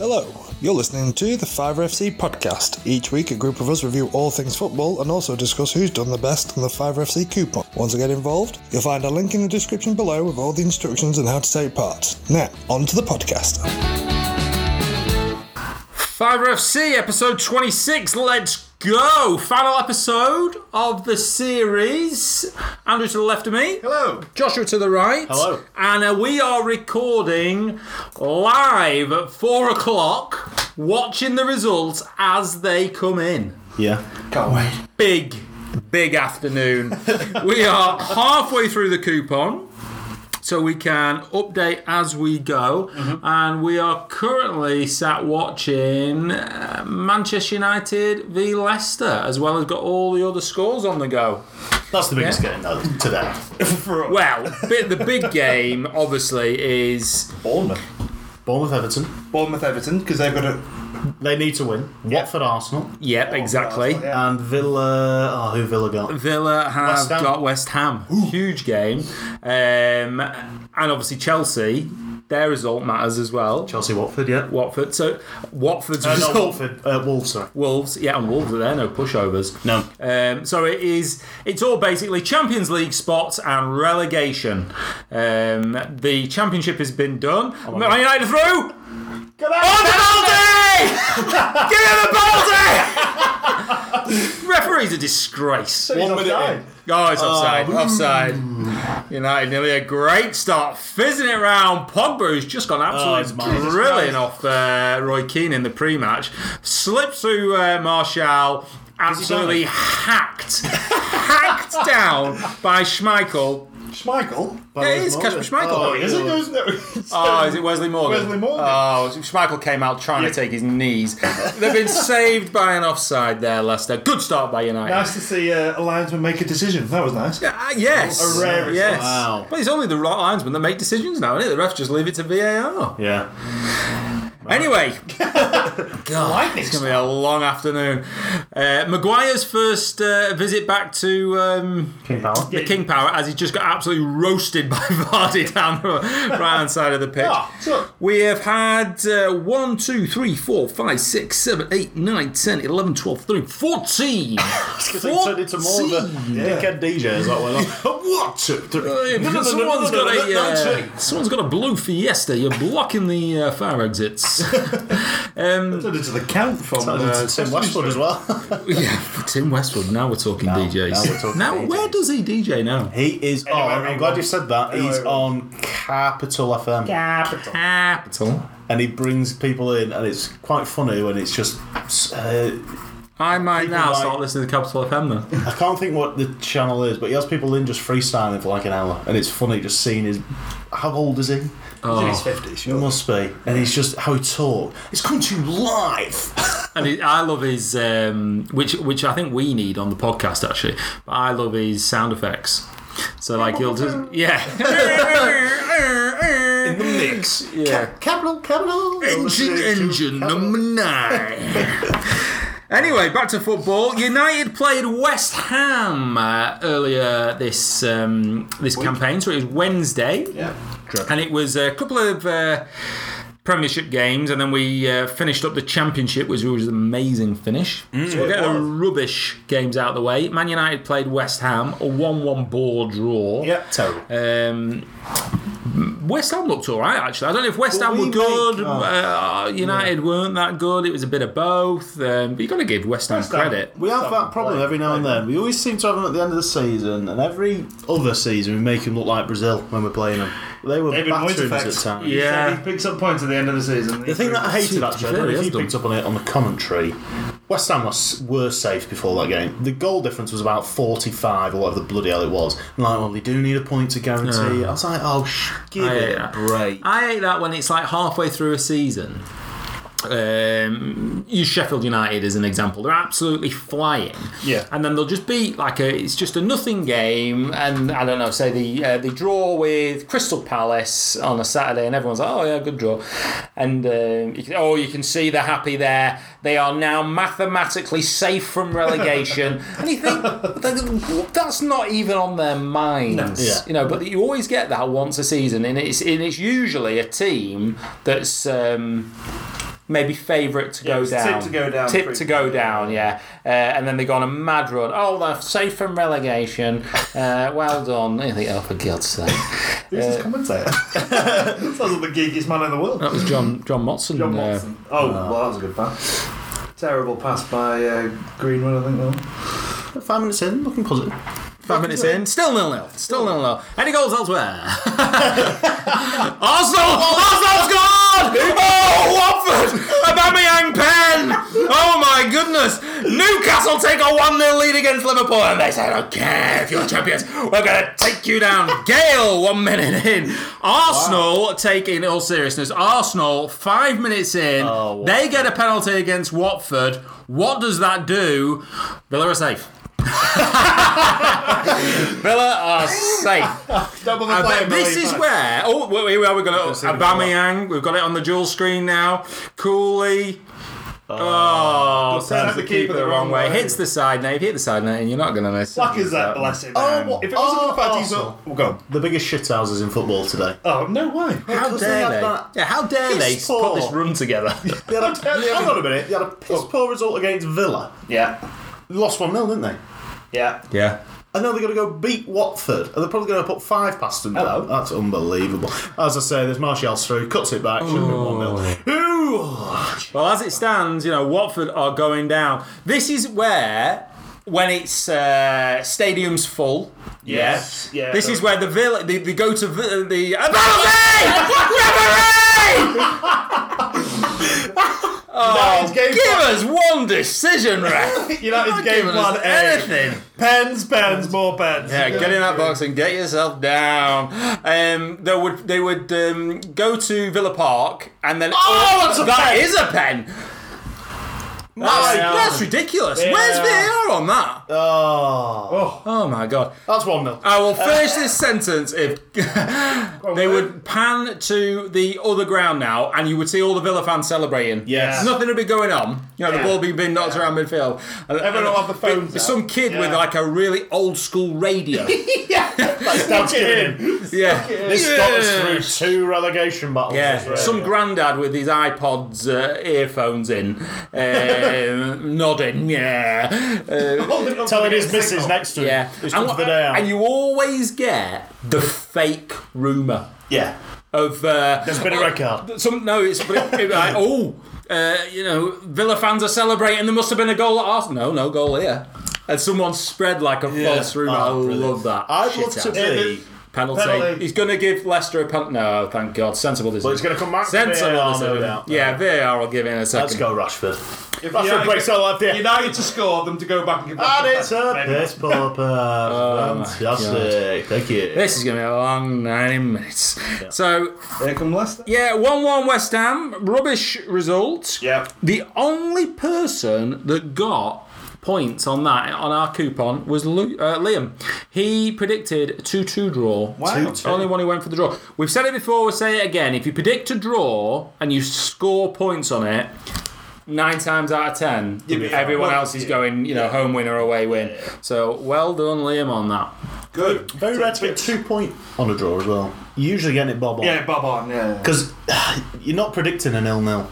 Hello, you're listening to the Fiver FC podcast. Each week, a group of us review all things football and also discuss who's done the best on the Fiver FC coupon. Want to get involved? You'll find a link in the description below with all the instructions and how to take part. Now, on to the podcast. Fiver FC episode 26. Let's go. Final episode of the series. Andrew to the left of me. Hello. Joshua to the right. Hello. And uh, we are recording live at four o'clock, watching the results as they come in. Yeah. Can't wait. Big, big afternoon. we are halfway through the coupon. So we can update as we go, Mm-hmm. and we are currently sat watching uh, Manchester United v Leicester, as well as got all the other scores on the go. That's the biggest game though, today. For us. Well, bit, the big game obviously is Bournemouth. Bournemouth Everton. Bournemouth Everton because they've got a They need to win. Watford Arsenal. yep exactly. Yeah. And Villa. Oh, who Villa got? Villa have West Ham. got West Ham, huge game, um, and obviously Chelsea. Their result matters as well. Chelsea Watford, yeah. Watford. So Watford's Uh, result. not Watford. Uh, Wolves, sorry. Wolves, yeah, and Wolves are there, no pushovers. No. Um, so it is. It's all basically Champions League spots and relegation. Um, the championship has been done. Oh Man United through. Come On penalty! Give him a penalty! Referee's a disgrace. He's One minute offside. in. Oh, it's offside. offside. United nearly a great start, fizzing it round. Pogba, who's just gone it's absolutely mine. brilliant off uh, Roy Keane in the pre-match, slips through uh, Martial, absolutely hacked, hacked down by Schmeichel. Schmeichel. Yeah, it is Kasper Schmeichel. Oh, Is it? yeah. Who's- no, Oh, is it Wesley Morgan? Wesley Morgan. Oh, Schmeichel came out trying to take his knees. They've been saved by an offside there, Leicester. Good start by United. Nice to see uh, a linesman make a decision. That was nice. Ah, yes. A rarity. Yes. Wow. But it's only the right linesmen that make decisions now, isn't it? The refs just leave it to VAR. Yeah. Anyway, God, it's going to be a long afternoon. Uh, Maguire's first uh, visit back to um, King Power. the King Power as he just got absolutely roasted by Vardy down the right hand side of the pitch. Ah, so- We have had uh, 1, 2, 3, 4, 5, 6, 7, 8, 9, 10, 11, 12, 13, 14. Because they turned into more of a dickhead DJ, is that what? One, two, three. Someone's got a No, uh, two. someone's got a blue Fiesta. You're blocking the uh, fire exits. um, Turned into the count from uh, Uh, Tim Westwood as well. yeah, Tim Westwood. Now we're talking DJs. now we're talking Now, DJs. where does he DJ now? He is on. I'm everyone. glad you said that. He's everyone. on Capital FM. Capital. and he brings people in, and it's quite funny when it's just. Uh, I might People now like- start listening to Capital FM then. I can't think what the channel is, but he has people in just freestyling for like an hour, and it's funny just seeing his. How old is he? in his 50s, He sure. must be, and he's just how he talk. It's come to life. And he, I love his, um, which which I think we need on the podcast actually. But I love his sound effects. So like he'll just yeah. The mix. yeah. Capital, capital. Engine, engine number nine. Anyway, back to football. United played West Ham uh, earlier this um, this campaign, so it was Wednesday, Yeah. and it was a couple of uh, Premiership games, and then we uh, finished up the Championship, which was an amazing finish. so we'll get the rubbish games out of the way. Man United played West Ham, a one-one ball draw. Yeah, terrible. Um, West Ham looked all right, actually. I don't know if West Ham we were good, make- uh, United weren't that good. It was a bit of both. Um, but you got to give West Ham Ham. credit. We have that problem Play, every now and then. We always seem to have them at the end of the season, and every other season we make them look like Brazil when we're playing them. They were David Moyes battering us effect. at times. Yeah. So he picks up points at the end of the season. The thing that I hated Dude, actually, fair, I don't know he if you has picked up on it on the commentary, West Ham was, were safe before that game. The goal difference was about 45 or whatever the bloody hell it was. And like, well, they do need a point to guarantee. I was like, oh, sh- give I it hate uh, a that. break. I hate that when it's like halfway through a season. Um, use Sheffield United as an example. They're absolutely flying. Yeah. And then they'll just beat like a it's just a nothing game, and I don't know. Say the uh, they draw with Crystal Palace on a Saturday, and everyone's like, oh yeah, good draw. And um, you can, oh, you can see they're happy there. They are now mathematically safe from relegation. and you think "That- that's not even on their minds. Yeah. You know, but you always get that once a season, and it's and it's usually a team that's um, maybe favourite to go it was down. tipped to go down Tipped three- to go down, yeah. Uh, and then they go on a mad run. Oh, they're safe from relegation. Uh, well done. You think, oh, for God's sake. Who's this commentator? Sounds like the geekiest man in the world. That was John John Motson. John uh, Watson. Oh, well, that was a good pass. Terrible pass by uh, Greenwood, I think. Though. Five minutes in, looking positive. Five minutes in, still nil nil. Still nil nil. Any goals elsewhere? Arsenal! Arsenal scored! Oh, Watford! Aubameyang pen! Oh my goodness! Newcastle take a 1 0 lead against Liverpool, and they say, "I don't care if you're champions. We're gonna take you down." Gale, one minute in. Arsenal take in all seriousness. Arsenal, five minutes in, Oh, wow. they get a penalty against Watford. What does that do? Villa are safe. Villa are safe. Double the I player, bet this Billy, is back. where. Oh, we- here we are. We've got it. seen it before. Aubameyang. We've got it on the dual screen now. Cooley. Oh, sends the keeper the wrong way. Hits the side net. If you hit the side net, and you're not going to miss. Fuck is that? Bless him. Um, Oh, man. what- If it wasn't oh, for the fact he's Arsenal. not. Well, go on. The biggest shithouses in football today. Oh, no way. How Because they dare had they? that- Yeah, how dare they Piss poor. put this run together? They had a, hang on a minute. They had a piss poor result against Villa. Yeah. They lost 1 0, didn't they? Yeah. yeah. And now they're going to go beat Watford. And they're probably going to put five past them. Hello. That's unbelievable. As I say, there's Martial's through, cuts it back, should have been 1 0. Well, as it stands, you know, Watford are going down. This is where, when it's uh, stadiums full. Yes. Yeah. This is where the villa they, they go to vi- the a penalty! Referee! United's game Give us one decision, ref. United's Give game us plan eh? A. anything. Pens, pens, more pens. Yeah, get in that box and get yourself down. Um, they would they would um, go to Villa Park and then Oh, that's a that pen. is a pen. That's, God. that's ridiculous. Where's VAR on that? Oh. Oh my god. That's 1 0. I will finish this sentence if they would pan to the other ground now and you would see all the Villa fans celebrating. Yes. Nothing would be going on. You know, the Yeah. ball being, being knocked around midfield. And, Everyone will have the but phones out. Some kid with Yeah. like a really old school radio. That's yeah. This yeah. got us through two relegation battles. Yeah, That's right. some grandad with his iPods uh, earphones in, um, nodding. Yeah, Uh, telling his missus next to him. yeah. And This comes what- the day out. and you always get the fake rumor. yeah. of uh, There's been a red card. some no it's but it, it- like, oh uh, you know Villa fans are celebrating there must have been a goal at Arsenal no no goal here and someone spread like a false rumour I Oh, brilliant. love that I'd Shit love to out. be. penalty. Penalty. he's going to give Leicester a penalty no thank god sensible decision Well, it's going to come back. to sensible VAR, decision no doubt. yeah VAR will give in a second Let's go, Rashford. If Rashford United- breaks all up there. United to score, them to go back and give back And the it's pen. a Maybe. piss poor pass. Fantastic. Thank you. this is going to be a long 90 minutes so Here come Leicester. yeah 1-1 West Ham rubbish result Yeah. The only person that got points on that on our coupon was Lu- uh, Liam. He predicted two-two draw. Wow. It's the Only one who went for the draw. We've said it before. We'll say it again. If you predict a draw and you score points on it. Nine times out of ten, but- everyone well, else is going, you know, home win or away win. So well done, Liam, on that. Good. Very rare to get two point on a draw as well. You're usually getting it bob on. Yeah, Bob on. Yeah. Because you're not predicting a nil nil.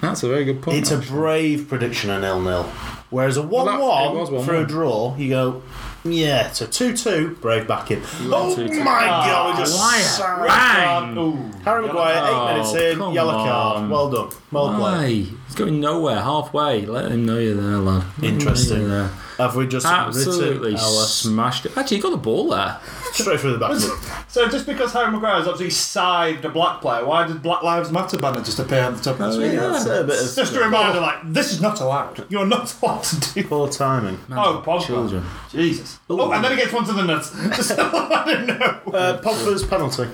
That's a very good point. It's a brave prediction a nil nil. Whereas a one that- one it was 1-1. for a draw, you go, yeah. So two two, brave back in. Oh 2-2. my god, we just Liar. sacked- Bang! Harry Maguire, Oh, eight minutes in, come yellow on. card. Well done. Well played. Why? He's going nowhere, halfway. Let him know you're there, lad. Let him know Interesting. you're there. Have we just Absolutely written our smashed it. Actually, he got the ball there. straight through the back? foot? So just because Harry Maguire has obviously sived a black player, why did Black Lives Matter banner just appear on the top of the screen? Oh, yeah. That's a bit of Just a reminder, like this is not allowed. You're not allowed to do. poor timing. Oh, Pogba. Children. Jesus. Oh, and then he gets one to the nuts. Just- I don't know. Uh, Pogba's penalty.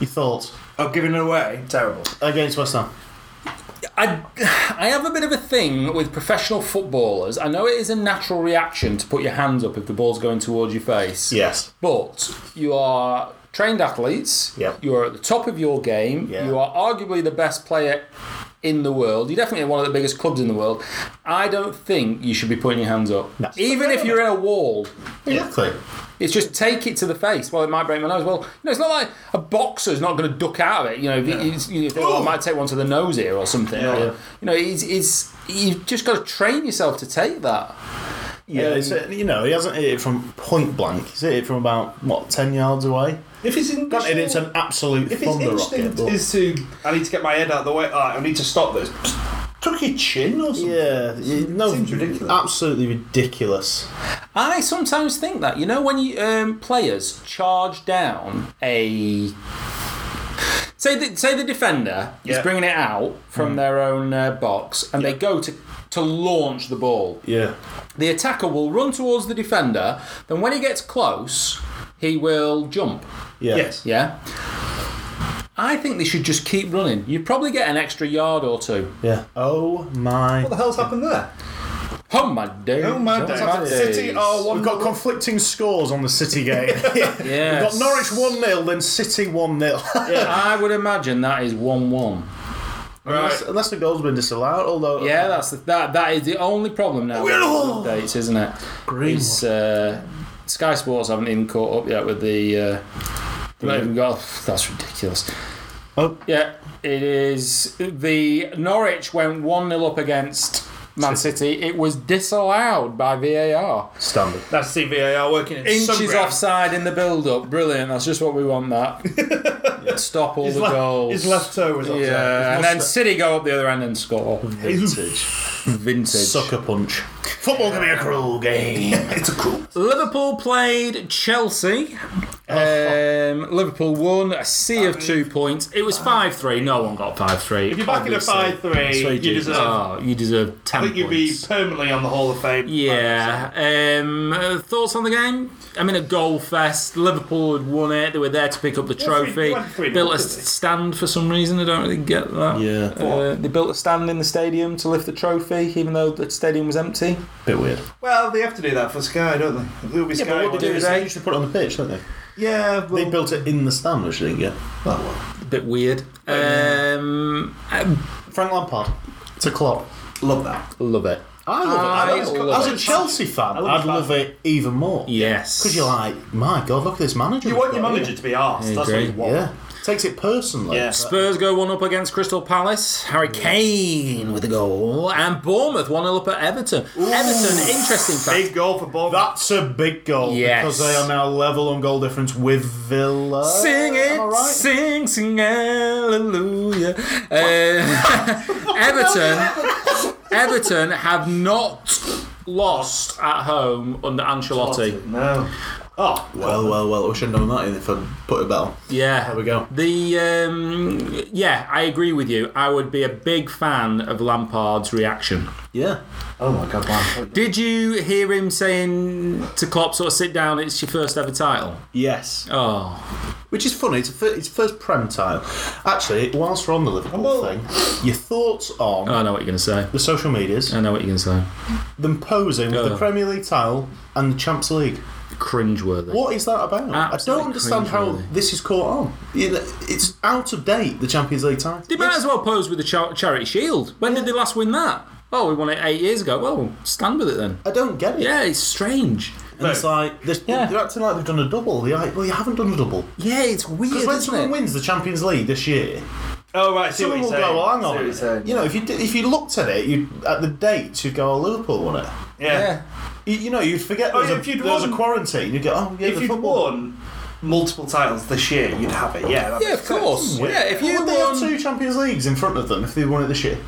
You thought Oh, giving it away. Terrible. against West Ham. I, I have a bit of a thing with professional footballers. I know it is a natural reaction to put your hands up if the ball's going towards your face. Yes. But you are trained athletes. Yep. You are at the top of your game. Yeah. You are arguably the best player in the world. You're definitely one of the biggest clubs in the world. I don't think you should be putting your hands up, No. even if you're in a wall. Exactly. It's just take it to the face. Well, it might break my nose. Well, you know, it's not like a boxer's not going to duck out of it. You know, if it's- you know, Ooh. it might take one to the nose here or something. Yeah. You know, it's, it's you've just got to train yourself to take that. Yeah, it's, uh, you know, he hasn't hit it from point blank. He's hit it from about, what, 10 yards away? If his Granted, instinct, it's an absolute if his thunder rocket. instinct But is to, I need to get my head out of the way. alright, I need to stop this. Just Tuck your chin or something. yeah, you- no, Seems ridiculous. absolutely ridiculous. I sometimes think that you know when you um, players charge down a say the say the defender Yeah. Mm. is bringing it out from their own uh, box and they go to to launch the ball. Yeah, The attacker will run towards the defender. Then when he gets close, he will jump. yeah, Yes. Yeah. I think they should just keep running. You probably get an extra yard or two. yeah. Oh my! What the hell's happened there? Oh my dude! Oh my days. City are one. We've got conflicting scores on the City game. We've got Yes. Norwich one 0 then City one 0 I would imagine that is one-one. unless, unless the goal's been disallowed. Although, Yeah, that's the, that. That is the only problem now. with all- the updates, isn't it? Is, uh, Sky Sports haven't even caught up yet with the. Uh, they've not even got. That's ridiculous. Oh. Yeah, it is. The Norwich went one 0 up against Man City. It was disallowed by VAR. standard. That's the VAR working in some Inches ground. offside in the build-up. Brilliant. That's just what we want. That stop all the left- goals. his left toe was offside. Yeah, and must- then City go up the other end and score. Vintage. Vintage. Sucker punch. Football can be a cruel game. It's a cool. Liverpool played Chelsea. Um, Liverpool won a sea of two points. It was five three. No one got five three. If you're back in a 5-3, you deserve- Oh, you deserve ten I think you'd be points. permanently on the Hall of Fame. yeah. Um, uh, thoughts on the game? I mean, a goal fest. Liverpool had won it. They were there to pick up the three- trophy. they went 3-0, built a didn't they? stand for some reason. I don't really get that. Yeah, Uh, they built a stand in the stadium to lift the trophy, even though the stadium was empty. bit weird. Well, they have to do that for Sky, don't they? It'll be Sky. what they one do day. is they- usually put it on the pitch, don't they? yeah, well, They built it in the stand, which they didn't get. bit weird. Um, Frank Lampard to Klopp. love that. love it. I love I it. As a- love As it. a Chelsea fan, love I'd it. love it even more. Yes. Because you're like, my God, look at this manager. You we've want your got manager here." to be arsed. That's what agree. you want. Yeah. Takes it personally. Yeah. Spurs go one up against Crystal Palace. Harry Kane with a goal. And Bournemouth 1 0 up at Everton. Everton, interesting fact. Big goal for Bournemouth. That's a big goal Yes. because they are now level on goal difference with Villa. Sing it, Uh, Am I right? sing, sing, hallelujah. Uh, Everton, Everton have not lost at home under Ancelotti. no. Oh, well, well, well. We should have known that if I put a bell. Yeah, There we go. The um, yeah, I agree with you. I would be a big fan of Lampard's reaction. Yeah. Oh my god, man. Did you hear him saying to Klopp, sort of sit down, it's your first ever title? Yes. Oh. Which is funny. It's a fir- it's first Prem title. Actually, whilst we're on the Liverpool Hello. thing, your thoughts on I know what you're going to say. the social medias, I know what you're going to say. them posing with the Oh. Premier League title and the Champions League. Cringeworthy. What is that about? I Absolutely don't understand how cringeworthy. this is caught on. You know, It's out of date. The Champions League title. They might as well pose with the char- charity shield. When did they last win that? Oh, we won it eight years ago. Well, stand with it then. I don't get it. Yeah, it's strange. And it's like this, Yeah. they're acting like they've done a double. They're like, well, you haven't done a double. Yeah, it's Because weird, when isn't someone it? wins the Champions League this year, Oh right, I see what someone you're will saying. go, well, hang I see what on. you're saying. You know, if you did- if you looked at it, you at the dates, you'd go, oh, Liverpool won it. Yeah. Yeah. You, you know, you'd forget there Oh, was, if a, you'd there was a won- quarantine. You'd go, oh, yeah, If the you'd football. won multiple titles this year, you'd have it. Yeah. that Yeah, makes of sense. course. Well, Yeah, if you would they have won. two Champions Leagues in front of them if they won it this year?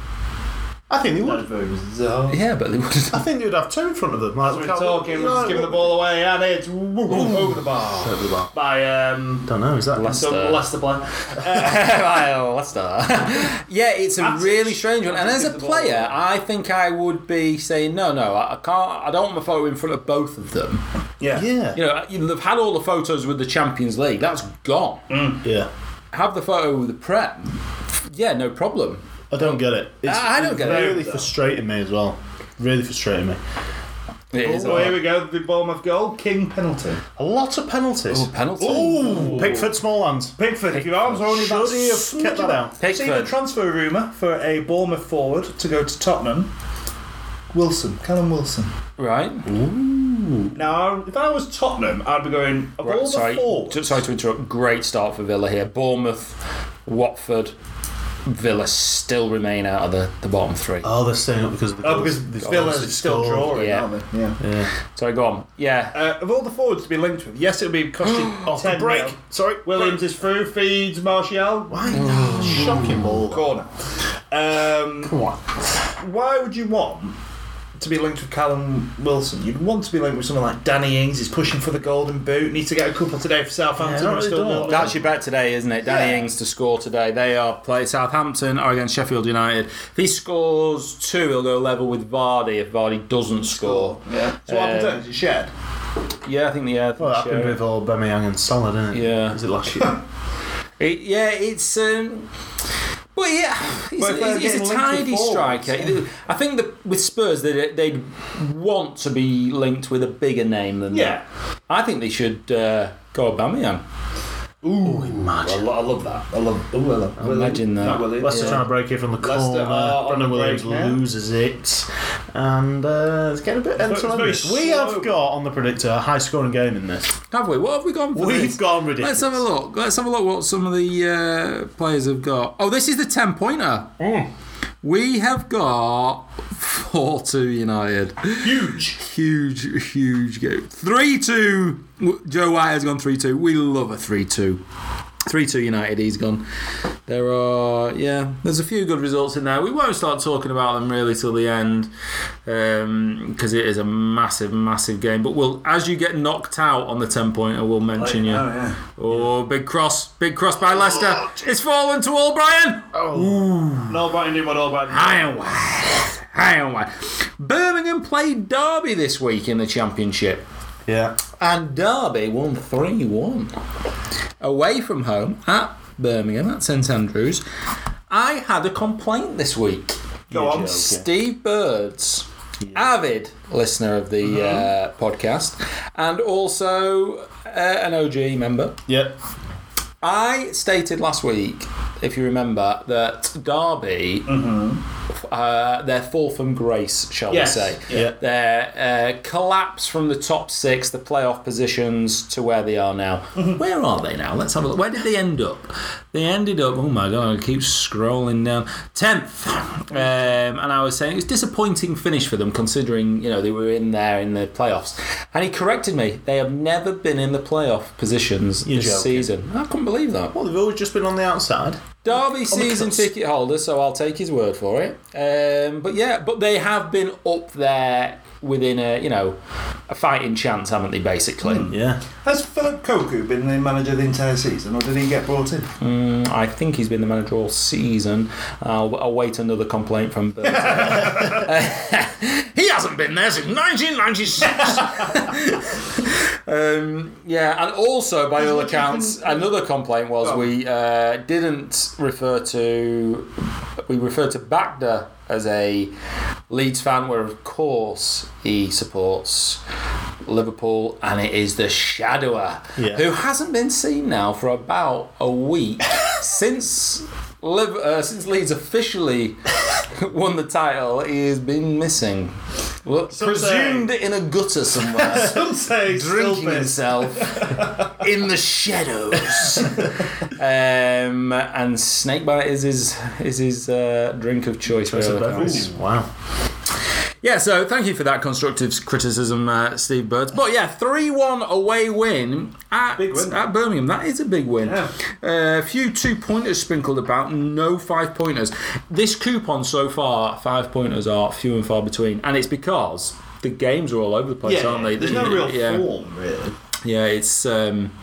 I think they would. That's very bizarre. Yeah, but they would I think they would have two in front of them. Like, We're look how- talking, you we're just know, giving the ball away, and it's over the bar Over the bar. by um, Don't know. Is that Last- some Uh, Leicester player. well, what's that? yeah, it's a That's- really strange one. And that's as a the ball. player, I think I would be saying, no, no, I I can't. I don't want my photo in front of both of them. Yeah. yeah. You know, you- they've had all the photos with the Champions League. That's gone. Yeah. Have the photo with the Prep. Yeah, no problem. I don't get it. It's Ah, I- I don't get it. Really frustrating me as well. Really frustrating me. It is Oh, here we go. The Bournemouth goal. King penalty. A lot of penalties. Oh, penalty. Ooh, Pickford small hands. Pickford, if your arms are only that Should he have kept that out? smidge- Seen a Pickford. transfer rumour for a Bournemouth forward to go to Tottenham. Wilson, Callum Wilson. Right. Now, if I was Tottenham, I'd be going of all Right, the sorry, forwards. Ju- sorry to interrupt. Great start for Villa here. Bournemouth, Watford, Villa still remain out of the, the bottom three. Oh, they're staying up because of the Oh, goals because they've Villa's still scored. drawing, Yeah. aren't they? Yeah. Sorry, go on. Yeah. Uh, of all the forwards to be linked with, yes, it'll be costing Off the 10 break. mil. Sorry, Williams is through, feeds Martial. Why? Shocking ball. Corner. Um, Come on. why would you want to be linked with Callum Wilson? You'd want to be linked with someone like Danny Ings. He's pushing for the golden boot. Needs to get a couple today for Southampton. Yeah, I but really still don't. not. That's your bet today, isn't it? Danny Yeah. Ings to score today. They are play Southampton are against Sheffield United. If he scores two, he'll go level with Vardy. If Vardy doesn't score, Yeah. So what happens Uh, then? Is he shared? yeah, I think the yeah, I think Well, that sure. happened with all Bemiyang and Salah, didn't it? Yeah. Was it last year? It- yeah, it's um, but yeah, he's, But if they're he's, he's a getting linked with tidy forwards, striker. I think that with Spurs, they'd, they'd want to be linked with a bigger name than Yeah. that. I think they should uh, go Aubameyang. Ooh, I Imagine. lo- I love that. I love. Ooh, I love. Imagine that. Not William. Leicester yeah. trying to break it from the Leicester corner. are on Brandon the Williams break now. loses it. And uh, it's getting a bit it's very entertaining. We slow. have got on the predictor a high scoring game in this. Have we? What have we gone for? We've this? gone ridiculous. Let's have a look. Let's have a look what some of the uh, players have got. Oh, this is the 10 pointer. Mm. We have got 4 2 United. Huge. Huge, huge game. 3 2. Joe White has gone 3 2. We love a 3 2. 3 2 United, he's gone. There are, yeah, there's a few good results in there. We won't start talking about them really till the end because it is a massive, massive game. But we'll, as you get knocked out on the 10 pointer, we'll mention you. Oh, yeah. Oh, Oh, big cross, big cross by Leicester. It's fallen to all Brian. No, Brighton did what all Brighton did. Hang on, hang on. Birmingham played Derby this week in the Championship, Yeah. and Derby won three one away from home at Birmingham at St Andrews. I had a complaint this week. Go on. Steve Birds, avid listener of the uh, podcast, and also uh, an OG member. Yep. I stated last week, if you remember, that Derby, uh, their fall from grace, shall Yes. we say, Yeah. their uh, collapse from the top six, the playoff positions to where they are now. Where are they now? Let's have a look. Where did they end up? They ended up. Oh my god! I keep scrolling down. Tenth, um, and I was saying it was a disappointing finish for them, considering you know they were in there in the playoffs. And he corrected me. They have never been in the playoff positions this joking. season. I couldn't believe that. Well, they've always just been on the outside. Derby season cusp. ticket holder, so I'll take his word for it. Um, but yeah, but they have been up there within a you know a fighting chance, haven't they? Basically, Yeah. Has Philip Koku been the manager the entire season, or did he get brought in? I think he's been the manager all season. I'll, I'll wait another complaint from Bill. he hasn't been there since 1996. um, yeah, and also by all accounts, another complaint was we uh, didn't refer to we referred to Bagda as a Leeds fan, where of course he supports Liverpool, and it is the Shadower Yeah. who hasn't been seen now for about a week since. Liv- uh, since Leeds officially won the title, he has been missing. Well, presumed in a gutter somewhere Don't say drinking himself in the shadows. um, and snakebite is his is his uh, drink of choice. by all accounts. Wow. Yeah, so thank you for that constructive criticism, uh, Steve Birds. But yeah, three one away win at Big win. at Birmingham. That is a big win. Yeah. Uh, a few two pointers sprinkled about, no five pointers. This coupon so far, five pointers are few and far between, and it's because. The games are all over the place, aren't they? There's no real Yeah. form, really. Yeah, it's. Um,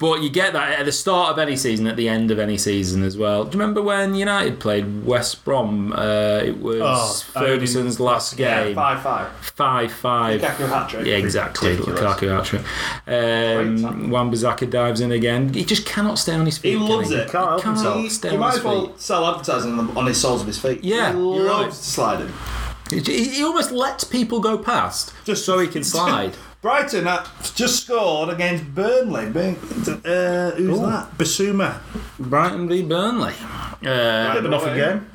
but you get that at the start of any season, at the end of any season as well. Do you remember when United played West Brom? Uh, it was Oh, Ferguson's last game, Five five. five five. Lukaku hat trick. Yeah, exactly. Ridiculous. Lukaku actually. Um, Wan Bissaka dives in again. He just cannot stay on his feet. He can loves it. Can't help Can't himself. stay you on might his as feet. well sell advertising on the- on his soles of his feet. Yeah, he you're loves right. to slide him. He, he almost lets people go past just so he can slide. Brighton have just scored against Burnley. Bur- Uh, who's that? Basuma. Brighton v Burnley. Uh, Bit of an off again.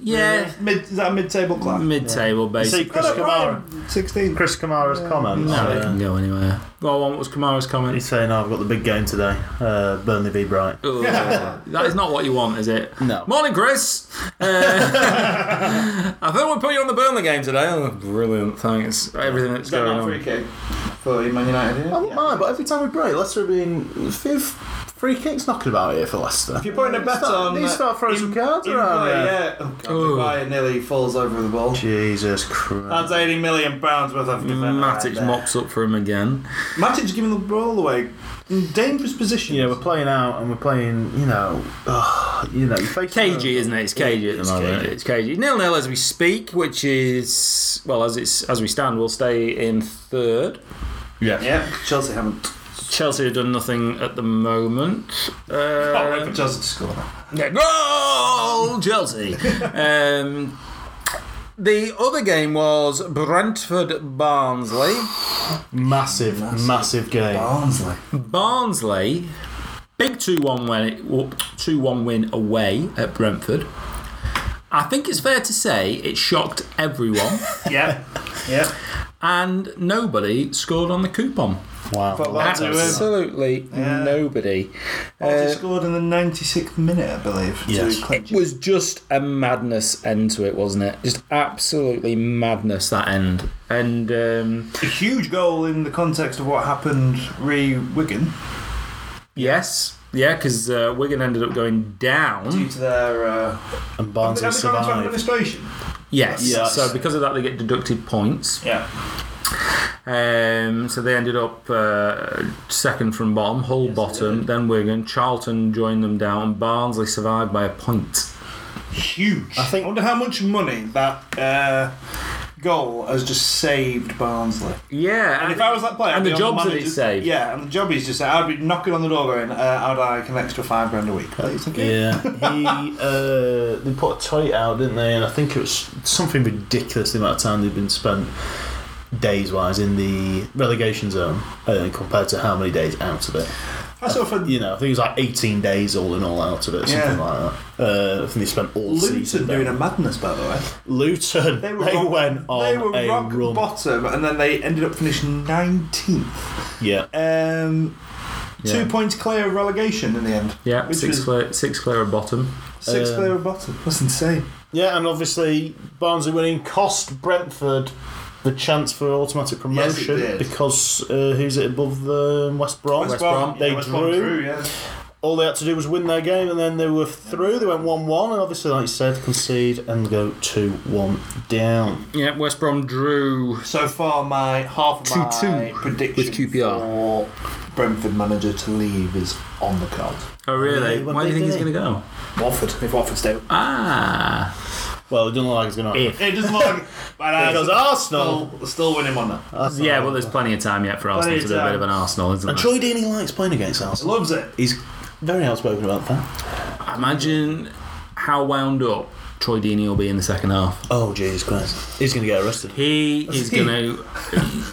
yeah, Mid, is that a mid-table class? mid-table See basically. Chris Kamara. 16. Chris Kamara's comment. No, it uh, can go anywhere. Oh, Go on, what was Kamara's comment? He's saying, "Oh, "I've got the big game today. Uh, Burnley v Brighton." Ooh, that is not what you want, is it? No. Morning, Chris. Uh, I thought we'd put you on the Burnley game today. Oh, brilliant, thanks. Everything that's They're going not on. Oh, free kick for Man United. I Yeah. wouldn't mind, but every time we break, Leicester have been fifth free kicks knocking about here for Leicester. If you're putting a bet on, uh, these start throwing some cards in around. play, here. yeah. Oh God, Ooh. Maguire nearly falls over the ball. Jesus Christ! That's 80 million pounds worth of defending. Matic mops up for him again. Matic giving the ball away in dangerous position. You know, we're playing out and we're playing. You know, ugh, you know, you face Cagey, isn't it? It's cagey at the It's moment. cagey. It's cagey. Nil nil as we speak, which is well as it's as we stand, we'll stay in third. Yeah, Chelsea haven't. Chelsea have done nothing at the moment. Can't wait Uh, for Chelsea to score. Yeah, goal, Chelsea. um, the other game was Brentford Barnsley. Massive, massive, game. Barnsley. Barnsley, big 2 1 win, 2 1 win away at Brentford. I think it's fair to say it shocked everyone, Yeah, yeah. and nobody scored on the coupon. Wow. But what do we- Absolutely nobody. Barnsley scored in the 96th minute, I believe. Yes. To clinch. It was just a madness end to it, wasn't it? Just absolutely madness that end. And um, a huge goal in the context of what happened re Wigan yes, yeah, because uh, Wigan ended up going due down. to their. Uh, and have they Barnsley gone to survived. administration. Yes. Yes. So because of that, they get deducted points. Yeah. Um, so they ended up uh, second from bottom, Hull bottom, then Wigan, Charlton joined them down, Barnsley survived by a point. Huge. I think. I wonder how much money that uh, goal has just saved Barnsley. Yeah, And if I was that player, and I'd the be on jobs that it manager's- saved. Yeah, and the job he's just I'd be knocking on the door going, uh, I'd like an extra five grand a week, please. Thank you. Yeah, he uh, they put a tweet out, didn't they? And I think it was something ridiculous the amount of time they'd been spent days wise in the relegation zone uh, compared to how many days out of it. I sort of You know, I think it was like 18 days all in all out of it, something Yeah. like that. Uh, I think they spent all Luton season doing a doing madness, by the way. Luton. They, rock- went on They were a rock run. bottom, and then they ended up finishing nineteenth. yeah, Um, Yeah. Two points clear of relegation in the end. Yeah, Which six was- clear, six clear of bottom. Six Um, clear of bottom. That's insane. yeah, and obviously Barnsley winning cost Brentford. The chance for automatic promotion did. because uh, who's it above um, West Brom? West Brom, they yeah, West Brom drew. yeah. all they had to do was win their game and then they were through. They went 1 1, and obviously, like you said, concede and go 2 1 down. Yeah, West Brom drew. So far, my half of my Two-two prediction with QPR. for Brentford manager to leave is on the card. Oh, really? Yeah, what Why do you they think he's going doing? to go? Watford, if Watford stay. Ah. Well, it doesn't look like it's going to happen. It doesn't look. but I Because Arsenal. still, still winning one now. Yeah, well, there's plenty of time yet for Arsenal Plenty to of do a bit time. of an Arsenal, isn't And there? Troy Deeney likes playing against Arsenal. Loves it. He's very outspoken about that. Imagine how wound up Troy Deeney will be in the second half. Oh, Jesus Christ. He's going to get arrested. He is going to,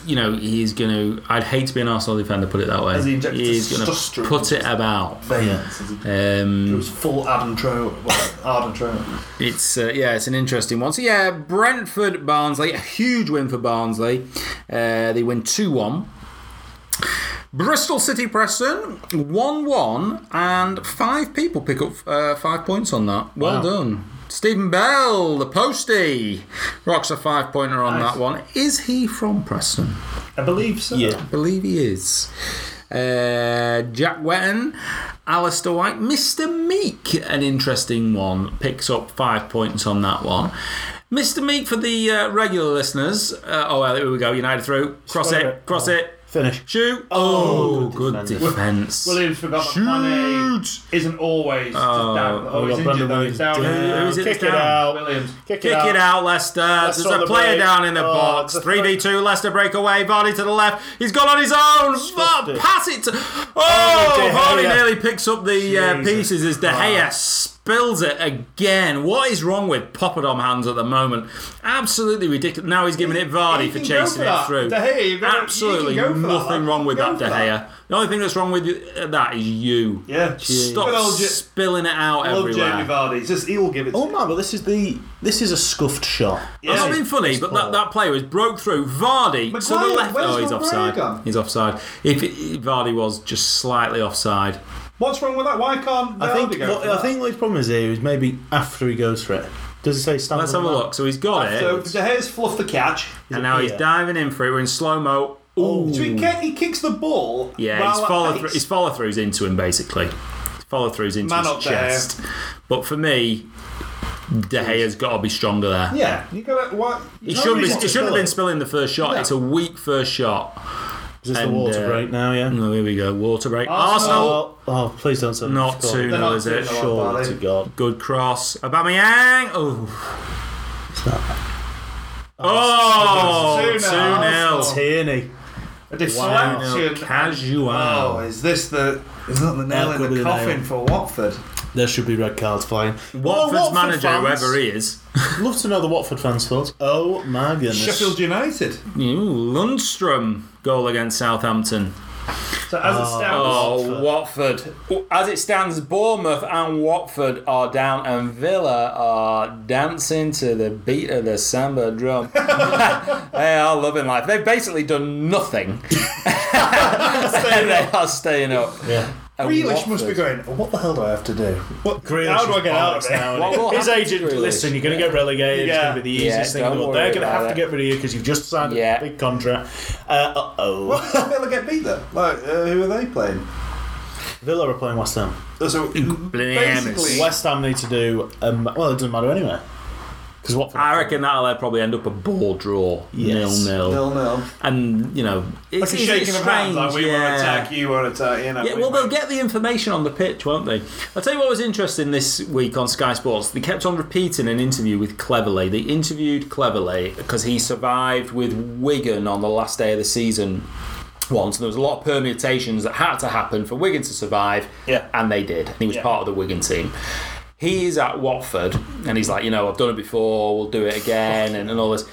you know, he's going to. I'd hate to be an Arsenal defender, put it that way. Has he injected he's going to testosterone? put it about. Veins. It Um, was full Adam Traore. Well, Arden Traore. it's uh, yeah, it's an interesting one. So yeah, Brentford Barnsley, a huge win for Barnsley. Uh, they win two one. Bristol City Preston one one, and five people pick up uh, five points on that. Well Wow. done. Stephen Bell, the postie, rocks a five pointer on that one. Is he from Preston? I believe so. Yeah. believe he is. Uh, Jack Wetton, Alistair White, Mr. Meek, an interesting one, picks up five points on that one. Mr. Meek for the uh, regular listeners. Uh, oh, well, here we go. United through. Cross Square it, it. cross it. Finish. Shoot. Oh, good good defender. defence. Williams forgot that Mane Shoot. isn't always just down. Oh, Oh, he's God, injured though. Brandon He's down. Williams. Who is it Kick that's it down? out. Williams. Kick Kick it out, Leicester. on There's a the player break. down in the Oh, box. it's a 3v2, Leicester breakaway. Vardy to the left. He's gone on his own. Stuffed Oh, it. pass it to. Oh, De Gea. Vardy nearly picks up the uh, Jesus pieces as De Gea spills it again. What is wrong with Poppadom hands at the moment? Absolutely ridiculous. Now he's giving it Vardy You for can go chasing for that. it through. De Gea, you've got- you Absolutely can go for that. nothing wrong with Go that, De for that. Gea. The only thing that's wrong with you, uh, that is you. Yeah. Stop Good old Ge- spilling it out I love Jamie everywhere. Vardy. It's just he'll give it. Oh man, but this is the this is a scuffed shot. I'm Yeah. not being funny, but that, that player was broke through Vardy to Maguire, the left. where's Oh, he's Maguire offside. gone? He's offside. If if Vardy was just slightly offside, What's wrong with that? Why can't I think Vardy go what, for I that? think the problem is here is maybe after he goes for it, does he say stand? let's on have a the look. So he's got So it, De Gea's fluffed the catch. and now he's Yeah. diving in for it. We're in slow mo. Ooh, So he, ki- he kicks the ball. yeah, while his at follow pace. through, his follow throughs into him basically. His follow throughs into Man his up there. chest. But for me, De Gea's got to be stronger there. Yeah, you got to what? He shouldn't, be, reason he to shouldn't have spill been spilling it. the first shot. It's a weak first shot. Is this And, the water uh, break now? Yeah. Oh, here we go. Water break. Arsenal. Oh, oh, please don't say Not God. two. They're No, not is it? doing a lot, Surely Vardy. to God. Good cross. Aubameyang. Oh. Oh, 2 It's not- 0. Arsenal. Tierney. A deflection. Casual. Oh, is this the? Is that the nail That in could be the the coffin nail. for Watford? There should be red cards flying. Watford's Well, Watford manager, fans- whoever he is. Love to know the Watford fans' thoughts. Oh my goodness. Sheffield United. Ooh, Lundstrom goal against Southampton. So as it stands, Oh, Watford. As it stands, Bournemouth and Watford are down, and Villa are dancing to the beat of the samba drum. they are loving life. They've basically done nothing. and they are staying up. Yeah. And Grealish must be Watford- going. "Oh, What the hell do I have to do? What? Grealish how do I is get out of bollocks it? now, What isn't will he? His happen to agent, Grealish? listen, you're going to get relegated. It's Yeah. going to be the Yeah, easiest thing in don't the world. worry They're going to about have it. to get rid of you because you've just signed Yeah. a big contract. Uh oh. They'll get beat then. Like, uh, who are they playing? Villa are playing West Ham. So basically, West Ham need to do. Um, well, it doesn't matter anyway. Because Watford. I reckon that'll uh, probably end up a ball draw, Yes. nil nil, nil nil. and you know, it's, Like a it's- shaking it's of hands, strange, like we yeah. want to attack, you want to attack, you know. Yeah, we well, they'll might- get the information on the pitch, won't they? I'll tell you what was interesting this week on Sky Sports. They kept on repeating an interview with Cleverly. They interviewed Cleverly because he survived with Wigan on the last day of the season once, and there was a lot of permutations that had to happen for Wigan to survive, Yeah. and they did. He was part of the Wigan team. He is at Watford, and he's like, you know, I've done it before, we'll do it again, and, and all this.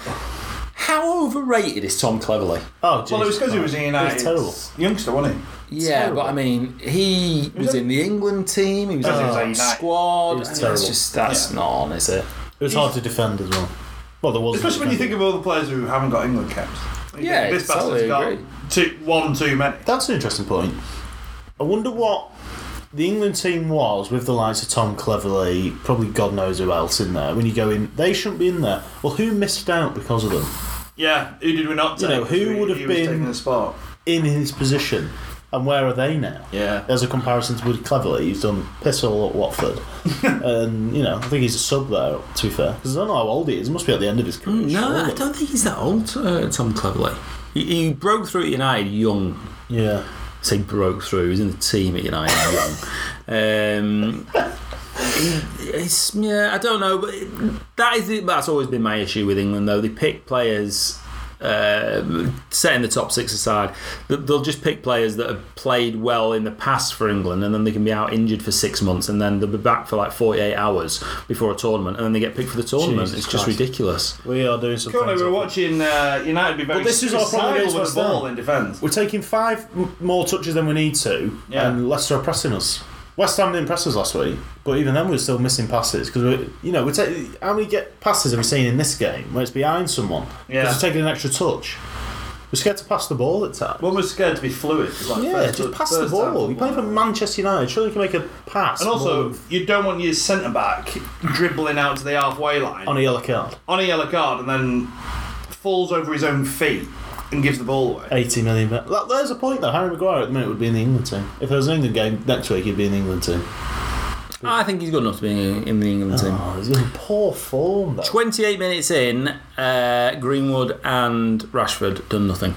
How overrated is Tom Cleverly? Oh, Well, it was because he was a United It's terrible. youngster, wasn't he? Yeah, but I mean, he was in the England team. He was in Oh, the United. squad. was I mean, terrible. that's just that's Yeah. not on, is it? It was hard to defend as well. Well, there was. Especially when you think of all the players who haven't got England caps. You Yeah, think this totally bastard's got agree. two, one too many. That's an interesting point. I wonder what the England team was with the likes of Tom Cleverly, probably God knows who else in there. When you go in, they shouldn't be in there. Well, who missed out because of them? Yeah, who did we not You take? know, who Because we- would have he was been- taking the spot? In his position. And where are they now? Yeah. As a comparison to Woody Cleverly, he's done piss all at Watford. and, you know, I think he's a sub there, to be fair. Because I don't know how old he is. He must be at the end of his career. surely. Mm, don't think he's that old, uh, Tom Cleverley. He, he broke through at United young. Yeah. Say broke through. He was in the team at United young. Um, he- it's, yeah, I don't know, but it- that is the, that's always been my issue with England though. They pick players. Uh, setting the top six aside, th- they'll just pick players that have played well in the past for England, and then they can be out injured for six months, and then they'll be back for like forty-eight hours before a tournament, and then they get picked for the tournament. Jesus it's just Christ. ridiculous. We are doing something. Currently, we're watching uh, United be very But this is our problem suicidal against with West the ball Ham. in defence. We're taking five m- more touches than we need to, Yeah. and Leicester are pressing us. West Ham didn't press us last week, but even then we're still missing passes because we, you know, we take how many get passes have we seen in this game where it's behind someone? 'Cause Yeah. we're taking an extra touch. We're scared to pass the ball at times. One was scared to be fluid. Like yeah, first- just pass the first ball. time. You're playing for Manchester United. Surely you can make a pass. And more also, than- you don't want your centre back dribbling out to the halfway line on a yellow card, on a yellow card and then falls over his own feet and gives the ball away. eighty million. But that, there's a point though. Harry Maguire at the minute would be in the England team. If there was an England game next week, he'd be in the England team. I think he's good enough to be in, in the England team. Oh, he's in poor form though. 28 minutes in, uh, Greenwood and Rashford done nothing.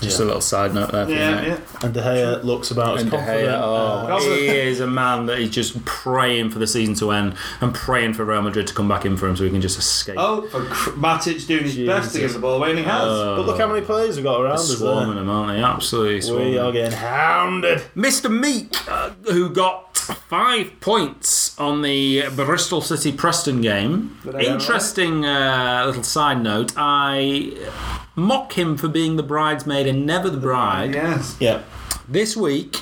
Just a Yeah. little side note there. For you, Yeah, mate. yeah. And De Gea looks about And as De confident. Gea, oh, uh, he is a man that is just praying for the season to end and praying for Real Madrid to come back in for him so he can just escape. Oh, for cr- Matic doing his best to Jesus. Uh, give the ball away, and he has. But look how many players we've got around us. Swarming him, aren't they? Absolutely there. swarming. We are getting hounded. Mr. Meek, uh, who got five points on the Bristol City Preston game. I don't Interesting uh, little side note. I mock him for being the bridesmaid and never the bride. Yes. Yeah. This week,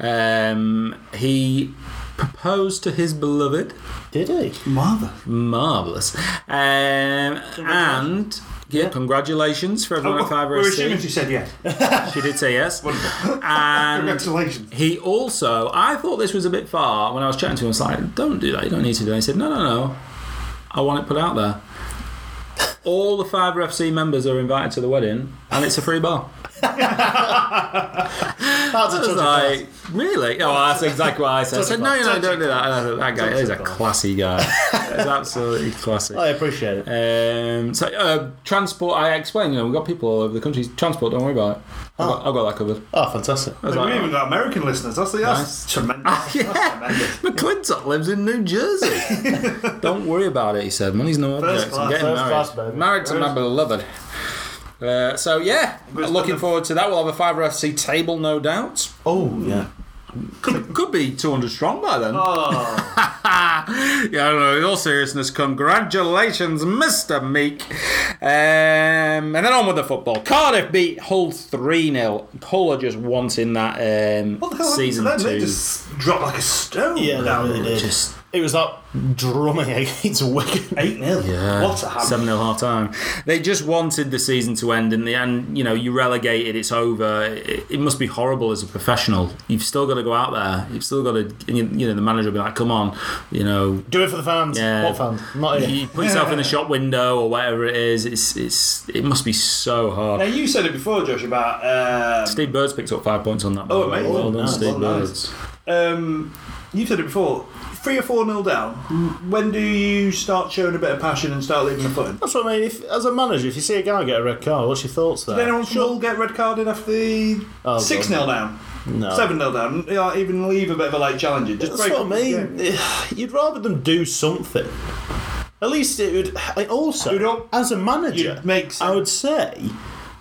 um, he proposed to his beloved. Did he? Mm. Mother. Marvelous. Um, and yeah, congratulations for everyone at Five We're assuming oh, she said yes. She did say yes. and Congratulations. he also, I thought this was a bit far when I was chatting to him. I was like, don't do that. You don't need to do that. He said, no, no, no. I want it put out there. All the Fiverr FC members are invited to the wedding, and it's a free bar. That's a I was touch like, really? Oh, well, that's exactly what I said. I said, no, no, don't do that. And I thought, That guy is a classy guy. It's absolutely classy. I appreciate it. Um, so uh, transport, I explained. You know, we've got people all over the country. Transport, don't worry about it. I've, got, I've got that covered. Oh, fantastic. I was We've like, even got American listeners. That's the that's tremendous. That's tremendous. McClintock lives in New Jersey. Don't worry about it, he said. Money's no First object. I'm class, getting first married. class, baby. Married to my beloved. Uh, so yeah, We'll looking spend the- forward to that. We'll have a five FC table, no doubt. Oh, yeah. Could, could be 200 strong by then. Oh, yeah, I don't know. In all seriousness, congratulations, Mr. Meek. Um, and then on with the football. Cardiff beat Hull 3 0. Hull are just wanting that um, what the hell happened season to them? They two. just dropped like a stone. Yeah, that down really did. just- It was that drumming against Wigan. Eight 0 What a habit. 7 0 half time. They just wanted the season to end, and the end, you know, you relegated, it's over. It, it must be horrible as a professional. You've still got to go out there. You've still got to, you know, the manager will be like, come on, you know, Do it for the fans. Yeah. What fans? Not here. you put yourself in the shop window or whatever it is. It's, it's, it must be so hard. Now you said it before, Josh, about um, Steve Bird's picked up five points on that. Oh, by the amazing. way. Well done, Nice, Steve well Bird. nice. um, you said it before. Three or four nil down. When do you start showing a bit of passion and start leaving the foot? in? That's what I mean. If, as a manager, if you see a guy get a red card, what's your thoughts there? Did anyone from Hull get red carded after the Oh, six 0 down, Oh. no. seven 0 down? You know, even leave a bit of a late challenge. in. Just That's break what I up the mean. game. You'd rather them do something. At least it would. I also, You'd up- as a manager, you'd make I would say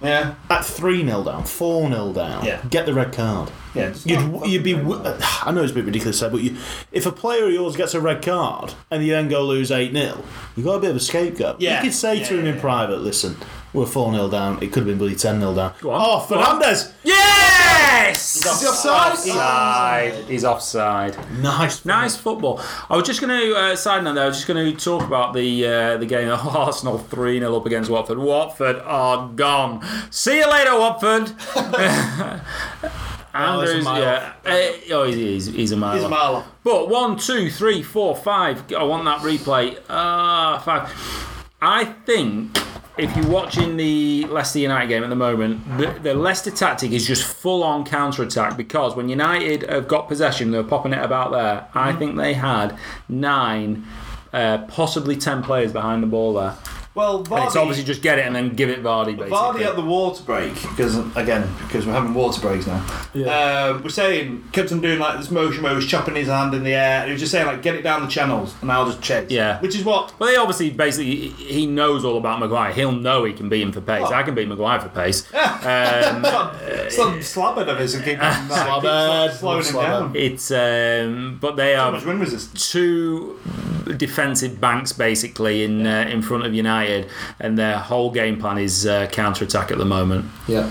Yeah, at three 0 down, four 0 down, Yeah. get the red card. yeah. just You'd not- you'd be. w- I know it's a bit ridiculous, there, but you, if a player of yours gets a red card and you then go lose eight 0 you got a bit of a scapegoat. Yeah. You could say Yeah, to him yeah, in yeah. private, "Listen, we're four 0 down. It could have been bloody ten 0 down." on. Oh, Go on. Fernandez! Yes! Is he offside? Offside. He's offside. Nice, Nice football. I was just going to uh, side note. There, I was just going to talk about the uh, the game. Arsenal three 0 up against Watford. Watford are gone. See you later, Watford. Andrews, mile yeah, uh, oh, he's, he's, he's a mile. He's a off. mile off. But one, two, three, four, five. I want that replay. Ah, five. I think if you're watching the Leicester United game at the moment, the, the Leicester tactic is just full on counter attack because when United have got possession, they're popping it about there. Mm-hmm. I think they had nine, uh, possibly ten players behind the ball there. Well, And it's Vardy- obviously just get it and then give it Vardy. Basically. Vardy at the water break because again because we're having water breaks now. Uh, we're saying kept on doing like this motion where he was chopping his hand in the air. And he was just saying like get it down the channels and I'll just chase. Yeah. which is what Well, he obviously basically he knows all about Maguire. He'll know he can beat him for pace. Oh. I can beat Maguire for pace. um, some slabbered of his and keep him, like, keep Slabbered, slowing him down. it's um, but they How are much wind was this? two defensive banks basically in uh, in front of United, and their whole game plan is uh, counter attack at the moment. Yeah.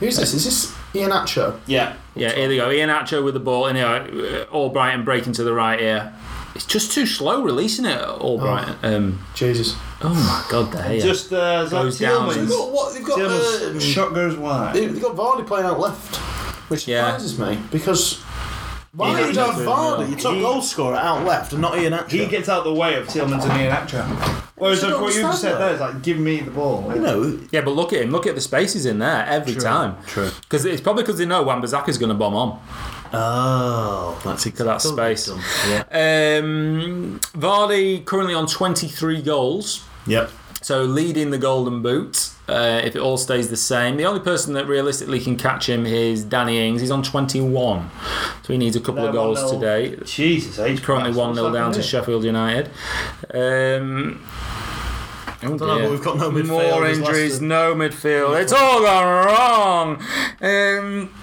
Who's this? Is this Ian Acho? Yeah, Yeah, here they go. Ian Acho with the ball, and you know, uh, Albrighton breaking to the right here. It's just too slow releasing it, Albrighton. Oh, um, Jesus. oh my god, the hair. just uh, Goes Zach down. They've Tillman's, got what? They've got. Tillman's Uh, shot goes wide. they've got Vardy playing out left, which Yeah. surprises me because why would you have Your Vardy? top goal scorer out left and not Ian Atcher. He gets out the way of Tillman's and Ian Atcher. Whereas I don't what you just said understand there is like give me the ball. you know, Yeah, but look at him. Look at the spaces in there every time. True. Because it's probably because they know Wan-Bissaka's going to bomb on. Oh, that's it. that space. Yeah. Um, Vardy currently on 23 goals. Yep. So leading the Golden Boot, uh, if it all stays the same, the only person that realistically can catch him is Danny Ings. He's on 21, so he needs a couple of They're goals 1-0. today. Jesus, age Currently class. one 0 What's down to happening Sheffield United. Um, oh Don't know, dear. but we've got no midfielders. More Leicester. injuries, no midfield. It's all gone wrong. Um,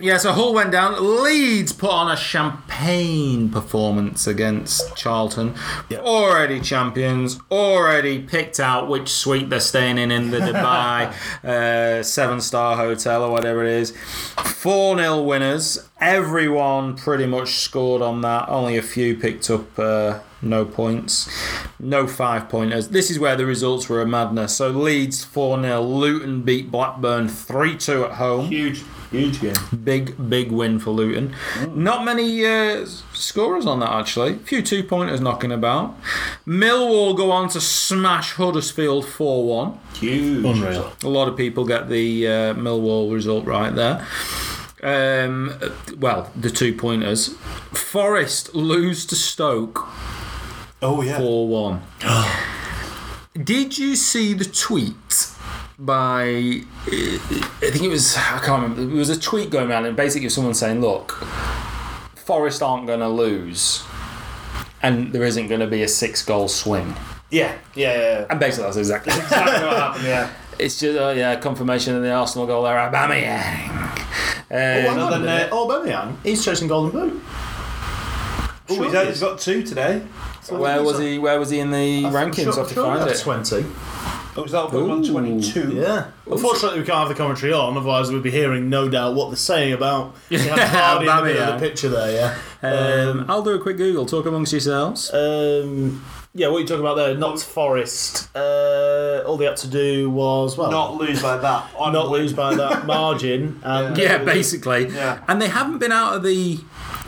Yeah, so Hull went down. Leeds put on a champagne performance against Charlton. Already champions, already picked out which suite they're staying in in the Dubai uh, seven star hotel or whatever it is. 4 0 winners. Everyone pretty much scored on that. Only a few picked up uh, no points. No five pointers. This is where the results were a madness. So Leeds 4 0. Luton beat Blackburn 3 2 at home Huge, huge game. big big win for Luton. Not many uh, scorers on that actually. A few two pointers knocking about. Millwall go on to smash Huddersfield four one. Huge. Unreal. A lot of people get the uh, Millwall result right there. Um, well, the two pointers. Forest lose to Stoke Oh yeah. 4 1. Did you see the tweet by. I think it was. I can't remember. It was a tweet going around, and basically someone saying, look, Forest aren't going to lose, and there isn't going to be a six goal swing. Yeah, yeah, yeah. And basically, that's exactly Exactly what happened. Yeah. It's just, oh, yeah, confirmation of the Arsenal goal there. Aubameyang. Uh, Another net. Oh, Birmingham. He's chasing Golden Boot. Oh, he's, had- he's got two today. where was he? Where was he in the rankings? I have to find that's 20. it. Oh, was that one Ooh. twenty-two? Yeah. Unfortunately, we can't have the commentary on, otherwise we'd be hearing no doubt what they're saying about they had Hardy in the middle of the Aubameyang. picture there. Yeah. Um, I'll do a quick Google. Talk amongst yourselves. Um, yeah, what are you talking about there? Not Forest. Uh, all they had to do was well, Not lose like that. On not lose by that margin and Yeah, basically. Yeah. And they haven't been out of the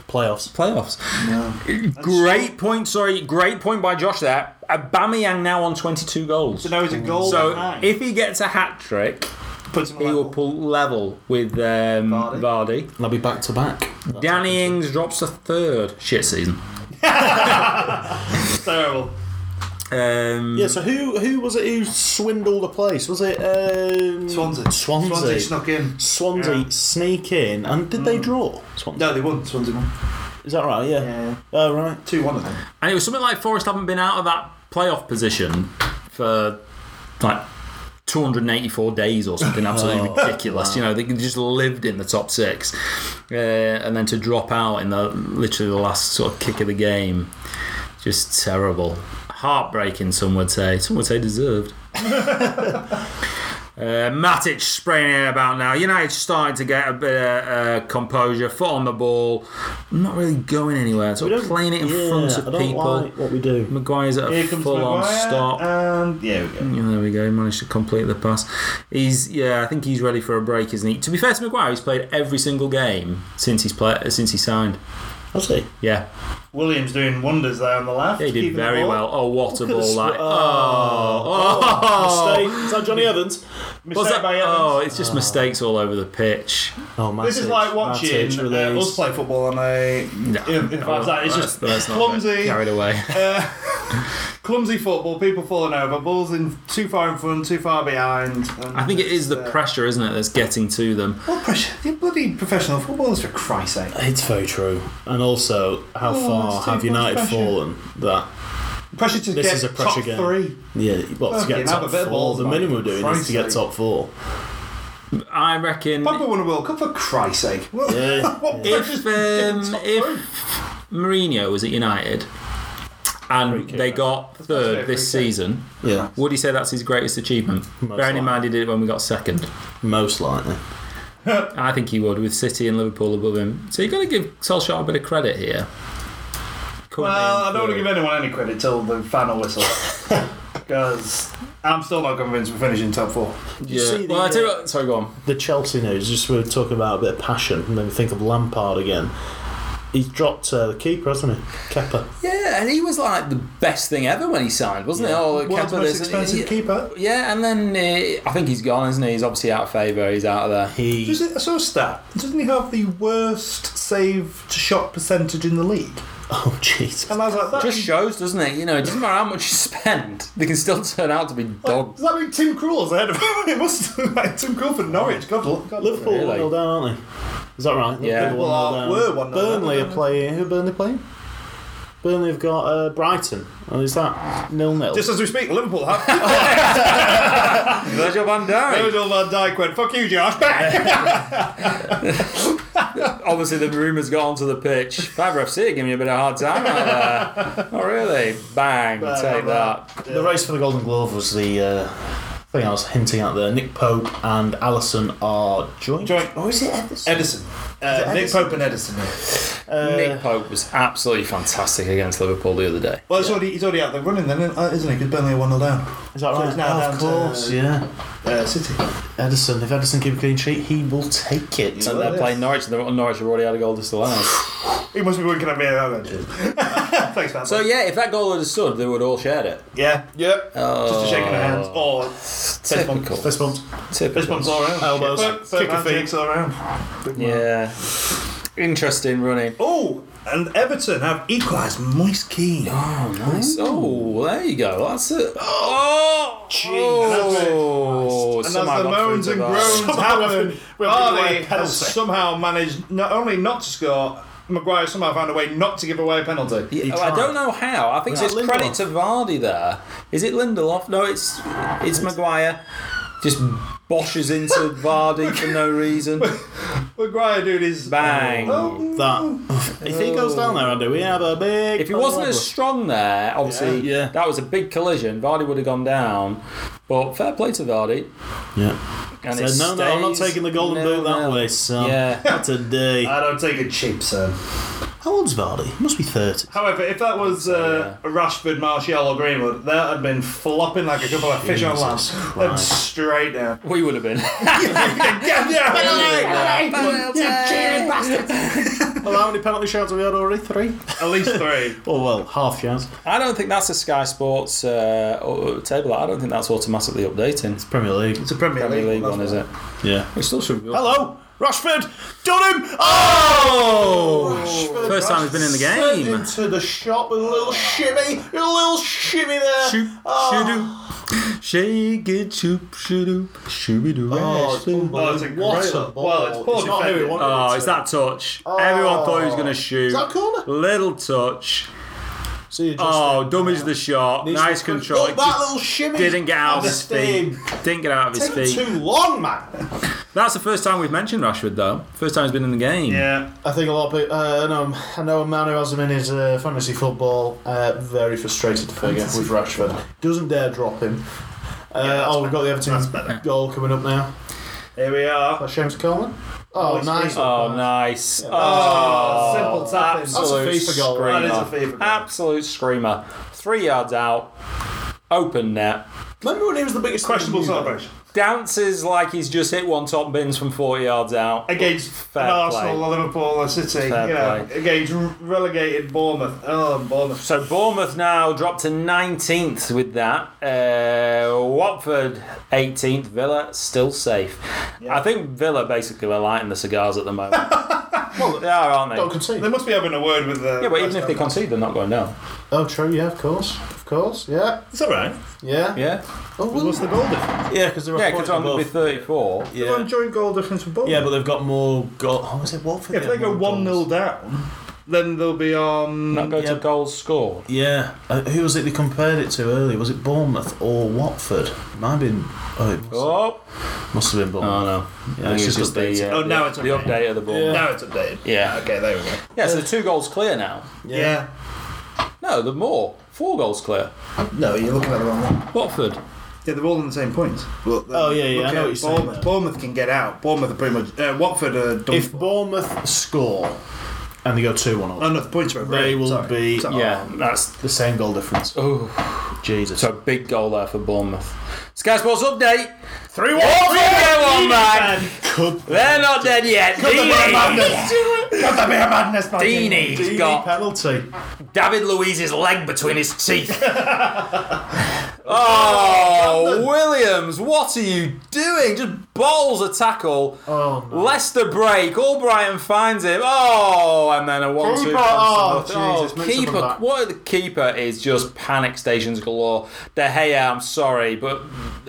playoffs. playoffs. Great point, sorry, great point by Josh there. Aubameyang now on 22 goals. So now he's a goal. So behind. if he gets a hat trick, puts him he will level. pull level with um, Vardy. Vardy. They'll be back to back. Danny Ings drops a third. Shit season. terrible. Um, Yeah. So who who was it who swindled the place? Was it um, Swansea. Swansea. Swansea snuck in. Swansea Yeah. Mm. sneak in and did they draw? Swansea. No, they won. Swansea won. Is that right? Yeah. Yeah. Oh right. Two one of them. And it was something like Forest haven't been out of that playoff position for like 284 days or Oh, something absolutely ridiculous. You know, they just lived in the top six. Uh, and then to drop out in the literally the last sort of kick of the game, just terrible. Heartbreaking, some would say. Some would say deserved. Uh, Matic spraying in about now. United starting to get a bit of uh, composure, foot on the ball, not really going anywhere. Sort of playing it in Yeah, front I of don't people. like what we do. Maguire's at a Here comes full on Maguire, stop. And yeah, we go. Yeah, there we go. He managed to complete the pass. He's yeah, I think he's ready for a break, isn't he? To be fair to Maguire, he's played every single game since he's play- uh, since he signed. Was he? Yeah, Williams doing wonders there on the left. he did keeping the very ball. uh, well. Oh, what a at ball! the sw- Like, oh, Oh. oh, Mistake. Is that Johnny Evans? Mistake Was that- by Evans. oh, it's just mistakes all over the pitch. Oh, Matic, This is like watching Matic uh, release. us play football on a. if, if I was that, it's just That's- that's not clumsy, Carried away. clumsy football. People falling over, balls in too far in front, too far behind. and I think it it's, is the uh, pressure, isn't it, that's getting to them. What pressure? You're bloody professional footballers for Christ's sake. It's very true. And also, how Oh, far that's have too much United pressure. fallen? That Pressure to This get is a pressure top game. three. yeah, well, to Fucking get have a top bit of four, balls, the mate. minimum we're doing is Christ's to get sake. top four. I reckon Pogba won a World Cup for Christ's sake. What, Yeah. what if pressure's to get um, top three? if Mourinho was at United and they got That's third it, this free kick. season, Yeah, would you say that's his greatest achievement? Bearing likely. in mind he did it when we got second. most likely. I think he would with City and Liverpool above him. So you've got to give Solskjaer a bit of credit here. Coming Well, in I don't want third. to give anyone any credit till the final whistle. Because I'm still not convinced we're finishing top four. you see Yeah. the, Well, I tell you uh, what, sorry, go on. The Chelsea news, just we were talking about a bit of passion, and then think of Lampard again. He's dropped uh, the keeper, hasn't he? Kepper. Yeah, and he was like the best thing ever when he signed, wasn't he? Oh, World's Kepa, most this- expensive yeah. keeper. Yeah, and then uh, I think he's gone, isn't he? He's obviously out of favour. He's out of there. He Does it, I saw a stat. Doesn't he have the worst save to shot percentage in the league? Oh Jesus! And I was like, that, just shows, doesn't it? You know, it doesn't matter how much you spend, they can still turn out to be dogs. does that mean Tim Krul's ahead of him? It must like Tim Krul for Norwich. God, look. God Liverpool Really? one 0 down, aren't they? Is that right? Yeah. Liverpool Well, 1-0 down. we're 1-0 down. Burnley are playing. Who are Burnley playing? Burnley have got uh, Brighton. And is that nil nil? Just as we speak, Liverpool have. There's your Van Dijk. Virgil van Dijk went, fuck you, Josh, back! Obviously, the rumours got onto the pitch. Fiver FC giving you a bit of a hard time out there. Not really. Bang, take that. The race for the Golden Glove was the uh, thing I was hinting at there. Nick Pope and Allison are joint. Joint. Or is it Edison? Edison. Uh, Nick Pope and Edison. yeah. Uh, Nick Pope was absolutely fantastic against Liverpool the other day. Well, he's, already, he's already out there running then, isn't he? Because Burnley are 1 0 down. Is that right? it's now Oh, down of to- course, yeah. Uh, City. Edison. If Edison keeps a clean sheet, he will take it. And they're playing Norwich, and they're- Norwich have already had a goal disallowed. He must be working at me now, then. Thanks, man. So yeah, if that goal had stood, they would all shared it. yeah. Yep. Oh, Just a shaking of hands. Or fist bumps. Typical. Fist bumps. Fist bumps all around. Elbows. Foot- Kick Foot of feet. handshakes all around. Yeah. Interesting running. Oh, and Everton have equalised Moise Keane. Nice. Oh, there you go. That's it. Oh, oh. and as somehow the got through moans to and that. groans happen, we've given away a Vardy penalty. has somehow managed not only not to score, Maguire somehow found a way not to give away a penalty. Yeah, I don't know how. I think Was it's that credit Lindelof? to Vardy there. Is it Lindelof? No, it's it's Maguire. Just boshes into Vardy for no reason. Maguire doing his Bang. Oh, That. If he goes down there, Andy, we have a big. If he wasn't as strong there, obviously Yeah, yeah. that was a big collision. Vardy would have gone down. But fair play to Vardy. Yeah. And it Said, no, no, I'm not stays taking the golden boot that nil-nil." way, son. Yeah. Not today. I don't take it cheap, sir. How old's Vardy? He must be 30. However, if that was uh, Rashford, Martial, or Greenwood, that had been flopping like a couple of fish on land. Jesus Then Christ. straight down. We would have been. yeah, yeah, Well, how many penalty shouts have we had already? Three? At least three. Oh, well, half chance. I don't think that's a Sky Sports uh, o- table. I don't think that's automatically updating. It's Premier League. It's a Premier, Premier League that's one, is why. it? Yeah. We still should. Be Hello, Rashford. Done him. Oh! First time he's been in the Sent game. into the shop with a little shimmy, a little shimmy there. Shoop, shoo-doop. Shake it, shoop, shoo-doop. Shooby-doo. Oh, it's unbelievable. Oh, it's a what great- a ball. well, it's poor not who it defending. wanted. Oh, it it's to. that touch. Everyone thought he was going to shoot. Is that a corner? Little touch. See, just Oh, dummies the shot. Needs Nice to- control. Oh, It that just little shimmy. didn't get out of the his feet. thing. Didn't get out of his Taking feet. too long, man. That's the first time we've mentioned Rashford, though. First time he's been in the game. Yeah. I think a lot of people. Uh, I know, I know a man who has him in his uh, fantasy football. Uh, very frustrated figure with Rashford. Doesn't dare drop him. Uh, oh, we've got the Everton goal coming up now. Here we are. That's James Coleman. Oh, it's nice. Oh, nice. Oh, simple tap in. That's a absolute FIFA goal. Screamer. That is a FIFA goal. Absolute screamer. Three yards out. Open net. Remember when he was the biggest Questionable thing in the world? celebration. Dances like he's just hit one top bins from 40 yards out. Against Fair an play. Arsenal, a Liverpool, a City, Fair you know, play. against relegated Bournemouth. Oh, Bournemouth. So Bournemouth now dropped to 19th with that. Uh, Watford 18th. Villa still safe. I think Villa basically are lighting the cigars at the moment. well, they are, aren't they? Don't concede. They must be having a word with uh, the. Yeah, but even if they concede, they're not going down. Oh, true. Yeah, of course, of course. Yeah, It's alright. yeah. Yeah, Oh, What's the goal difference? Yeah, because they're yeah, because I'm going to be 34. Uh, Yeah. During goal difference for Bournemouth. Yeah, but they've got more goal. Oh, is it Watford? If they go 1 0 down, then they'll be on. Not go Yeah. to goals scored. Yeah, uh, who was it they compared it to earlier? Was it Bournemouth or Watford? It might have been. Oh, it must, Oh, must have been oh Bournemouth. no. Yeah, it's just updated. the, uh, Oh, now the- it's the okay. update of the ball. Yeah. Now it's updated. Yeah. Okay, there we go. so the two goals clear now. Yeah. No, the more. Four goals clear. No, you're looking at the wrong one. Watford. Yeah, they're all on the same points. Oh, yeah, yeah, I Look at know what you're saying Bournemouth. now. Bournemouth can get out. Bournemouth are pretty much. Uh, Watford are done. If Bournemouth score and they go two one Oh, up, no, the points are over. They eight. will Sorry. be- Sorry. Yeah, Oh, that's the same goal difference. Ooh. Jesus! so a big goal there for Bournemouth. Sky Sports update. three one. Oh, yeah, one man. Could They're not dead yet. Deeney. Gotta be a madness, man. Deeney's got penalty? David Luiz's leg between his teeth. oh, Williams, what are you doing? Just balls a tackle. Oh no! Leicester break. Albrighton finds him. Oh, and then a one-two. Keeper. comes to Oh, nothing. Jesus, make keeper. someone back. What the keeper is just panic stations galore. De Gea, I'm sorry, but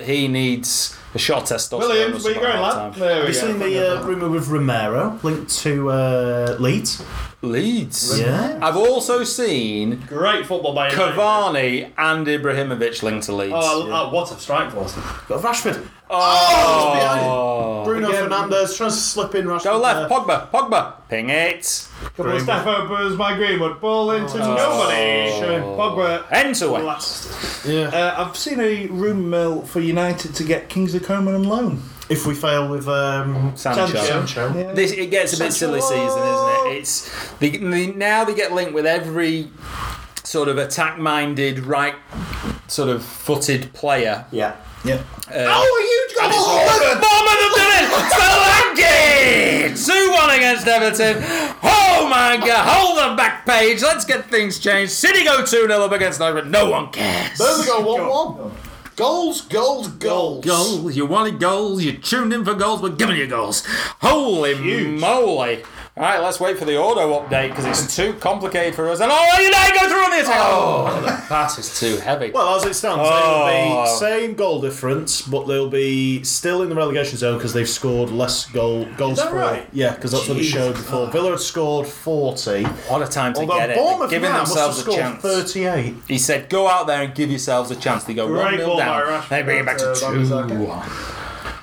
he needs the shot test stuff. Williams, where you going, lad? There Have we you seen go. the uh, rumour with Romero linked to uh, Leeds? Leeds. Yeah. I've also seen Great football by United. Cavani and Ibrahimovic linked to Leeds. Oh, I- I- what a strike force. Got Rashford. Oh. Bruno Fernandes trying to slip in Rashford. Go there. left, Pogba, Pogba, ping it. Couple of Stefan Burns by Greenwood. Ball into nobody. Oh. Showing Pogba. End to end. Last. Yeah. Uh, I've seen a rumour mill for United to get Kingsley Coman on loan. If we fail with um, Sancho. Sancho, This it gets a bit silly season, isn't it? It's they, they, now they get linked with every sort of attack-minded, right sort of footed player. yeah, Yeah. oh, you got Bournemouth have done it! Solanke! Two one against Everton. Oh my God! Hold the back page. Let's get things changed. City go two 0 up against Norwich. No one cares. There we go, 1 1. Goals, goals, goals. Goals. You wanted goals. You tuned in for goals. We're giving you goals. Holy moly! All right, let's wait for the auto update because it's too complicated for us. And oh, you know, go through on the attack. Oh, that pass is too heavy. Well, as it stands, they will be Oh. same goal difference, but they'll be still in the relegation zone because they've scored less goal goals that for. right? Yeah, because that's what it showed before. Villa had scored forty, what a time to although get it! They're Bournemouth giving now must have themselves a scored chance. thirty-eight. He said, "Go out there and give yourselves a chance." They go Great one 0 ball by down. Rashford, They bring it back to uh, two. Wan-Bissaka.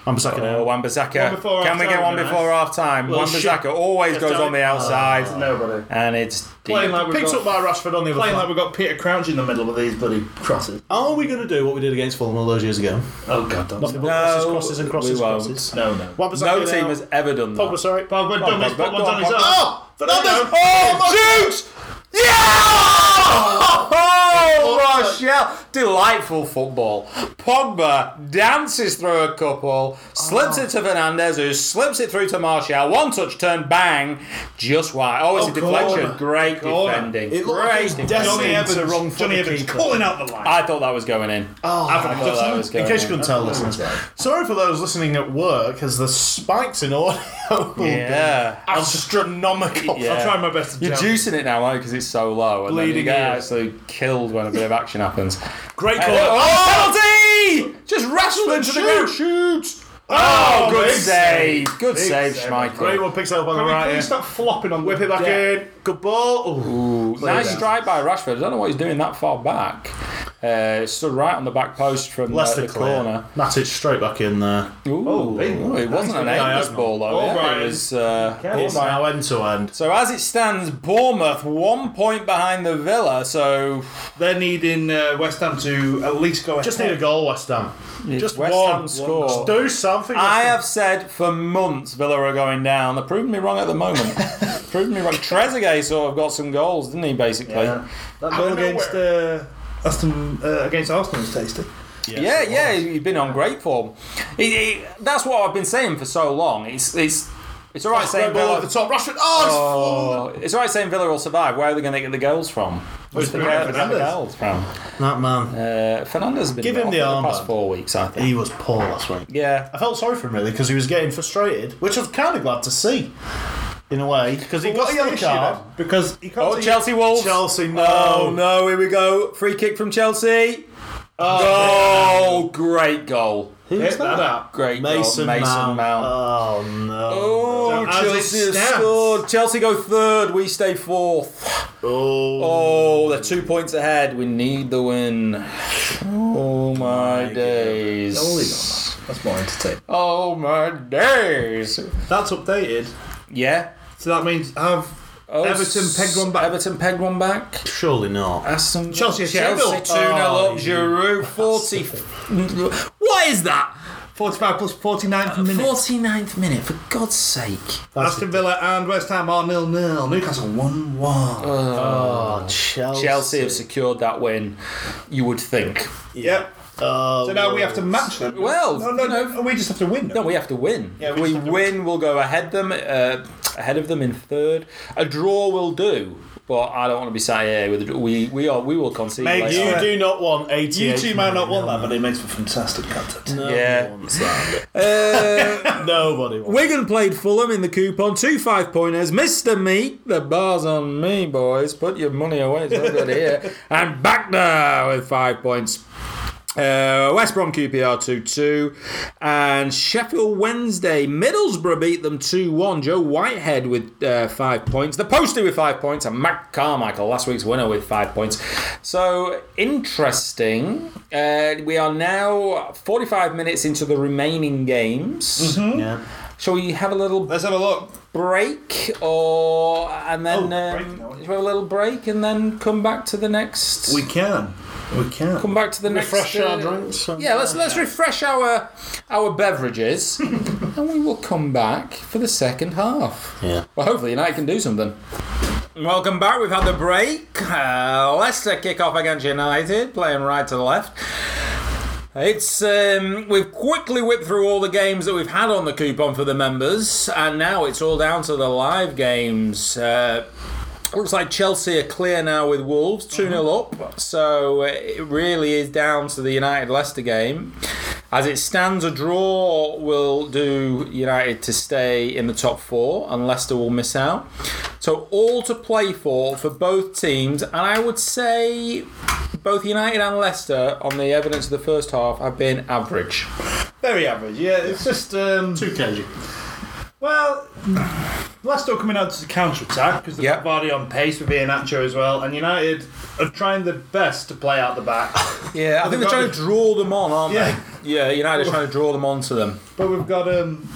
I'm sucking Oh, out. Wan-Bissaka. before Can we half-time, get one guys. before half time? Well, Wan-Bissaka shit. always Just goes done on it. the Ah. outside, Nobody. and it's deep. Playing like we've Picked up got, by Rashford on the other playing like flank. we've got Peter Crouch in the middle of these bloody crosses. Are we going to do what we did against Fulham all those years ago? Oh, God, don't. Nothing but No, crosses, crosses, and crosses, we won't. crosses. No, no. Wan-Bissaka no now. team has ever done Pogba, that. sorry. Pogba done this, Pogba, Pogba done his Pogba. own. Oh, Fernandes! Oh, Jude! Yeah! Oh, Rochelle! Delightful football. Pogba dances through a couple, slips Oh. it to Fernandez, who slips it through to Martial. One touch turn, bang, just wide. Oh, it's a deflection. corner. Great Corner. defending. It looked like it was Great destined Johnny to wrong Evans, foot Johnny the Evans keeper. calling out the line. I thought that was going in. Oh, I thought that was in going case you in. couldn't tell, listeners. Sorry for those listening at work, as the spikes in audio will be Yeah. astronomical. Yeah. I'm trying my best to You're jump. juicing it now, aren't you? Because it's so low. And then you Bleeding get ears. absolutely killed when a bit of action happens. Great And- call. oh, penalty! Just Rashford into the ground. Shoot! Oh, good big save. Good save, save. Great Schmeichel. one picks it up on the Can we right. please yeah. stop flopping on Whip it back in. Good ball. Ooh. Nice strike by Rashford. I don't know what he's doing that far back. Uh, stood right on the back post from uh, Leicester the clear. corner. Matic straight back in there. Ooh, big one. it wasn't an Nice. aimless ball though. All yeah. right. It was. Uh, It's all right. now end to end. So as it stands, Bournemouth one point behind the Villa. So They're needing uh, West Ham to at least go Just need ahead. a goal, West Ham. Just West one. Ham score. Just do something. West I Ham. have said for months Villa are going down. They're proving me wrong at the moment. proving me wrong. Trezeguet sort of got some goals, didn't he? Basically, yeah, That goal against uh, Aston uh, against Arsenal was tasty. yeah. he's been on great form. He- he- that's what I've been saying for so long. It's it's it's all right saying Great ball at Villa. the top. Rashford. Oh, Oh, it's all right saying Villa will survive. Where are they going to get the goals from? Where's the, Bruno where's the Fernandes? goals from? it's that man. Uh, Fernandez has been Give him off the for armband. past four weeks, I think. He was poor last week. Yeah, I felt sorry for him really because he was getting frustrated, which I was kind of glad to see, in a way, because he got a yellow card. Because he can't Oh, Chelsea Wolves. Chelsea, no. Oh, no, here we go. Free kick from Chelsea. Oh, great goal. hit that out. Great Mason, goal. Mason Mount. Mount. Oh no! Oh, As it Chelsea have stands- scored. Chelsea go third. We stay fourth. Oh, Oh, they're two points ahead. We need the win. Oh, my days. That's more entertaining. Oh, my days. That's updated. Yeah. So that means have Oh, Everton pegged one back. Everton pegged one back. surely not. Aston Chelsea, Chelsea Oh, Sheffield. 2 0 up. Giroud 40. what is that? 45 plus 49 minutes. 49th minute, for God's sake. Aston Villa and West Ham are nil nil. Newcastle one one. Oh, Chelsea. Chelsea have secured that win, you would think. yep. Oh, So now we have to match them. Well, no, no, you know- no, we just have to win. No, we have to win. Yeah, if we we just have to win, we'll go ahead them uh, ahead of them in third. A draw will do, but I don't want to be sat here with a draw. We, we, are, we will concede Make later. You Yeah. do not want You eighty-eight. two might not want that, but it makes for fantastic content. No Yeah. one wants that. Uh, Nobody wants. Wigan played Fulham in the coupon, two five pointers. Mr. Meek, the bar's on me, boys. Put your money away, it's not good here. And back there with five points. Uh, West Brom QPR 2 2. And Sheffield Wednesday, Middlesbrough beat them 2 1. Joe Whitehead with uh, five points. The Postie with five points. And Matt Carmichael, last week's winner, with five points. So interesting. Uh, we are now 45 minutes into the remaining games. Yeah. Shall we have a little Let's have a look. break or and then Oh, um, break now. shall we have a little break and then come back to the next We can. We can. come back to the Refresh next our uh, drinks. and- yeah, let's let's refresh our our beverages, and we will come back for the second half. Yeah. Well, hopefully United can do something. Welcome back. We've had the break. Uh, Leicester kick off against United, playing right to the left. It's um, we've quickly whipped through all the games that we've had on the coupon for the members, and now it's all down to the live games. Uh, Looks like Chelsea are clear now with Wolves, 2 0 up. So uh, it really is down to the United Leicester game. As it stands, a draw will do United to stay in the top four, and Leicester will miss out. So, all to play for for both teams, and I would say both United and Leicester, on the evidence of the first half, have been average. Very average. Yeah, it's just. Um, Too cagey. Well, Leicester coming out to the counter attack because they're Yep. already on pace with Iheanacho as well, and United are trying their best to play out the back. Yeah, I think they're trying to draw them on, aren't Yeah. they? Yeah, United are trying to draw them on to them. But we've got um,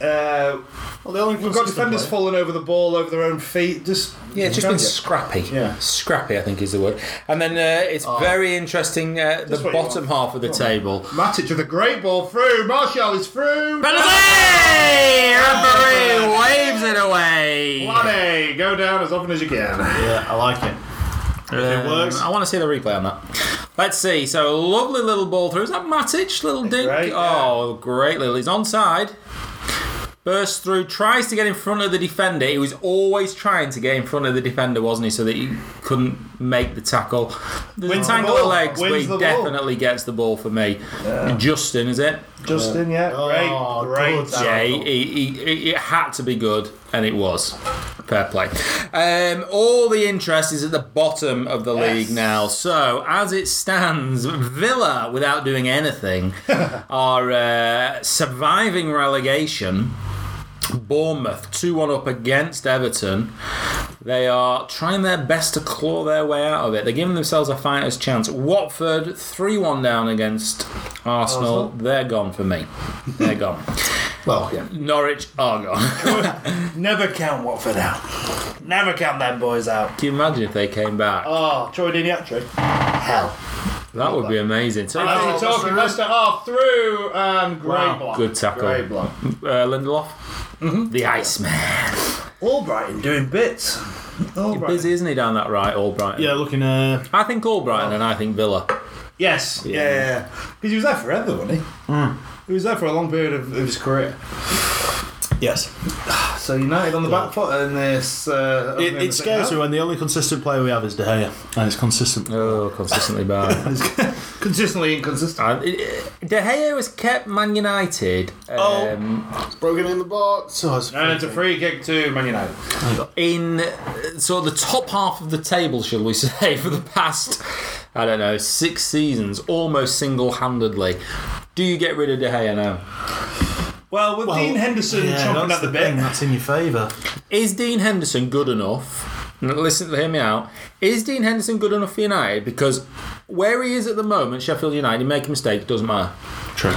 uh, Well, the only we've got defenders falling over the ball over their own feet. Just Yeah, it's just been scrappy. Yeah. Scrappy, I think is the word. And then uh, it's very interesting uh, the what you bottom half of the table. Matic with a great ball through. Martial is through. Penalty! Oh, Referee waves it away. Mane, go down as often as you can. Yeah, I like it. Um, works. I want to see the replay on that. Let's see. So lovely little ball through. Is that Matic? Little dink. Great, yeah. oh, great little. He's onside. Bursts through, tries to get in front of the defender. He was always trying to get in front of the defender, wasn't he? So that he couldn't make the tackle. The Wins the tangle of ball. legs, but Wins he the ball. definitely gets the ball for me. Justin, is it? Justin, yeah, great, Oh, great. good. Yeah, he, he, he, it had to be good, and it was. Fair play. Um, all the interest is at the bottom of the league now. So, as it stands, Villa, without doing anything, are uh, surviving relegation. Bournemouth 2 1 up against Everton. They are trying their best to claw their way out of it. They're giving themselves a fighter's chance. Watford 3 1 down against Arsenal. They're gone for me. They're gone. Well, yeah. Norwich are gone. Never count Watford out. Never count them boys out. Can you imagine if they came back? Oh, Troy Diniatri. Hell. that would be amazing. So, As we're talking, Leicester are through and great Wow. block. Good tackle. Great block. Mm-hmm. uh, Lindelof, the Iceman. Albrighton doing bits. Albrighton. Busy, isn't he, down that right, Albrighton? Yeah, looking. Uh, I think Albrighton and I think Villa. Yes. Yeah. Hmm. Because he was there forever, wasn't he? He was there for a long period of, of his career. yes. So United on the back foot and this. Uh, It, it scares me when the only consistent player we have is De Gea, and it's consistent. Oh, consistently bad. Consistently inconsistent. Uh, De Gea has kept Man United um, Broken in the box. So it's And it's a free kick to Man United. in uh, sort of the top half of the table, shall we say, for the past, I don't know, six seasons, almost single handedly. Do you get rid of De Gea now? Well, with Dean Henderson yeah, chomping that's at the, the bit. thing. That's in your favour. Is Dean Henderson good enough? N- Listen, hear me out. Is Dean Henderson good enough for United? Because where he is at the moment, Sheffield United, you make a mistake, doesn't matter. True.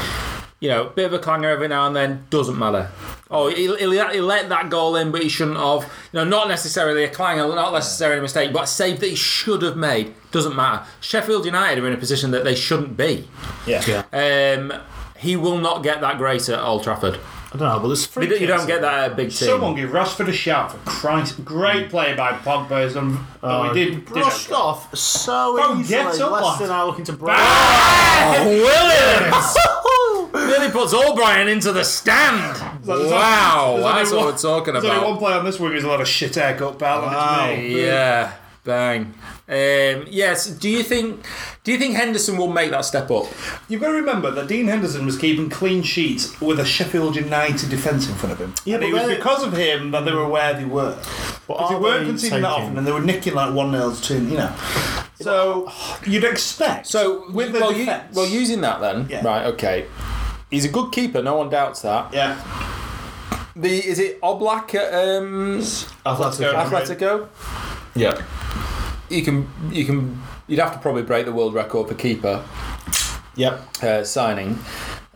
You know, bit of a clanger every now and then, doesn't matter. Oh, he, he, he let that goal in, but he shouldn't have. You know, not necessarily a clanger, not necessarily a mistake, but a save that he should have made, doesn't matter. Sheffield United are in a position that they shouldn't be. Yeah. Um, he will not get that grace at Old Trafford. I don't know, but there's free. You don't- you kicks. don't get that at a big team. Someone give Rashford a shout for Christ. Great play by Pogba. as um, oh, he did. did brushed off so Bro, easily. get up, Ah! lad. Leicester now looking to break. Oh, Williams! Nearly puts Albrighton into the stand. there's wow, only- there's that's what only one- we're talking There's only one about. player on this wing who's a lot of shit haircut, pal. and it's me. Yeah, bang. Um, yes. Do you think? Do you think Henderson will make that step up? You've got to remember that Dean Henderson was keeping clean sheets with a Sheffield United defence in front of him. Yeah, and but it was they- because of him that they were where they were. But Because they are weren't they conceding that taking- often and they were nicking like 1 0 2, you know. So you'd expect. So, with the well, you, defence- well, using that then, Yeah. right? Okay, he's a good keeper. No one doubts that. yeah, The is it Oblak at um, Atletico. Atletico? Yeah. You can you can you'd have to probably break the world record for keeper Yep. uh, signing.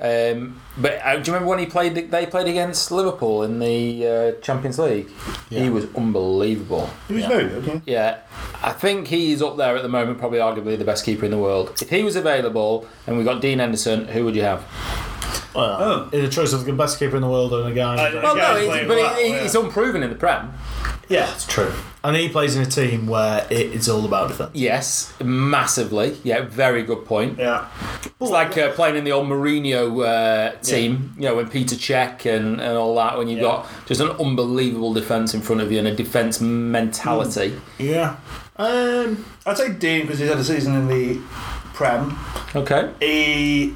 Um, but uh, do you remember when he played? They played against Liverpool in the uh, Champions League. He was unbelievable. he was very good. Yeah. Yeah, I think he's up there at the moment, probably arguably the best keeper in the world. If he was available, and we got Dean Henderson, who would you have? Well, Oh. it's a choice of the best keeper in the world and a guy. Uh, Well, Yeah, no, he's it's, playing but well, he, yeah. he's unproven in the Prem. yeah. It's true. And he plays in a team where it is all about defence. Yes, massively. Yeah, very good point. Yeah. It's like uh, playing in the old Mourinho uh, team, you know, when Peter Cech and, and all that, when you've got just an unbelievable defence in front of you and a defence mentality. Yeah. Um, I'd say Dean because he's had a season in the Prem. Okay. He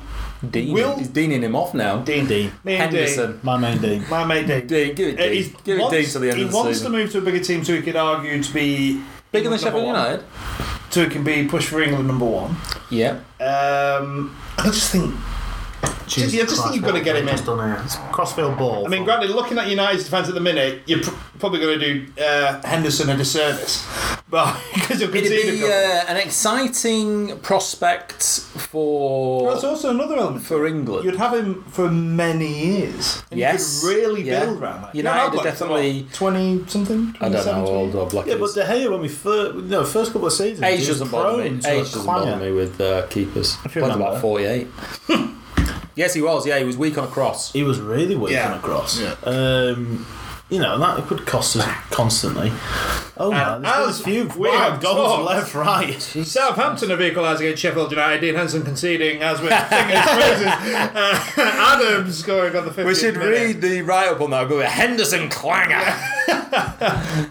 Dean, Hmm. Will- he's deaning him off now. Dean Dean. Me and Dean. Henderson. my main Dean. My mate Dean. Dean, give it Uh, Dean. he's- give it wants- Dean till the end He of the wants season. to move to a bigger team so he could argue to be Bigger than number Sheffield one. United? so he can be pushed for England number one. Yeah. Um, I just think. Jesus yeah, I just Christ, think you've got to what get have him we in. just done here? It's a crossfield ball. I mean, granted, looking at United's defence at the minute, you're pr- probably going to do uh, Henderson a disservice, but because you'll It'd concede a be uh, couple. an exciting prospect for Well, that's also another element. for England. You'd have him for many years. And Yes. You could really Yeah. build around that. United Jan Oblak's are definitely- what, 20 something? I don't know how 27, old or black yeah, but De Gea when we first no first couple of seasons, Age he was doesn't bother me. prone Age to a doesn't clangor. bother me with uh, keepers. I you remember. about 48. yes, he was. Yeah, he was weak on a cross. He was really weak Yeah. on across. Um, you know, and that could cost us constantly. Oh man, there's as been a few Uh, we wow, have goals talked- left, right. Southampton have equalised against Sheffield United. Dean Henson conceding as we're singing his praises. Uh, Adams scoring on the 50th We should minute. read the write up on that. Go Henderson clanger.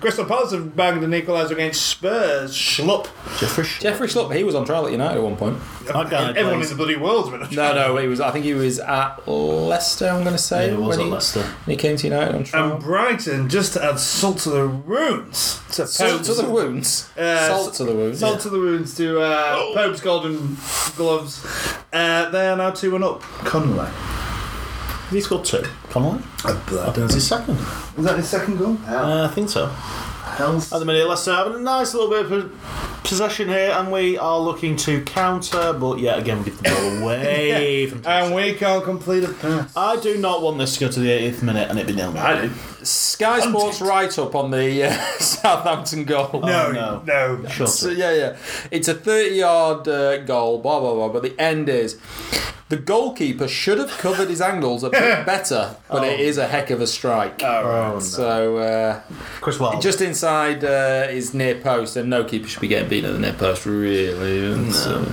Crystal Palace have banged an equaliser against Spurs. Schlup. Jeffrey, Jeffrey Schlupp, he was on trial at United at one point. that guy Everyone in plays- the bloody world's been a No, no, he was. I think he was at Leicester. I'm going to say Yeah, he was when at Leicester. He came to United on trial. And Brighton just to add salt to the wounds. To Salt to Pope's- the wounds. Uh, salt to the wounds. Salt to the wounds to uh, Pope's golden gloves. Uh, they are now two and up. Conway. He scored two. Connolly. I think that's his second. Was that his second goal? Hell, Uh, I think so. At the minute, Leicester having a nice little bit of possession here, and we are looking to counter, but yet again, we get the ball away from. And we can't complete a pass. I do not want this to go to the 80th minute and it be nil nil. do. Sky Sports write up on the uh, Southampton goal. No, no. no. So, yeah, yeah. It's a 30 yard uh, goal, blah, blah, blah. But the end is the goalkeeper should have covered his angles a bit better, but Oh. it is a heck of a strike. Oh, no. So uh, Chris Wilder. just inside uh, his near post, and no keeper should be getting beaten at the near post, really. And so-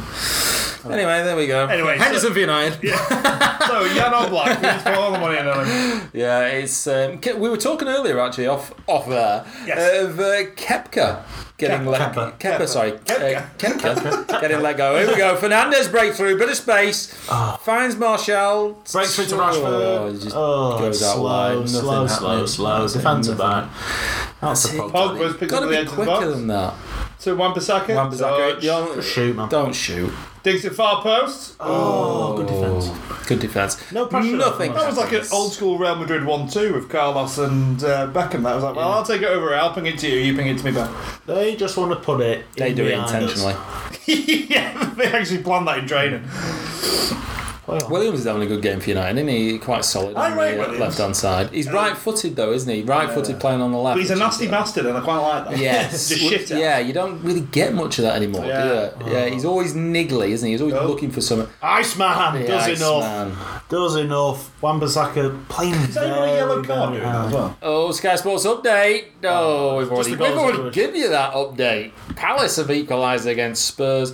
Anyway, there we go. Oh. Anyway, so- Henderson for United. Yeah, So, Jan Oblak, we just put all the money in on him. it's um, Ke- we were talking earlier actually off off there Yes. of uh, Kepka getting let Kepa. Kepka, sorry Kepka, uh, Kepka getting let go. Here we go. Fernandez breakthrough, bit of space Ah. finds Marshall Breakthrough to Rashford. Oh, he just goes out slow, wide. Nothing slow, slow, happening. slow. Nothing, Defends nothing. back. That's the problem. Pogba's picked Got up to the be edge of the quicker box. than that. To Wan-Bissaka. Wan-Bissaka, Touch. don't- Shoot, man. Don't shoot. Digs it far post. Oh, good defence. Good defense. No pressure. Nothing. That was like an happens. old school Real Madrid 1 2 with Carlos and uh, Beckham. That was like, well, I'll take it over. I'll ping it to you. You ping it to me back. They just want to put it. They in do it behind us. intentionally. yeah, they actually planned that in training. Williams is having a good game for United, isn't he? Quite solid I on rate the uh, Williams. left hand side. He's right footed though, isn't he? Right footed playing on the left. But he's a nasty bastard, and I quite like that. Yes. Just shit out. yeah, you don't really get much of that anymore, Yeah. do you? Yeah, he's always niggly, isn't he? He's always looking for something. Iceman The does enough. Iceman. Does enough. Wan-Bissaka playing Is that even a yellow card doing that as well? Oh, Sky Sports update. Oh, we've already, the we've goals already that we- given you that update. Palace have equalised against Spurs.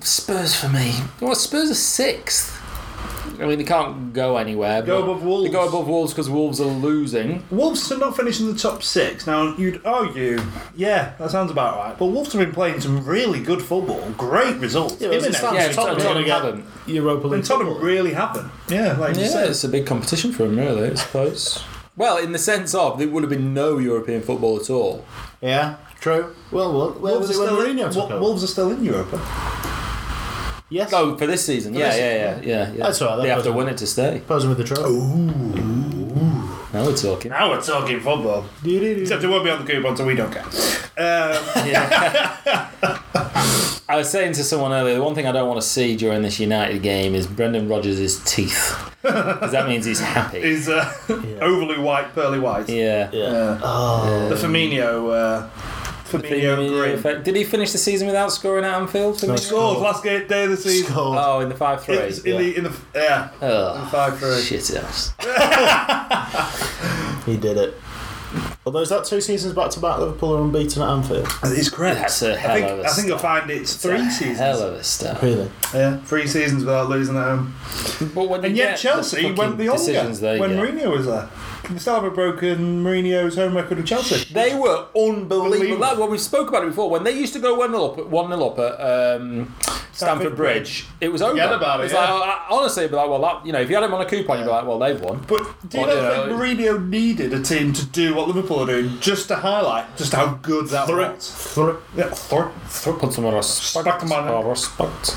Spurs for me. Well, Spurs are sixth. I mean, they can't go anywhere. Go but above Wolves. They go above Wolves because Wolves are losing. Wolves are not finishing the top six. Now, you'd argue, yeah, that sounds about right. But Wolves have been playing some really good football. Great results. Yeah, it was Imminent. a stand- Yeah, It's Tottenham Tottenham again. haven't. Europa And League. Tottenham really haven't. Yeah, like you Yeah, said. it's a big competition for him, really, I suppose. well, in the sense of, there would have been no European football at all. Yeah. True. Well, well where Wolves, was it are when still Mourinho in, took Wo- over? Wolves are still in Europa. Yes. Oh, for this season, yeah, this- yeah, yeah, yeah, yeah. That's all right, that They have to doesn't- win it to stay. Posing with the trophy. Now we're talking. Now we're talking football. Except it won't be on the coupon, so we don't care. Um, I was saying to someone earlier, the one thing I don't want to see during this United game is Brendan Rodgers' teeth, because that means he's happy. is uh, overly white, pearly white. Yeah. Uh, the Firmino, uh, Firmino grin. Effect. Did he finish the season without scoring at Anfield? Firmino? Scored last game day of the season. Scored. Oh, in the five three. Oh, It's in the in the yeah, in the five three. Ah, Shit ass. He did it. Although is that two seasons back to back Liverpool are unbeaten at Anfield? It's correct. That's a hell I think of a I think I find it's three seasons. Hell of a start. Really? Yeah, three seasons without losing at home. But when And you yet get Chelsea fucking went the older decisions they when get. Mourinho was there. Can we still have a broken Mourinho's home record with Chelsea? They were unbelievable. Unbelievable. Like, well, we spoke about it before. When they used to go 1 0 up, 1 nil up at um, Stamford Stamford Bridge, it was over. Forget about it, It's yeah. like, I- I- honestly, it'd be like, well, that, you know, if you had him on a coupon, you'd be like, well, they've won. But do you Well, not yeah. think Mourinho needed a team to do what Liverpool are doing just to highlight just how good that was? Thur- Yeah, Thor- Thor- Put some respect. Stuck him on it. Respect.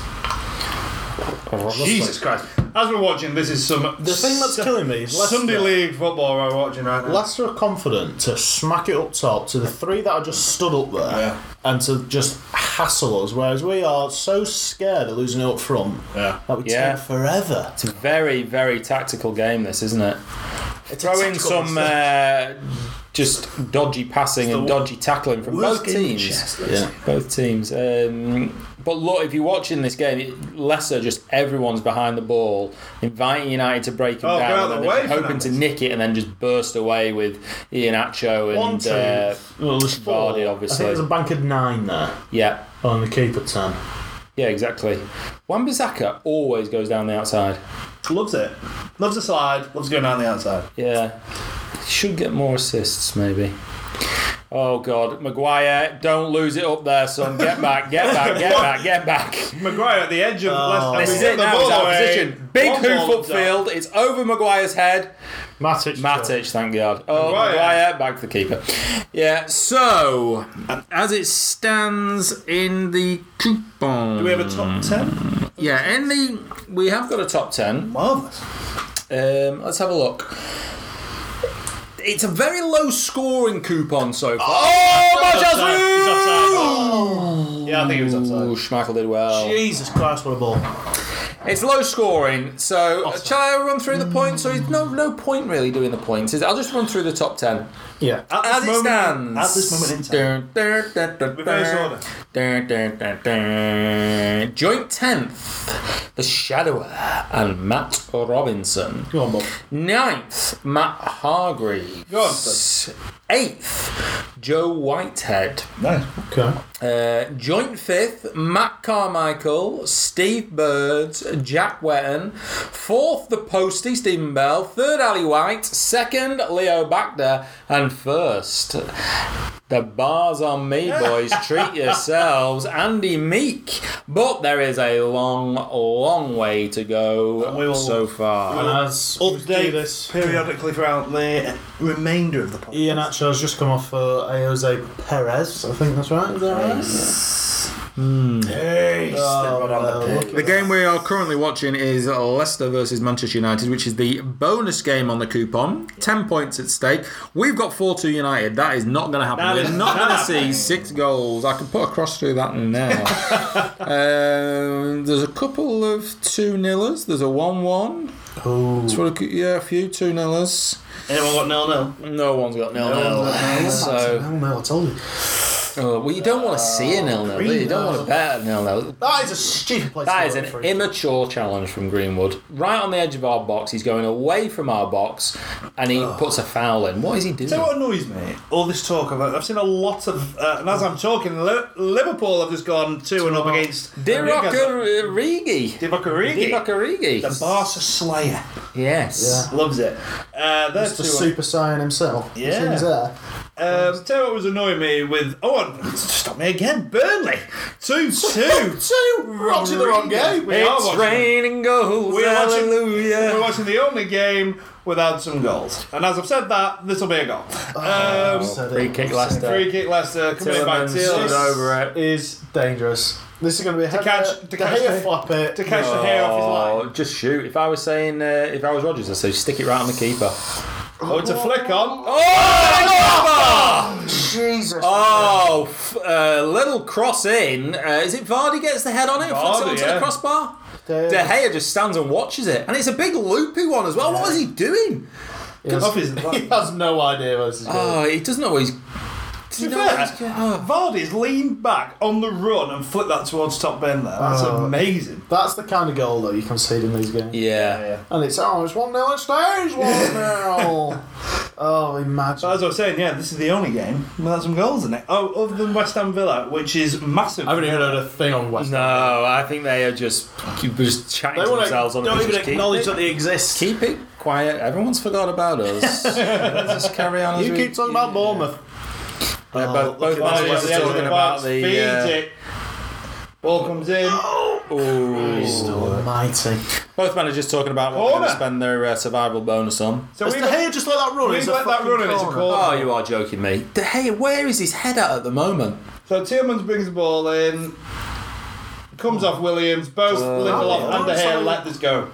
Jesus Christ! As we're watching, this is some The thing that's killing me is Leicester. Sunday League football we're watching right now. Leicester are confident to smack it up top to the three that are just stood up there Yeah. and to just hassle us, whereas we are so scared of losing it up front Yeah. that we Yeah. take forever. It's a very, very tactical game, this, isn't it? Throw in tactical some uh, just dodgy passing and dodgy tackling from both teams. Yeah. Both teams. Um, but look, if you're watching this game, it- Leicester just everyone's behind the ball, inviting United to break him Oh, get down, and out of the then way, just hoping to Fernandes. nick it, and then just burst away with Ian Acho One, and two. uh, well, there's four. Vardy, I obviously. think there's a bankered nine there yeah, on the keeper ten. yeah, exactly. Wan-Bissaka always goes down the outside. Loves it. Loves the slide. Loves going down the outside. Yeah. Should get more assists, maybe. Oh, God. Maguire, don't lose it up there, son. Get back, get back, get back, get back. Maguire at the edge of Leicester. This We is get it the now. ball It's out of away. position. Big One hoof ball down. upfield. It's over Maguire's head. Matic. Matic, thank God. Oh, Maguire. Maguire, back to the keeper. Yeah, so, as it stands in the coupon. Do we have a top ten? yeah, in the. We have got a top 10. Marvellous. Um, let's have a look. It's a very low scoring coupon so far. Oh, He's offside. Yeah, I think he was Ooh, offside. Oh, Schmeichel did well. Jesus Christ, what a ball! It's low scoring, so shall I run through the points? So it's no no point really doing the points. Is- I'll just run through the top ten Yeah. as it moment- stands. at this moment in time, dun, dun, dun, dun, Reverse dun, order. dun, dun, dun, dun. joint tenth, the Shadower and Matt Robinson. Go on, Bob. Ninth, Matt Hargreaves. Go on, son. Eighth, Joe Whitehead. Nice. Okay. Uh, joint fifth, Matt Carmichael, Steve Birds, Jack Wetton. Fourth, the postie, Stephen Bell. Third, Ali White. Second, Leo Bacter. And first, the bar's on me, boys. Treat yourselves. Andy Meek. But there is a long, long way to go we will- so far. And as Update do this, periodically throughout the remainder of the podcast. Ian Acho's just come off for uh, Jose Perez. I think that's right. Is that right? Hey, step right on the The game we are currently watching is Leicester versus Manchester United, which is the bonus game on the coupon. Ten points at stake. We've got four two United. That is not going to happen. That We're is not not going to see six goals. I can put a cross through that now. um, there's a couple of two nillers. There's a one one. Oh, yeah, a few two nillers. pick. Anyone got nil nil? No one's got nil nil. So Oh no, I told you. oh, well, you don't want to see a nil nil. do you? You don't want to bet a nil nil. That is a stupid place. That to is go an for it. immature challenge from Greenwood. Right on the edge of our box, he's going away from our box, and he puts a foul in. What is he doing? You know what annoys me? All this talk about. I've seen a lot of. Uh, and as I'm talking, Li- Liverpool have just gone 2 and up against. Divock Divocarini. The Origi. Barca Slayer. Yes. Loves it. Uh, they're It's the 2 super saiyan himself. Yeah. As soon as there. Um, tell you what was annoying me with. Oh, stop me again. Burnley. 2 2. Two. We're watching the wrong game. We are watching- raining goals. We're watching, hallelujah. we're watching the only game without some goals. And as I've said that, this will be a goal. Um, Free kick Leicester. free kick Leicester, coming by uh, Tillemans stood Tillemans. over it. Is dangerous. This is going to be to catch- to catch the- flop it. To catch the hair off his Oh, line. just shoot. If I was saying, uh, if I was Rogers, I'd say stick it right on the keeper. Oh, it's a flick on. Jesus. Oh, f- uh, little cross in. Uh, is it Vardy gets the head on it? and flicks it Vardy, onto the yeah. crossbar. De- De Gea just stands and watches it, and it's a big loopy one as well. What is he doing? Off his line. He has no idea where this is going. Oh, he doesn't know what he's. Does he To be know what fair, he's doing? Oh. Vardy's leaned back on the run and flicked that towards top bin there. That's Oh. amazing. That's the kind of goal that you concede in these games. Yeah. And it's oh, it's one 0 at stage, one 0 Oh, imagine. But as I was saying, yeah, this is the only game without some goals in it. Oh, other than West Ham Villa, which is massive. even heard a thing on West. No, I think they are just keep just chatting They to wanna- themselves on the don't pitch. even Just keep acknowledge it- that they exist. Keep it quiet. Everyone's forgot about us. Let's just carry on. as you we- keep talking about Bournemouth. Yeah, both both Oh, managers yeah, are the talking about feeds the. it. Ball comes in. Uh, ooh. Almighty. Both managers talking about what they're Corner. going to spend their uh, survival bonus on. So Is we've De Gea just like that run? we've It's a let that fucking run and it's a corner. corner. Oh, you are joking me. De Gea, where is his head at at the moment? So Tillman's brings the ball in. Comes off Williams, both Uh, Lindelof and De Gea let this go.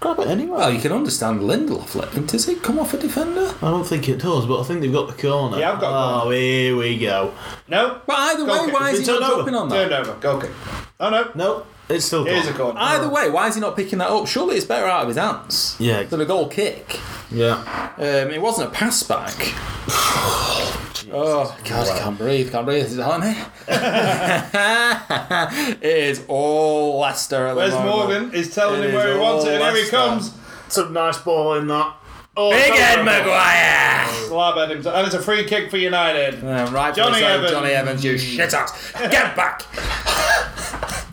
Grab it anyway. Well, you can understand Lindelof. Like, does it come off a defender? I don't think it does, but I think they've got the corner. Yeah, I've got a Oh, here we go. No, But either Goal way, kick. why is It's he not turned over. jumping on that? turned over. Goal kick. Oh no, No, it's still here's a corner. corner. Either way, why is he not picking that up? Surely it's better out of his hands Yeah. than a goal kick. Yeah. Um, it wasn't a pass back. oh God, I can't breathe, can't breathe. Is it on me? it is all Leicester. At Where's the moment. Morgan? Is telling It him where is he wants it, and all here he Leicester. comes. Some nice ball in that. Oh, Big it's Ed over. Maguire. Slab at him, and it's a free kick for United. Um, right, Johnny so, Evans. Johnny Evans, you shit out. Get back.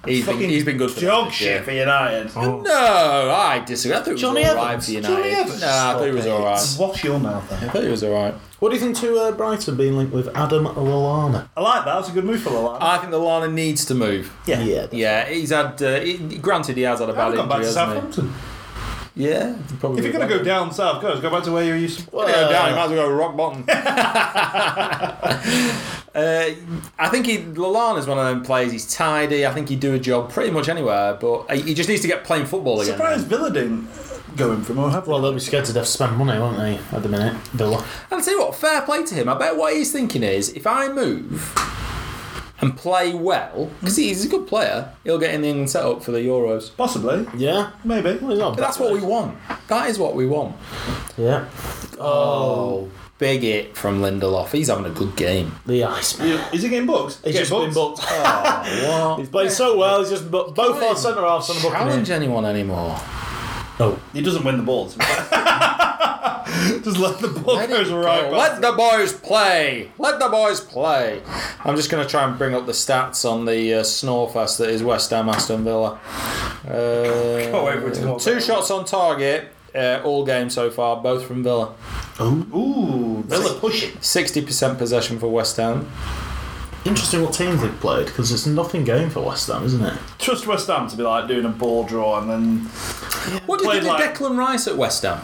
he's been he's been good for Dog them this shit year. for United. Oh. No, I disagree. I thought it was Johnny alright Evans. for United. Johnny Evans. Nah, I thought it was Stop it. alright. Wash your mouth then. I thought it was alright. What do you think to uh, Brighton being linked with Adam Lallana? I like that. That's a good move for Lallana. I think the Lana needs to move. Yeah. Yeah. Yeah, he's had. Uh, he, granted, he has had a bad I've gone back injury, to hasn't Southampton. he? Yeah, probably. If you're going to go down south, go, go back to where you used to. Well, go down, you might as well go rock bottom. Uh, I think he Lallana's one of them players. He's tidy. I think he'd do a job pretty much anywhere, but he just needs to get playing football again. Surprised Villa didn't go in for more. have they? Well, they'll be scared to death to spend money, won't they, at the minute? Villa. And I tell you what, fair play to him. I bet what he's thinking is if I move and play well, because he's a good player, he'll get in the England setup for the Euros. Possibly, Yeah. maybe. Well, he's not But that's what we want. That is what we want. bad. Yeah. Oh, big it from Lindelof. He's having a good game. The Iceman. Is he getting booked? He's Get just been booked. He's played so well. He's just bu- both our centre halves on the booking. Challenge anyone anymore. Oh, He doesn't win the balls. Just let the ball Let goes it right go. Let back. the boys play. Let the boys play. I'm just going to try and bring up the stats on the uh, snorefest that is West Ham Aston Villa. Uh, wait for it to come up. two shots on target. Uh, all game so far, both from Villa. Ooh, Villa push it. 60% possession for West Ham. interesting what teams they've played because it's nothing game for West Ham, isn't it? Trust West Ham to be like doing a ball draw and then What did you Played think like- of Declan Rice at West Ham?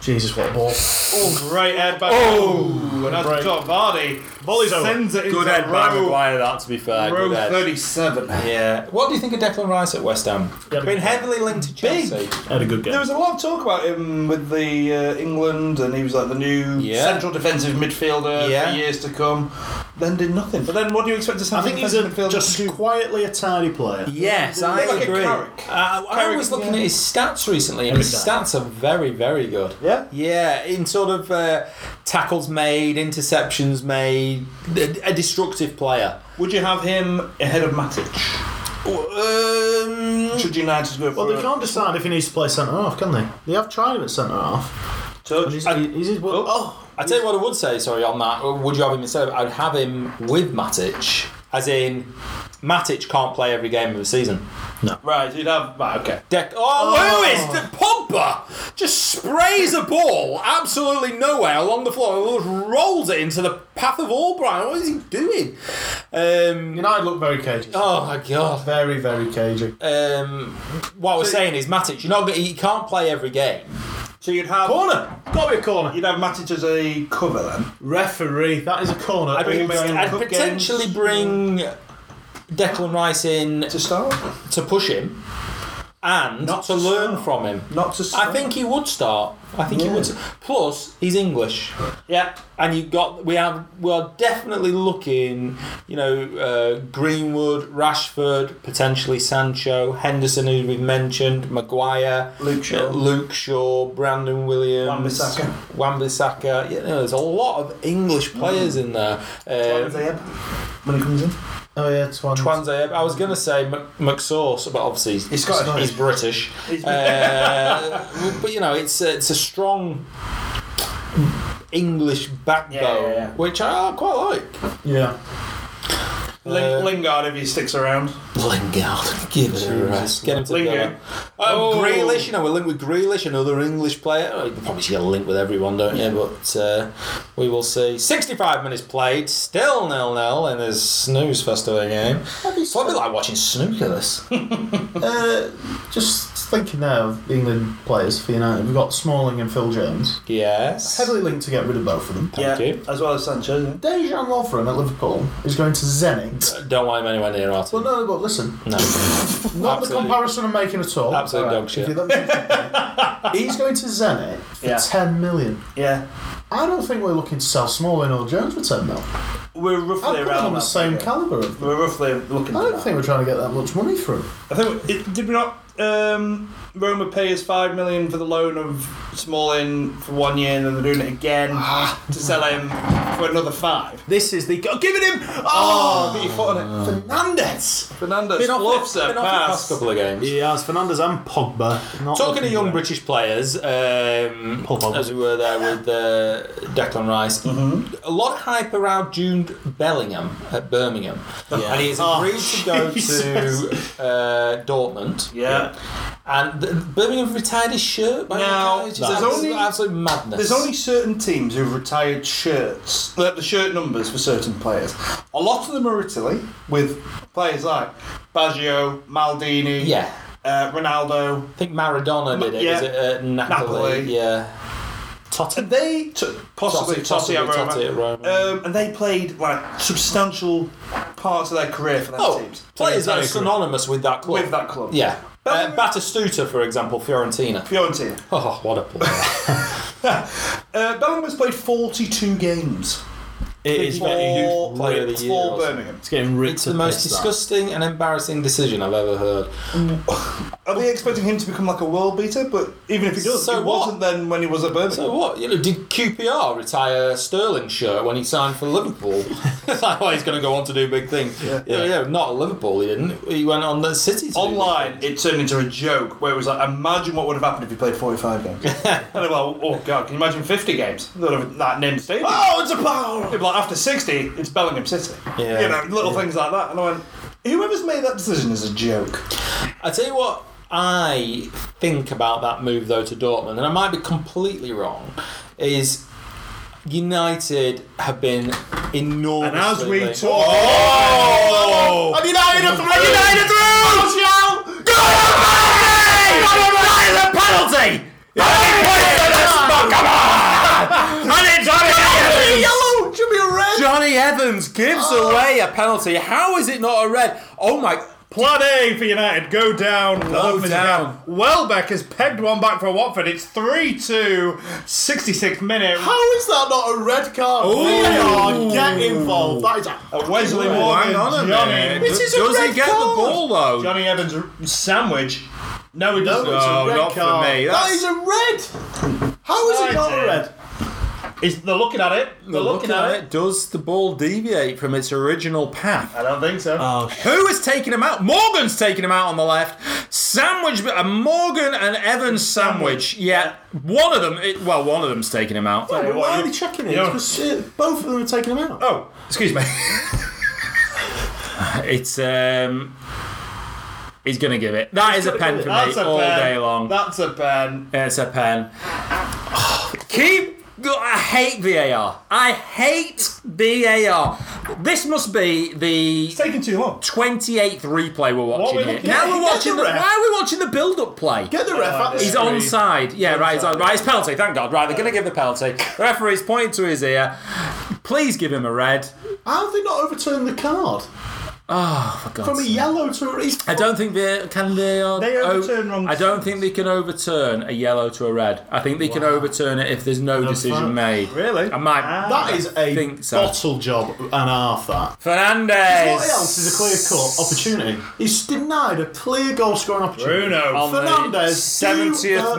Jesus, what a ball! oh great head back. Oh, and Great. that's John Vardy. Volley's over. sends it into Good head by row, Maguire, that to be fair. row Good head. thirty-seven. Yeah. What do you think of Declan Rice at West Ham? Been heavily linked to Chelsea. Had a good game. There was a lot of talk about him with the uh, England, and he was like the new Yeah. central defensive midfielder Yeah. for years to come. Then did nothing. But then, what do you expect a I central think he's defensive a, midfielder just to do? quietly a tidy player. Yes, I Like a agree. Carrick. Uh, I Carrick, was looking yeah. at his stats recently, and his stats are very, very good. Yeah? Yeah, in sort of uh, tackles made, interceptions made, a, a destructive player. Would you have him ahead of Matic? Um, Should United go Well, for they a can't decide if he needs to play centre half, can they? They have tried him at centre half. touch? And He's, I- he's, he's, well, oh, I tell you what, I uh, would say sorry on that. Would you have him instead? of- I'd have him with Matic, as in Matic can't play every game of the season. Right, so you'd have. Right, okay. Dec- oh, Lewis! The Pogba just sprays a ball absolutely nowhere along the floor and just rolls it into the path of Albright. What is he doing? Um, United look very cagey. oh, my God. Very, very cagey. Uh, Um, what I was saying is Matic, you're not, he can't play every game. So you'd have. Corner! Gotta be a corner. You'd have Matic as a cover then. Referee, that is a corner. I'd, bring, All game I'd cup potentially games. bring Declan Rice in To start? to push him and Not to to learn start. from him. Not to start. I think he would start. I think he would. Plus, he's English, Yeah. and you got we have we are definitely looking. You know, uh, Greenwood, Rashford, potentially Sancho, Henderson, who we've mentioned, Maguire, Luke uh, Shaw. Luke Shaw, Brandon Williams, Wan-Bissaka. Wan-Bissaka. Yeah, you know, there's a lot of English players in there. Uh, When he comes in. Oh, yeah, Twan. Twanzebe. Uh, I was going to say Mc- McSauce, but obviously he's, He's Scottish. He's British. Uh, but you know, it's a, it's a strong English backbone, Yeah, yeah, yeah. which I quite like. Yeah. Ling- Lingard if he sticks around. Lingard, give it a rest. Get him to Lingard. go. Oh, Grealish, you know, we're linked with Grealish, another English player. Oh, you probably should get a link with everyone, don't you? But uh, we will see. 65 minutes played, still nil nil, and there's snooze fest of a game. oh, It's probably like watching snooker, this. Uh, just thinking now of the England players for United, we've got Smalling and Phil Jones. yes. Heavily linked to get rid of both of them. Yeah. you. As well as Sancho. yeah. Dejan Lovren at Liverpool is going to Zenit. Don't want him anywhere near us. Well, no, but listen, No. not the Absolute- comparison I'm making at all. Absolute dog If you shit. let me finish. He's going to Zenit for Yeah. 10 million. Yeah. I don't think we're looking to sell Smalling or Jones for 10 mil. We're roughly I'm putting around on the that same figure. calibre of We're roughly looking. I at don't think we're trying to get that much money for him. I think it, did we not? Um, Roma pay us five million for the loan of Smalling for one year, and then they're doing it again Ah. to sell him for another five. This is the. Oh, give it him! Oh, put your foot on it. Fernandez! Fernandez loves a Ah. been off the past pass. couple of games. Yeah, it's Fernandez and Pogba. Talking to young British players, um, Pogba. as we were there with uh, Declan Rice, Mm-hmm. a lot of hype around June Bellingham at Birmingham. And he's agreed to go to uh, Dortmund. Oh, Yeah. And th- Birmingham retired his shirt by Now, all accounts. there's It's only- absolute madness. There's only certain teams who've retired shirts, uh, the the shirt numbers for certain players. A lot of them are Italy, with players like Baggio, Maldini, Yeah. uh, Ronaldo. I think Maradona did it. Yeah. Was it uh, Napoli? Napoli. Yeah. And they took possibly Totti, Totti, at Roma. Totti at Roma. Um, and they played like substantial parts of their career for their Oh, teams. players that are Very good. synonymous with that club. with that club. Yeah. Uh, Batistuta, for example, Fiorentina. Fiorentina. Oh, what a player. Uh, Bellingham's played 42 games It is for, getting huge for player of the year or something. Birmingham. It's getting ripped it's the most disgusting and embarrassing decision I've ever heard. Are they expecting him to become like a world beater? But even if he does, So it what? wasn't then when he was at Birmingham. So what? You know, did QPR retire Sterling's shirt when he signed for Liverpool? That's like, oh, he's going to go on to do big things. Yeah, yeah, not at Liverpool. He didn't. He went on the City. to do Online, it turned into a joke where it was like, imagine what would have happened if he played 45 games. and they're like, oh god, can you imagine 50 games? They would have like, named stadium. Oh, it's a power. People like, after 60, it's Bellingham City. Yeah. You know, little things like that. And I went, whoever's made that decision is a joke. I tell you what I think about that move though to Dortmund, and I might be completely wrong, is United have been enormous. And as we talk, Oh! Oh! And United have and United through! Go That is a penalty! Yellow! Should be a red! Johnny Evans gives away a penalty. How is it not a red? Oh my Plan A for United. Go down. Love is down. Welbeck has pegged one back for Watford. It's 3 2, 66th minute. How is that not a red card? Leon, get involved. That is a Wesley Morgan, Johnny, This is Does he get the ball though? Johnny Evans sandwich. No, he doesn't. No, not not for me. That's, that is a red. How is it not a red? Is they're looking at it? They're, looking, at, it. Does the ball deviate from its original path? I don't think so. Uh, Who is taking him out? Morgan's taking him out on the left. Sandwich, a Morgan and Evans sandwich. Yeah, one of them. It, well, one of them's taking him out. Why what, are you- Oh. they checking it? you know- Because uh, both of them are taking him out. Excuse me. It's um, he's gonna give it. That is a pen for me That's a all pen. day long. That's a pen. It's a pen. Keep. I hate VAR. I hate VAR. This must be the It's taking too long. 28th replay we're watching we here. looking Now at? we're Get watching the the, ref. why are we watching the build-up play? Get the ref at the He's screen. onside. Yeah, right. He's on, right. It's penalty. Thank God. Right, they're going to give the penalty. The referee's pointing to his ear. Please give him a red. How have they not overturned the card? For God's From a sake. yellow to a red. I don't think they can. They, are, oh, They overturn wrong I don't think they can overturn a yellow to a red. I think they can overturn it if there's no, decision fact. made. Really? Ah. I might. That is a think so. bottle job and half that. Fernandez. What else is a clear cut opportunity? He's denied a clear goal scoring opportunity. Bruno. on the Fernandes, do 70th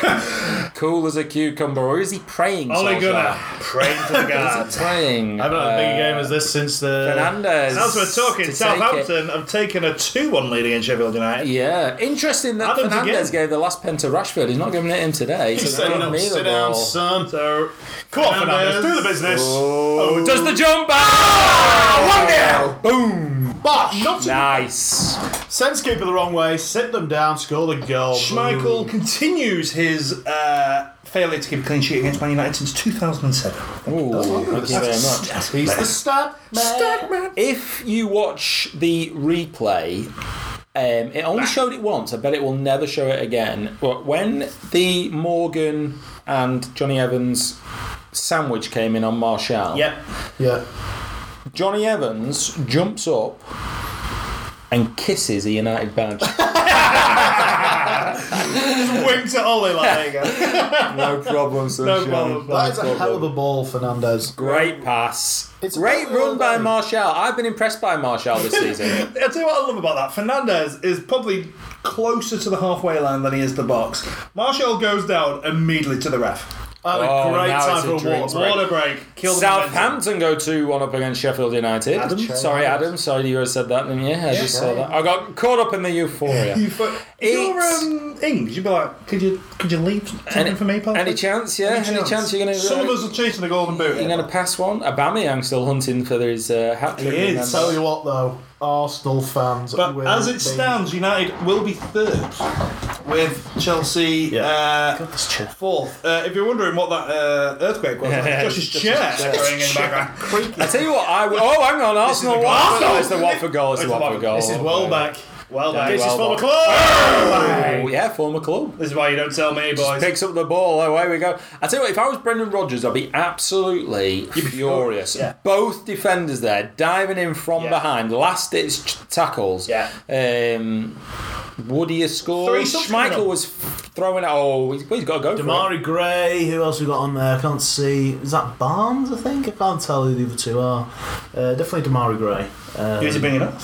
the minute. cool as a cucumber. Or is he praying? Ole Solskjaer? Gunnar. Praying to the gods. Praying. I've not had a big game as this since the. Fernandez. As we're Uh, to talking, take it. Southampton have taken a 2-1 lead against Sheffield United. Yeah, interesting that Adams Fernandez again. gave the last pen to Rashford. He's not giving it him today. So Sit down, unbelievable. sit down, son. So, Come on, Fernandes, do the business. Oh, does the jump? Ah, But not Nice. sense keeper the wrong way, sit them down, score the goal. Schmeichel continues his uh, failure to keep a clean sheet against Man United since 2007. Ooh, thank you very much. He's the stat man. If you watch the replay, um, it only showed it once. I bet it will never show it again. But when the Morgan and Johnny Evans sandwich came in on Marshall, Yep. Yeah. Johnny Evans jumps up and kisses a United badge. Winked at Ollie like, there you go. no problem, No problem. That is a hell of a ball, Fernandez. Great pass. It's Great well run by done. Marshall. I've been impressed by Marshall this season. I'll tell you what I love about that. Fernandez is probably closer to the halfway line than he is the box. Marshall goes down immediately to the ref. Had a Oh, great now time it's a for a dreams walk. break. What a break. Kill the momentum. Southampmpton go 2 1 up against Sheffield United. Sorry, Adam. Sorry, you said that, didn't you? I just saw that. I got caught up in the euphoria. You fu- if you're um, Ings, you'd be like, could you could you leave something Any- for me, pal? Any chance, yeah? Any chance, you're going to. Some of us are chasing the golden boot. You're going to pass one? Aubameyang still hunting for his uh, hat trick. is. remember? Tell you what though, Arsenal fans. But will as it be- stands, United will be third with Chelsea uh, fourth. Uh, if you're wondering what that uh, earthquake was, that's Josh's chair echoing in the background. I tell you what, I would. Oh, hang on, Arsenal. goal. Arsenal! Arsenal! It's the Watford goal. It's the Watford goal. This is well back. Well back. This is well well back. club. Oh, Yeah, former club. This is why you don't tell me, boys. picks up the ball. Away we go. I tell you what, if I was Brendan Rodgers, I'd be absolutely furious. Yeah. Both defenders there diving in from Yeah. behind, last ditch ch- tackles. Yeah. Um, would he have scored? Three something Schmeichel up. was throwing. Oh, he's, he's got to go for it. Damari Gray, who else we got on there? I can't see. Is that Barnes, I think? I can't tell who the other two are. Uh, definitely Damari Gray. Who's he Um, bringing up?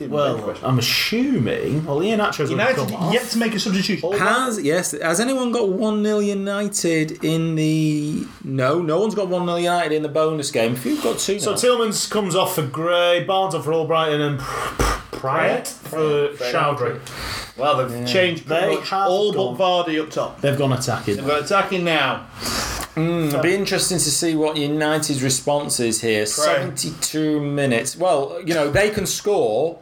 well, I'm assuming. Well, Ian Acho's going to United come off. yet to make a substitution. Has yes? Has anyone got one 0 United in the? No, no one's got one 0 United in the bonus game. If you've got two, So now- Tillman's comes off for Gray, Barnes off for Albrighton, and Pryor for Chowdhury. Well, they've changed pretty They much have all but Vardy up top. They've gone attacking. We're attacking now. It'll be interesting to see what United's response is here. 72 minutes. Well, you know, they can score,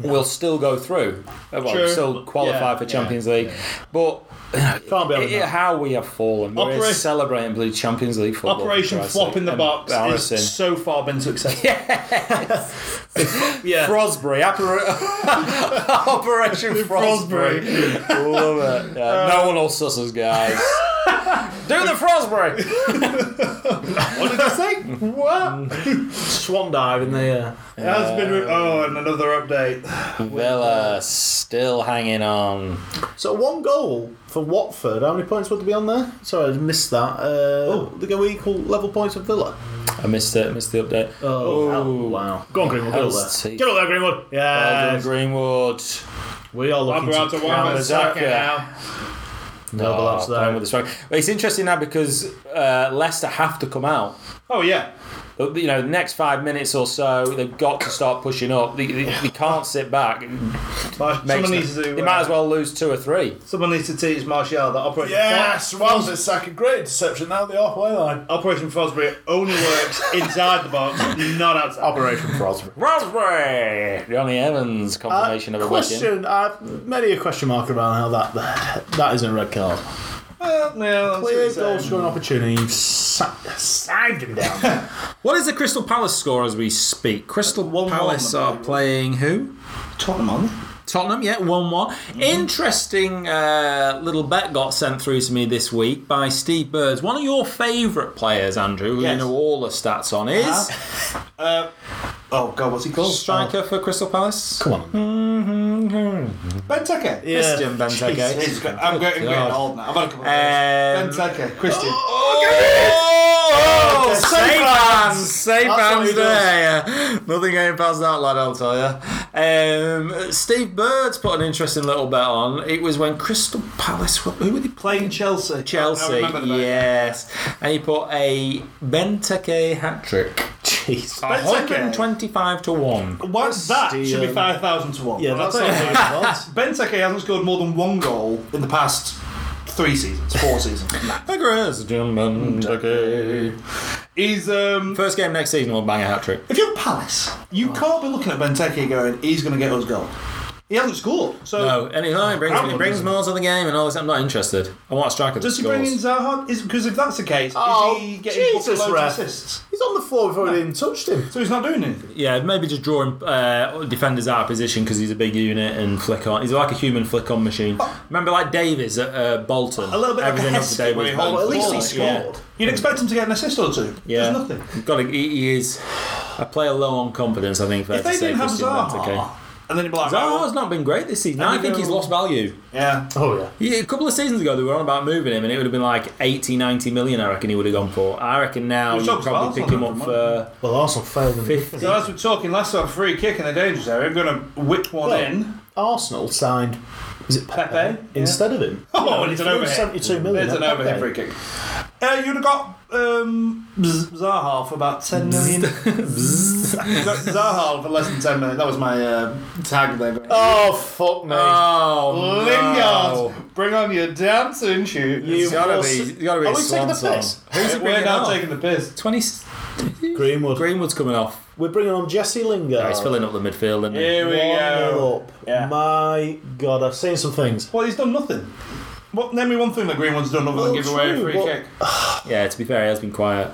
we'll still go through. Uh, Well, True. still qualify Yeah, for Champions League. But Can't be having it- it- that. how we have fallen. We're Opera- celebrating Blue Champions League football. Operation for Christ's Flop sake. in the Box Embarrassing. has so far been successful. Yeah. yeah. Frosbury, Opera- Operation Frosbury. Love it. Yeah, Uh, no one will suss us, guys. Do the Frosbury. Oh, what? Swan dive in the uh, Has been re- oh, and another update. Villa still hanging on. So one goal for Watford. How many points would there be on there? Sorry, I missed that. Uh, They go equal level points with Villa. I missed it. Missed the update. Oh, wow! Go on, Greenwood. Get up Hell's there. teeth. Get up there, Greenwood. Uh, Yeah, Eldon Greenwood. we are looking We're out to to one Kamazaka. Saka now. no Oh, oh, playing there. with the strike. But it's interesting now because uh, Leicester have to come out. Oh yeah. you know, the next five minutes or so, they've got to start pushing up. They, they, they can't sit back. It Mar- makes Someone needs to them- do. they uh, might as well lose two or three. Someone needs to teach Martial that Operation Yes, Wells is second. Great interception now, the halfway line. Fo- Operation Fosbury only works inside the box, not outside. Operation Frosby. Raspberry! Johnny Evans Uh, combination of a weekend. Question. I've made a question mark around how that that isn't a red card. Well, no, Clear that's what goal he's saying. scoring opportunity. You've sa- signed him down. What is the Crystal Palace score as we speak? Crystal one, Palace I are believe. playing who? Tottenham on. Tottenham, yeah, 1 1. Interesting uh, little bet got sent through to me this week by Steve Birds. One of your favourite players, Andrew, who you Yes. know all the stats on, is Oh God, what's he called? striker for Crystal Palace. Come on. Benteke. Yeah. Christian Benteke. Jesus Christ, I'm getting God. getting old now. I've had a couple of Um, days. Benteke, Christian. Oh, Okay, safe safe hands, safe That's what hands he does. there. yeah. Nothing going past that lad, I'll tell you. Um, Steve Bird's put an interesting little bet on. It was when Crystal Palace were, who were they Playing Chelsea. I Chelsea, remember the name. yes. And he put a Benteke hat trick. Jeez. Benteke. 125 to 1. What that should be Steal. five thousand to one. Yeah, that's not That's a red card. Benteke hasn't scored more than one goal in the past three seasons, four seasons. He's um, First game next season will bang a hat trick. if you're Palace, Oh. you can't be looking at Benteke going, he's going to get us goal. He hasn't scored, so No, and he, oh, he brings, Outland, he brings doesn't more to the game and all this. I'm not interested. I want a striker that does he bring in scores. Zaha? Is because if that's the case, Oh, is he getting Jesus, Jesus, loads ref. of assists? He's on the floor before we even touched him. So he's not doing anything. Yeah, maybe just drawing uh, defenders out of position because he's a big unit and flick on. He's like a human flick on machine. Remember, like Davies at uh, Bolton. Oh. A little bit Everything like up to Davies. Heskey, but but at least he yeah. scored. You'd expect him to get an assist or two. Yeah, There's nothing. Got to, he, he is a player low on confidence. I think. Fair If to they say, didn't have Christian Zaha, Benteke. and then he'd be like, Zaha's not been great this season. I you think go- he's lost value. yeah, Oh yeah. Yeah, a couple of seasons ago, they were on about moving him, and it would have been like 80, 90 million. I reckon he would have gone for. I reckon now Well, you Chuck's probably pick Barnes him on up that, for Well, Arsenal failed in the fifty. So as we're talking last time, free kick in the dangerous area. I'm going to whip one Well, in. Arsenal signed. Is it Pepe, uh, Pepe, instead of him? Oh, Yeah, and it's an he threw overhead. 72 million. There's an at overhead Pepe. free kick. Uh, you'd have got um, Z- Zaha for about 10 million. Z- Zaha for less than 10 million. That was my uh, tag there. Oh fuck me! Ah. Oh, no. Lingard, bring on your dancing shoes. It's gotta be, it's gotta be a Are we taking swan the song. piss? Who's he We're bringing now on? taking the piss. 20, Greenwood. Greenwood's coming off. We're bringing on Jesse Lingard. Oh, he's filling up the midfield, isn't he? Here we go. One nil up. My God, I've seen some things. Well, he's done nothing. What, name me one thing that Greenwood's done other than Well, give away a true, free but- kick. Yeah, to be fair, he has been quiet.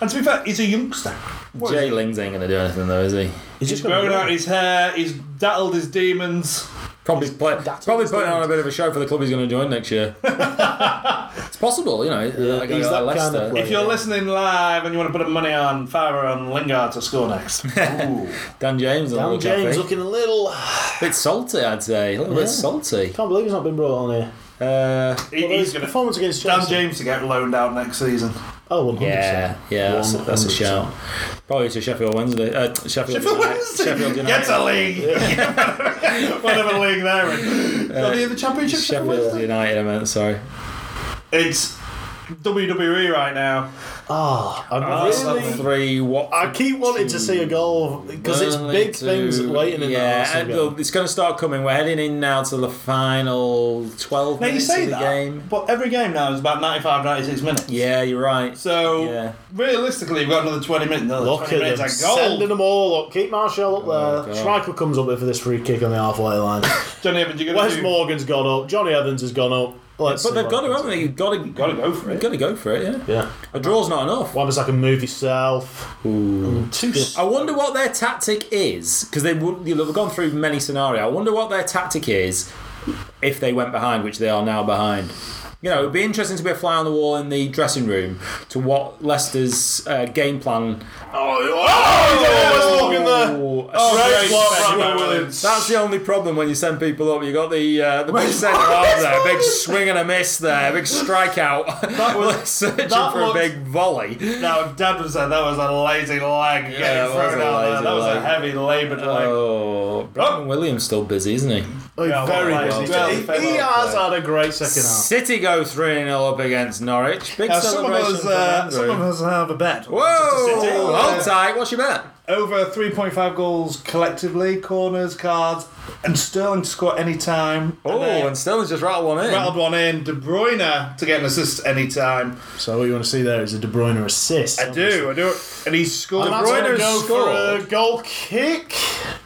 And to be fair, he's a youngster. What is Jay he? Lings ain't going to do anything, though, is he? He's He's just gonna grown run. out his hair, he's dattled his demons. Probably play, that's probably what putting he's on a bit of a show for the club he's going to join next year. it's possible, you know. like, he's uh, that kind Leicester. of player. If you're listening live and you want to put a money on Farah and Lingard to score next, Ooh. Dan James, on the Dan look, I think. James looking a little. a bit salty, I'd say. A little Yeah. bit salty. Can't believe he's not been brought on here. Uh, He- Although he's his going to. performance against Dan Chelsea. James to get loaned out next season. Oh, 100 yeah, yeah, that's, a- that's a shout. Probably to Sheffield Wednesday. Uh, Sheffield, Sheffield United- Wednesday. Sheffield United. Get a league. Whatever league they're in. Is that the other championship? Sheffield United, I meant, sorry. It's WWE right now. Ah, I'm really. Three, what? I keep wanting to see a goal because it's Burnley big to- things waiting in Yeah, the and Arsenal look, game. it's going to start coming. We're heading in now to the final 12 Now you minutes say of the that, game. but every game now is about 95, 96 minutes. Yeah, you're right. So Yeah. realistically, we've got another 20 minutes. Another Look 20 at minutes them, of goal. sending them all up. Keep Marshall up there. Striker comes up with for this free kick on the halfway line. Johnny Evans, you're going Wes to do. Morgan's gone up. Johnny Evans has gone up. Let's but see they've what got to, happens. haven't they? You've got to, Got to go for it. got to go for it, yeah. Yeah. A draw's not enough. Wabasaka move yourself. Ooh. Two. I wonder what their tactic is because they would they've gone through many scenarios. I wonder what their tactic is if they went behind, which they are now behind. You know, it'd be interesting to be a fly on the wall in the dressing room to what Leicester's uh, game plan. Oh, Wes Morgan there. Oh, oh great block from Williams. That's the only problem when you send people up. You got the uh, the big centre arm there, big swing and a miss there, big strikeout. That was searching that for a looked- big volley. Now, Dad was saying that was a lazy leg that getting was thrown a out there. lazy That was a leg. heavy laboured Uh, leg. Oh, Brandon Williams still busy, isn't he? Yeah, very well, busy. well, he, well he has played. had a great second half. City go 3 0 up against Norwich. Big Now, some of celebration. us, uh, from some of Andrew. us have a bet. City. Whoa! Hold tight. What's your bet? Over 3.5 goals collectively, corners, cards, and Sterling to score any time. Oh, and Sterling's just rattled one in. rattled one in. De Bruyne to get an assist any time. So what you want to see there is a De Bruyne assist. I do, I do. And he scored. De Bruyne go for a goal kick.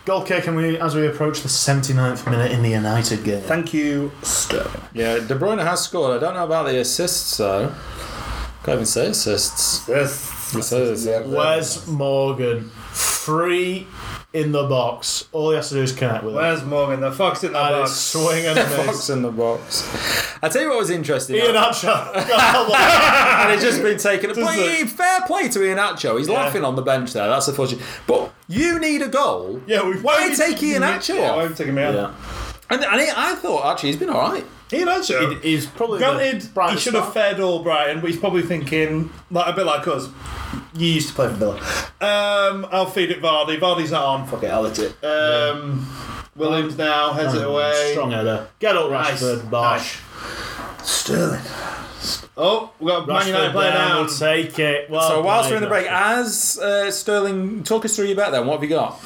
Goal kick, and we as we approach the 79th minute in the United game. Thank you, Sterling. Yeah, De Bruyne has scored. I don't know about the assists though. Can't even say assists. Yes. It says- Where's Morgan? Free in the box. All he has to do is connect with it. Where's Morgan? The fox in the And it's box. swing and a miss. Box in the box. I tell you what was interesting. Ian Hatcher. and it's just been taken. Play, fair play to Ian Acho. He's laughing on the bench there. That's unfortunate. But you need a goal. Yeah, we Why take Ian Acho Yeah, why off? have you taken me out? yeah. And, and I I thought actually he's been all right. Ian Acho. He's probably the Granted, he brightest should have star. fed all Brighton, but he's probably thinking, like a bit like us, you used to play for Villa. Um, I'll feed it Vardy. Vardy's not on. Fuck it, I'll let it. Um, Williams now heads it away. Strong header. Get up, Rashford. Bosh. Sterling. Oh, we've got Man United Rashford player down. down. will take it. Well So whilst we're in the played, break, as uh, Sterling, talk us through your bet then. What have you got?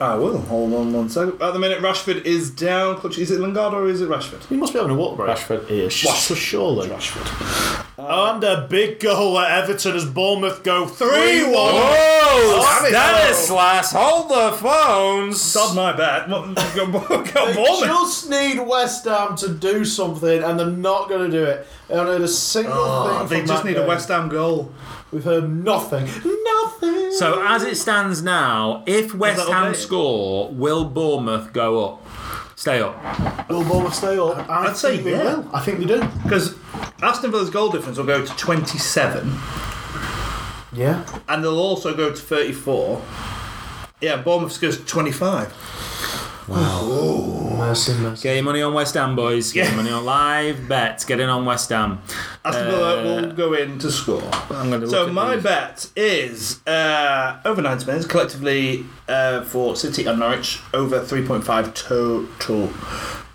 I will. Hold on one second. At the minute, Rashford is down. Clutch. Is it Lingard or is it Rashford? He must be having a water break. Rashford. Yeah, sh- so surely. Rashford. And a big goal at Everton as Bournemouth go 3 1. Oh, Stanislas, Stanislas, hold the phones. Sod my bet. What, got, got They Bournemouth. just need West Ham to do something, and they're not going to do it. They don't need a single thing. Oh, They from just Oh, that need game. a West Ham goal. We've heard nothing. Nothing. So as it stands now, if West that Ham updated? score, will Bournemouth go up? Stay up. will Bournemouth stay up? I I'd say think they yeah. will. I think they do. Because Aston Villa's goal difference will go to 27, Yeah. and they'll also go to 34. Yeah, Bournemouth goes to 25. Mercy, mercy. Get your money on West Ham, boys. Get your money on live bets. Get in on West Ham. Aston Villa will Uh, go in to score. I'm going to So my bet is uh, over 90 minutes collectively uh, for City and Norwich over 3.5 total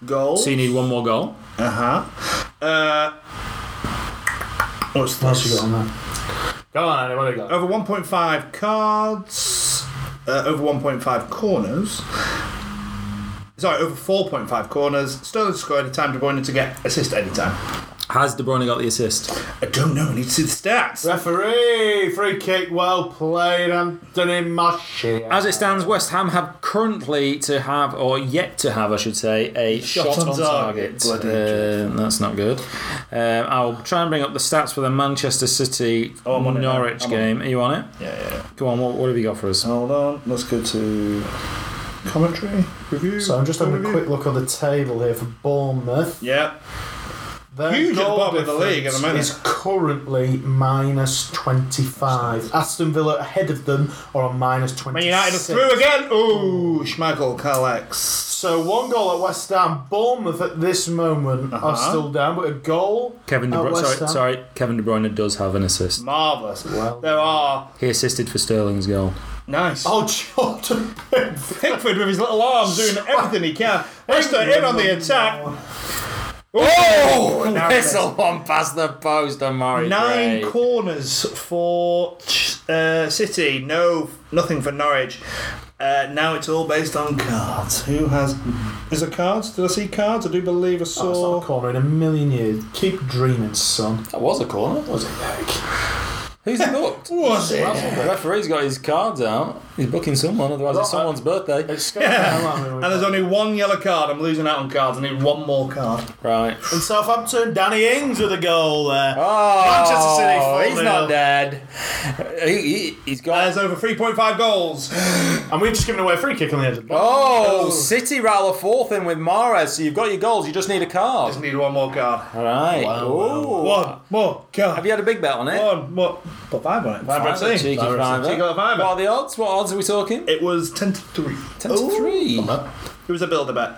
goals. So you need one more goal. Uh-huh. Uh What's you this? got on there? Go on, Andy, what do you got? Over 1.5 cards. Uh, over 1.5 corners. Sorry, over 4.5 corners. Sterling to score any time. De Bruyne to get assist any time. Has De Bruyne got the assist? I don't know. I need to see the stats. Referee, free kick, well played, Anthony Mashi. Uh, As it stands, West Ham have currently to have, or yet to have, I should say, a shot, on, on target. target. Bloody Um, that's not good. Um, I'll try and bring up the stats for the Manchester City Oh, I'm on it now. Norwich I'm on game. Are you on it? Yeah, yeah, yeah. Go on, what, what have you got for us? Hold on. Let's go to commentary review. So I'm just having a review. quick look on the table here for Bournemouth. Yeah. Their Huge at the goal bottom of the league at the minute. difference Is currently minus 25. Aston Villa ahead of them are on minus 26. Man United are through again. Ooh, Schmeichel collects. So one goal at West Ham. Bournemouth at this moment are Uh-huh. still down, but a goal. Kevin De at Bruyne. Oh, West Sorry, Ham. sorry, Kevin De Bruyne does have an assist. Marvellous. Well- There are. He assisted for Sterling's goal. Nice. Oh, Jordan Pickford. Pickford with his little arms doing everything he can. Leicester in on the attack. Oh, whistle one past the post and Murray. Nine Gray. corners for uh, City. No, nothing for Norwich. Uh, now it's all based on cards. Who has? Is it cards? Did I see cards? I do believe I That's Oh, not saw. a corner in a million years. Keep dreaming, son. That was a corner. Was it Eric? Who's he booked? was it? The referee's got his cards out. He's booking someone, otherwise it's someone's birthday. It's going down, And aren't there's we? only one yellow card. I'm losing out on cards. I need one more card. Right. In Southampton, Danny Ings with a goal there. Oh, Manchester City 4-0. he's not dead. Uh, He, he, has got. There's over 3.5 goals. And we've just given away a free kick on the edge of the box. Oh, City rattle a fourth in with Mares. So you've got your goals. You just need a card. Just need one more card. All right. Ooh. One more card. Have you had a big bet on it? One more. Put five on it. Five, Five, on it. cheeky Five on it. fiver. Cheeky little What fiver. are the odds? What odds odds are we talking? It was 10 to 3. 10 to 3. It was a build a bet.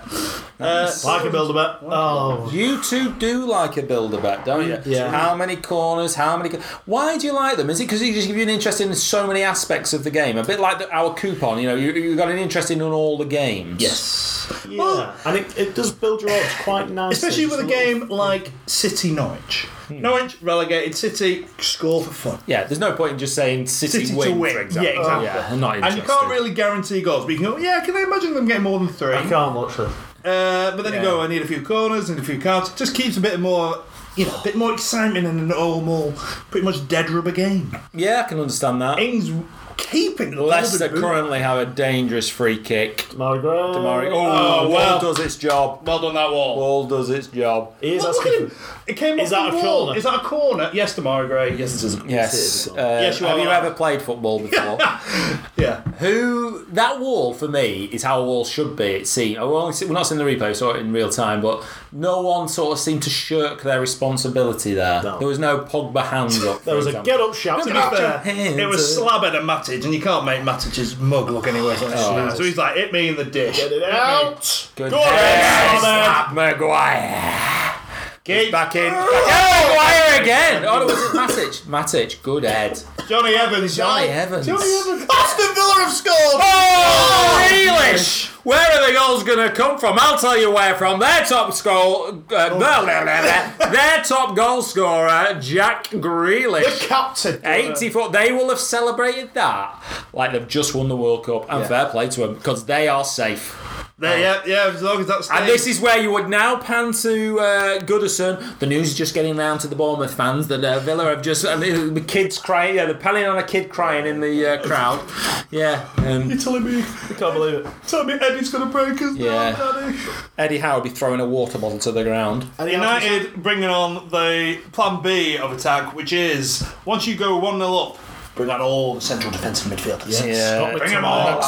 Uh, Like a builder bet. Oh, You two do like a builder bet, don't you? Yeah. How many corners? How many? co- Why do you like them? Is it because they just give you an interest in so many aspects of the game? A bit like the, our coupon. You know, you you got an interest in all the games. yes. yeah. and it, it does build your odds quite nicely. Especially with a Just little- game like City Norwich. Norwich relegated City score for fun. Hmm. Yeah. There's no point in just saying City, City to win, win. for example. Yeah, exactly. Yeah. I'm not And interested. you can't really guarantee goals. But you can go, yeah, can I imagine them getting more than three? I can't watch them. Uh, but then you go, I need a few corners and a few cards. Just keeps a bit more, you know, a bit more excitement in an normal, pretty much dead rubber game. Yeah, I can understand that. Ings keeping Leicester Golden Boot. currently have a dangerous free kick. Margaret. Murray. Oh, Wall does its job. Well done, that wall. Wall does its job. He is Well, look asking at him. It came Is off that the a wall. corner? Is that a corner? Yes, Tamara Gray. Yes. Yes, yes. Uh, Yes, you have are. you ever played football before? Yeah. Who that wall for me is how a wall should be. It's seen. oh, We're only see- we're not seeing the replay, we saw it in real time, but no one sort of seemed to shirk their responsibility there. No. There was no Pogba hands up. There was a get up shout. To be fair, hands it was up. slabbered at Matic, and you can't make Matic's mug look anywhere. so- so he's like, hit me in the dish. Get it out. Good Go on, head, Ahmed. slap Maguire. Keep Back in. Back in. Maguire again. Oh, no, was it Matic? Matic, good head. Johnny Evans. Johnny oh. Evans. Johnny Evans. Aston Villa have scored. Oh, Grealish! Where are the goals going to come from? I'll tell you where from. Their top score, Oh. uh, blah, blah, blah, blah. their top goal scorer, Jack Grealish. Captain. 84. They will have celebrated that like they've just won the World Cup, and fair play to them because they are safe. There, yeah, yeah. As long as that's. And this is where you would now pan to uh, Goodison. The news is just getting round to the Bournemouth fans that uh, Villa have just and the the kids crying. Yeah, they're panning on a kid crying in the uh, crowd. Yeah, um, telling me, I can't believe it. telling me Eddie's gonna break us Yeah. down, Daddy. Eddie Howe would be throwing a water bottle to the ground. United bringing on the plan B of attack, which is once you go 1 0 up, bring on all the central defensive midfielders. Yeah. Bring them all up.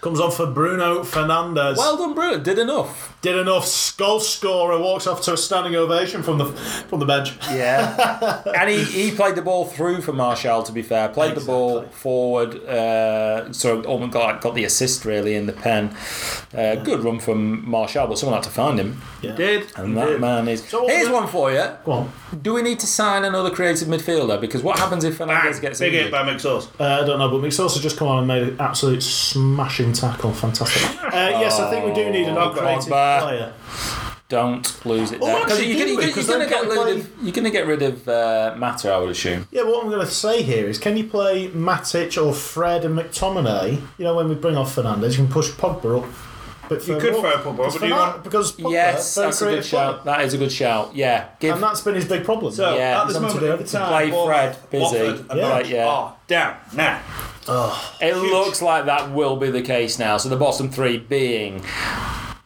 Comes on for Bruno Fernandes. Well done, Bruno. Did enough. Did enough. Goal scorer walks off to a standing ovation from the from the bench. Yeah. and he, he played the ball through for Marshall, to be fair. Played the ball forward, uh, sort of almost got, got the assist, really, in the pen. Uh, good run from Marshall, but someone had to find him. Did. And that man is. what Here's we- one for you. Go on. Do we need to sign another creative midfielder? Because what happens if Fernandez gets Big hit injured? by McSauce. Uh, I don't know, but McSauce has just come on and made an absolute smashing tackle. Fantastic. Uh, Yes, I think we do need an Oh, upgraded Pogba. player. Don't lose it. Well, there. 'Cause actually, you're do gonna- we? you're 'Cause going to then get can we rid of you're going to get rid of uh, Matter, I would assume. Yeah, what I'm going to say here is, can you play Matic or Fred and McTominay? You know, when we bring off Fernandez, you can push Pogba up. But You could throw Pogba, but do you want- because Pogba, Yes, very that's a good creative player. shout. That is a good shout. Yeah, give And that's been his big problem. So Yeah, at this something moment to do. at the To time, play Bournemouth, Fred busy. Watford, and Yeah. Norwich Yeah. are down now. It looks like that will be the case now. So the bottom three being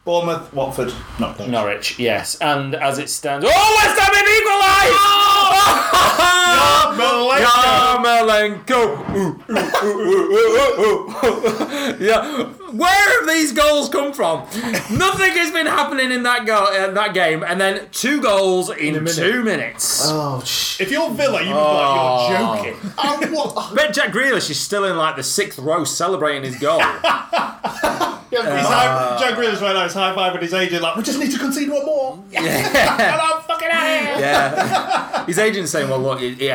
Bournemouth, Watford, Norwich. Norwich, yes, and as it stands, oh, West Ham have equalised! Yarmolenko! Ooh, ooh, ooh, ooh, ooh, ooh, ooh. yeah, where have these goals come from? Nothing has been happening in that goal, in that game, and then two goals in, two minutes. Uh. Oh, sh- If you're Villa, you would be Oh. like, you're joking. I bet Jack Grealish is still in like the sixth row celebrating his goal. He's Ah. high, Jack Grealish right now is high five with his agent, like, we just need to concede one more. And I'm fucking out of here. Yeah. His agent's saying, well, look, it, it,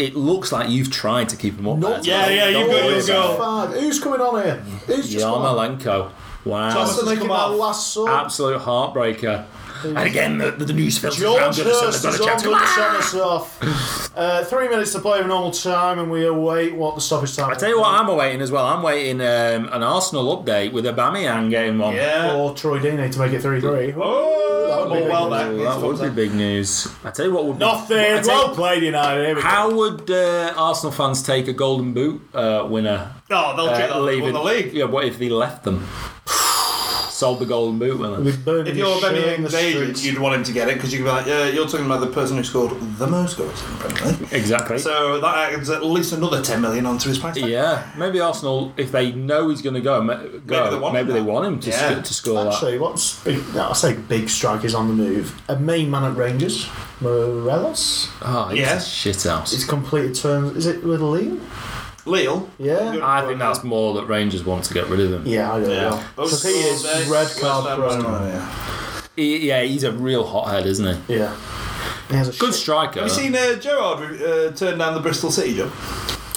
it looks like you've tried to keep him up. Not- there. Yeah, yeah, you've got your goal. five. Who's coming on here? Who's just come on? Yarmolenko. Wow. Thomas- After making Come that off. last Oh. sub. Absolute heartbreaker. And again, the, the, the news filters around George Goodison. Hurst They've got is a on chance. to set us off. Uh, three minutes to play of normal time, and we await what the stoppage time. I tell you what I'm awaiting as well. I'm waiting um, an Arsenal update with Aubameyang getting on. Yeah. Or Troy Deeney to make it three-three. Oh, would be well, big that, Ooh, that would be big news. I tell you what would be... I Nothing. tell you- Well played, United. Here we go. How would uh, Arsenal fans take a Golden Boot uh, winner Oh, they'll check uh, that leaving. leaving? the league. Yeah, what if they left them? Sold the Golden Boot winner. We've burned If your you're shit Benny in the Hing's agent, streets. you'd want him to get it because you'd be like, yeah, you're talking about the person who scored the most goals in the Premier League. Exactly. So that adds at least another 10 million onto his price. tag. yeah, maybe Arsenal, if they know he's going to go, ma- go, they want him maybe they now. want him to, Yeah. sc- to score that. Actually, what's big, no, I say big strikers on the move. A main man at Rangers, Morelos. Oh, it's Yeah. a shit house. It's completed terms. Is it with Liam? Lille. Yeah. I think that's more that Rangers want to get rid of him. Yeah, I don't know. Oh, So he is Sunday, red West card Ham, prone. West Ham, yeah. He- yeah, he's a real hothead, isn't he? Yeah. He has a Good shit- striker. Have you seen uh, Gerard uh, turn down the Bristol City job?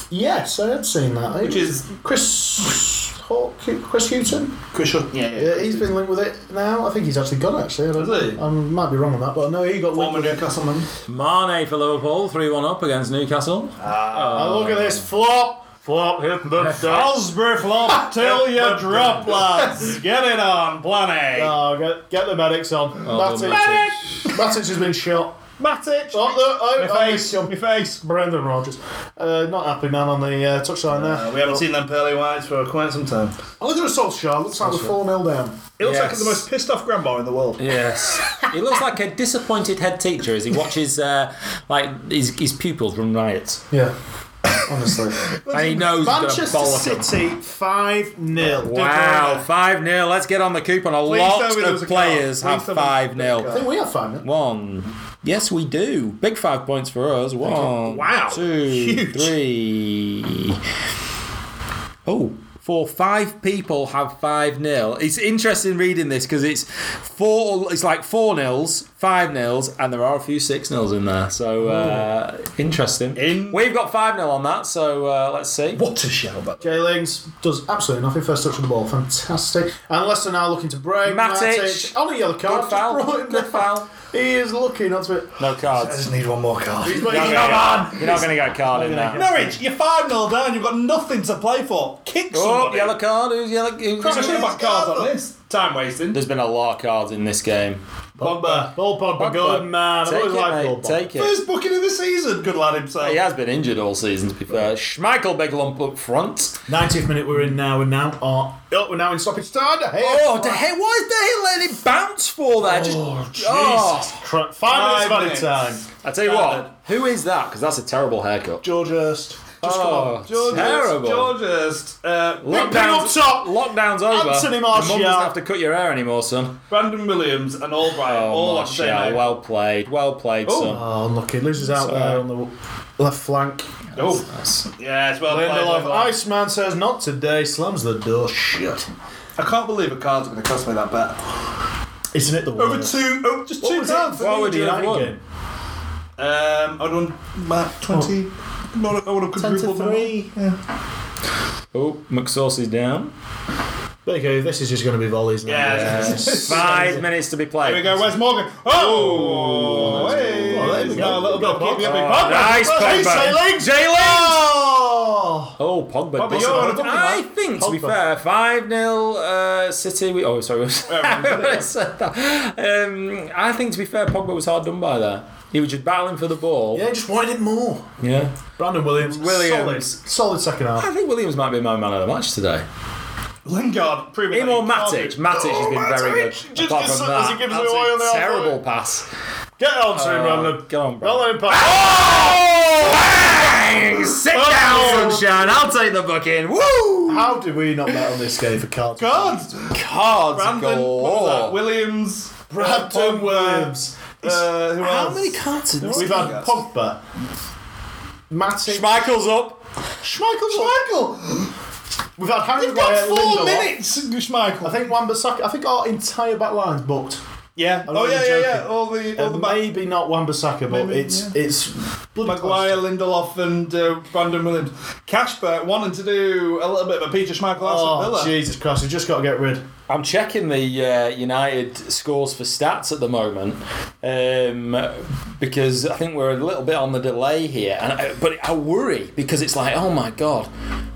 Yes, I had seen that. Which is- Chris Hawk, Chris Hewton. Chris Hutt. Yeah, he's been linked with it now. I think he's actually gone actually. I don't- Has he? I might be wrong on that, but I know he got linked Former with it. Newcastle man. Mane for Liverpool, 3 1 up against Newcastle. Oh, look at this flop. Flop hit the Salisbury flop till you drop, lads. Get it on, plan A. Oh, get, get the medics on. Oh, Matic. Matic. Matic has been shot. Matic. Oh, no, oh, oh, my face, jump. my face. Brendan Rodgers. Uh, not happy man on the uh, touchline there. Uh, we haven't seen them pearly whites for quite some time. Oh, look at Solskjaer. Looks like we're 4 0 down. He looks like Yes. the most pissed off grandma in the world. Yes, he looks like a disappointed head teacher as he watches uh, like his, his pupils run riots. Yeah. Honestly. And he knows he's gonna Manchester bollock 'em. City 5 0. Wow, five 0 Let's get on the coupon. A tell me lot there was a card. of Please players have tell me five 0 I think we are 5 0. One. Yes, we do. Big five points for us. One. Wow. two, Huge. three. Oh. For five people have five nil. It's interesting reading this because it's four. It's like four nils, five nils, and there are a few six nils in there. So uh, interesting. In- We've got five nil on that. So uh, let's see. What a show, but Jay Lings does absolutely nothing. First touch of the ball, fantastic. And Leicester now looking to break. Matic. on a yellow card. Good foul. Just brought him Good down. foul. He is lucky not to be. No I cards. just need one more card. Come on. You're not going to get a card in that. Norwich, you're 5 0 down, you've got nothing to play for. Kick Oh, somebody. yellow card. Who's yellow? Who's I should have had cards on this. Time wasting. There's been a lot of cards in this game. Bomber. Ball Oh, Pogba, good man. I've Take it, always liked mate. Ball Pogba. Take it. First booking of the season, good lad himself. He has been injured all season, to be fair. Schmeichel, big lump up front. 90th minute we're in now, and now are oh, we're now in stoppage time. Hey, Oh, De Gea, what is De Gea letting it bounce for there? Just, oh. Cra- five, Five minutes of added time. I tell you what, who is that? Because that's a terrible haircut. George Hurst. Just Oh, Georgist, terrible. Georgist, uh, up Lockdown's, top. lockdown's over. Anthony Your mum doesn't Martial. have to cut your hair anymore, son. Brandon Williams, and Albright. Oh, all I'm Martial, saying. mate. well played, well played, son. Oh, unlucky. Loses out there on the left flank. Oh, That's- yeah, it's well played. Lindelof. well played. Iceman says not today. Slams the door shut. I can't believe a card's going to cost me that bet. Isn't it the Over worst? two, oh, just two pounds. What would you have United won? game. Um, I'd won about 20. Not, I would have quadrupled my- Oh, McSaucy's down. There you go. This is just going to be volleys now. Yeah, Five minutes to be played. Here we go, where's Morgan? Oh! hey. Oh, there we There's go. now a little bit of pop. Yeah, big Oh, pop. nice, Pogba. Jay Lings. Oh, Oh, Pogba. does you're it. on a Pogba, I think, to be fair, 5 0 uh, City. We, oh, sorry. I said that. um, I think, to be fair, Pogba was hard done by there. He was just battling for the ball. yeah, just wanted it more. Yeah. Brandon Williams, Williams. solid, solid second half. I think Williams might be my man of the match today. Lingard, proven Him or that he Matic. can't Matic has been very good. Matic. Just Apart as from soon as he that, gives that's it away on a the halfway. terrible pass. Get on to him, Uh, Brandon. get on, bro. Roll him past. Oh, Bang! Sit down, sunshine. I'll take the booking. Woo! How did we not bet on this game for cards? Cards. Cards Brandon, what was that? Williams, Brandon Pogba, Williams. Uh, who How else? many cards in this? We've had Pogba, Matic, Schmeichel's up. Schmeichel. Schmeichel. We've had Harry You've got Maguire, four Lindelof. minutes, Schmeichel. I think Wan-Bissaka. I think our entire back line's booked. Yeah. Um, Oh I'm not yeah, yeah, even yeah. joking. All the all Uh, the back. maybe not Wan-Bissaka, but Maybe, it's it's bloody Maguire, close. Lindelof, and uh, Brandon Williams. Cashback wanting to do a little bit of a Peter Schmeichel Aston Oh Villa. Jesus Christ! We've just got to get rid. I'm checking the uh, United scores for stats at the moment um, because I think we're a little bit on the delay here. And I, but I worry because it's like, oh my god,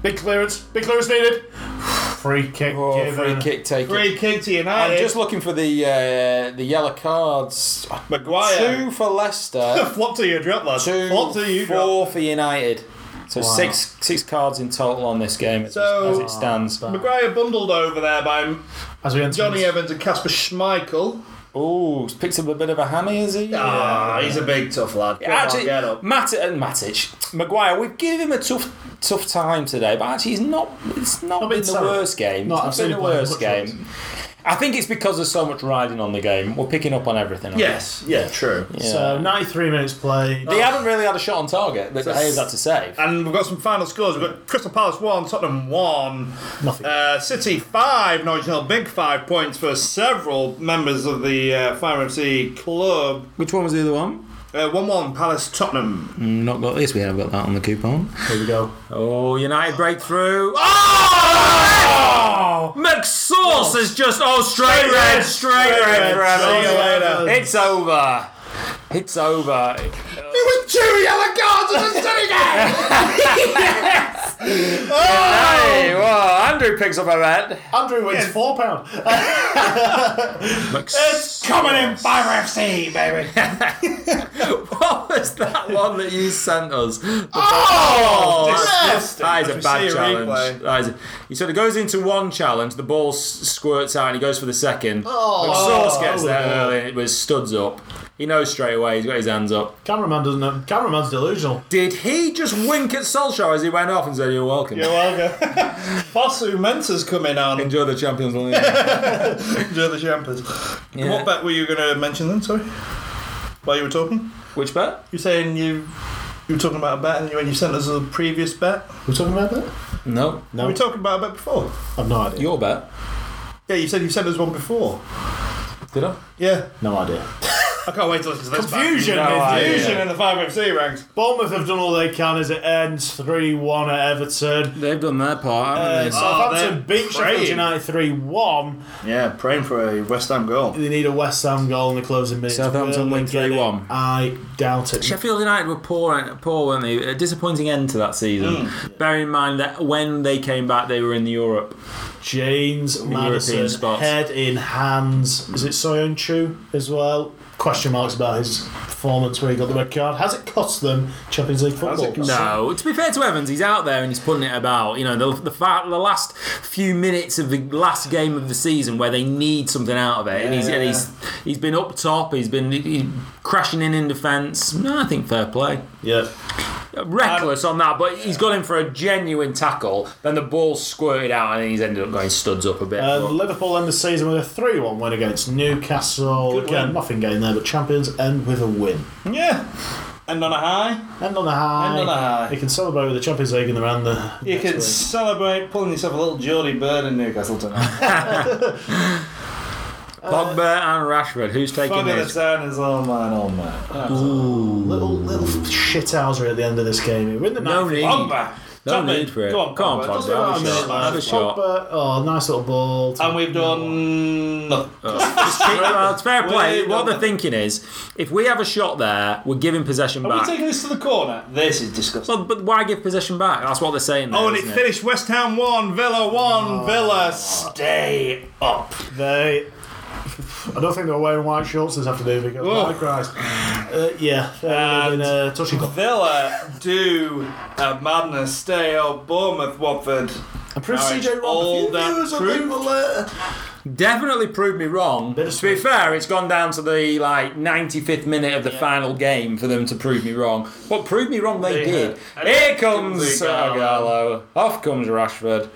Big clearance. Big clearance needed. Free kick. oh, free given. kick taken. Free kick to I'm United. just looking for the uh, the yellow cards. Maguire. Two for Leicester, Flop to your drop, lad. two, Flop to you drop. four for United. So six six cards in total on this game as, So- as it stands. Maguire bundled over there by As we enter Johnny into- Evans and Casper Schmeichel. Oh, picked up a bit of a hammy, is he? Ah, he's a big tough lad. Come on, actually, get up. Matic uh, and Matic, Maguire, we've given him a tough, tough time today. But actually, he's not. It's not, Not been been the terrible. worst game. No, It's I've not seen been him the play worst much worse. game. I think it's because there's so much riding on the game. We're picking up on everything. aren't we? Yes, yeah, true. So 93 minutes played. They haven't really had a shot on target that De Gea's had to save. And we've got some final scores. We've got Crystal Palace 1, Tottenham 1, Nothing. uh, City 5, Norwich Hill big 5 points for several members of the uh, Fire MC club. Which one was the other one? Uh, 1 1, Palace Tottenham. Not got this. We have got that on the coupon. Here we go. Oh, United breakthrough. Oh! McSauce is just oh straight red, straight red See you forever. later. It's over. It's over. It was two yellow cards and a sunny game! Hey, well, Andrew picks up a red. Andrew wins four pound. Coming in, Fire FC, baby! What was that one that you sent us? The- Oh, that's- disgusting. that is a Let me bad see a challenge. replay. That is a, he sort of goes into one challenge, the ball s- squirts out, and he goes for the second. Oh, McSauce gets there early, and it was studs up. He knows straight away. He's got his hands up. Cameraman doesn't know. Cameraman's delusional. Did he just wink at Solskjaer as he went off and said, You're welcome? You're welcome. Fosu Menta's coming on. Enjoy the Champions League. Enjoy the champers. Yeah. What bet were you going to mention then, sorry? While you were talking? Which bet? You're saying you you were talking about a bet and you, when you sent us a previous bet? We're talking about that? No. No. We were talking about a bet before. I've no idea. Your bet? Yeah, you said you sent us one before. Did I? Yeah. No idea. I can't wait to listen to this. Confusion, back. is it? Confusion in the 5FC ranks. Bournemouth have done all they can as it ends 3 1 at Everton. They've done their part, haven't Uh, they? Southampton they're beat Sheffield praying. United 3 1. Yeah, praying for a West Ham goal. They need a West Ham goal in the closing minutes. Southampton Will win they get it? 3-1. I doubt it. Sheffield United were poor, poor, weren't they? A disappointing end to that season. Bear in mind that when they came back, they were in the Europe. James Madison, spots. head in hands. Is it Soyun Chu as well? Question marks about his performance where he got the red card. Has it cost them Champions League football? No, to be fair to Evans, he's out there and he's putting it about. You know, the the, fa- the last few minutes of the last game of the season where they need something out of it, and he's and he's he's been up top, he's been he, crashing in in defence. No, I think fair play, Yeah. reckless on that, but he's got him for a genuine tackle. Then the ball squirted out, and he's ended up going studs up a bit. Uh, but- Liverpool end the season with a 3 1 win against Newcastle. Again, nothing gained there, but champions end with a win. Yeah. And on a high, End on a high. End on a high. They can celebrate with the Champions League in the round. The you can next celebrate pulling yourself a little Geordie Bird in Newcastle tonight. Pogba and Rashford, who's taking Bobby the this? town is all mine, all mine. week. little little shithouser at the end of this game. We're in the No ninth. need, Pogba. no Tap need it. for it. Go on, Come on, Pogba. Just Pogba, have a Oh, do it. shot, have a shot. Pogba- oh, nice little ball. And we've done nothing. well, it's fair play. Wait, what no. they're thinking is, if we have a shot there, we're giving possession Are we back. taking this to the corner? This is disgusting. Well, but why give possession back? That's what they're saying. There, Oh, and it Oh. isn't finished West Ham 1, Villa 1, Villa stay up. They. I don't think they were wearing white shorts this afternoon because Oh. my Christ. Uh, yeah, they've been uh, touching up. Villa do a madness stay up. Bournemouth, Watford. And proof Alright, CJ all Roth, that proof. Definitely proved me wrong. Bit of to be spin. fair, it's gone down to the like 95th minute of the final game for them to prove me wrong. But prove me wrong they, They did. have. Here And comes comes Ighalo. Sagallo. Off comes Rashford.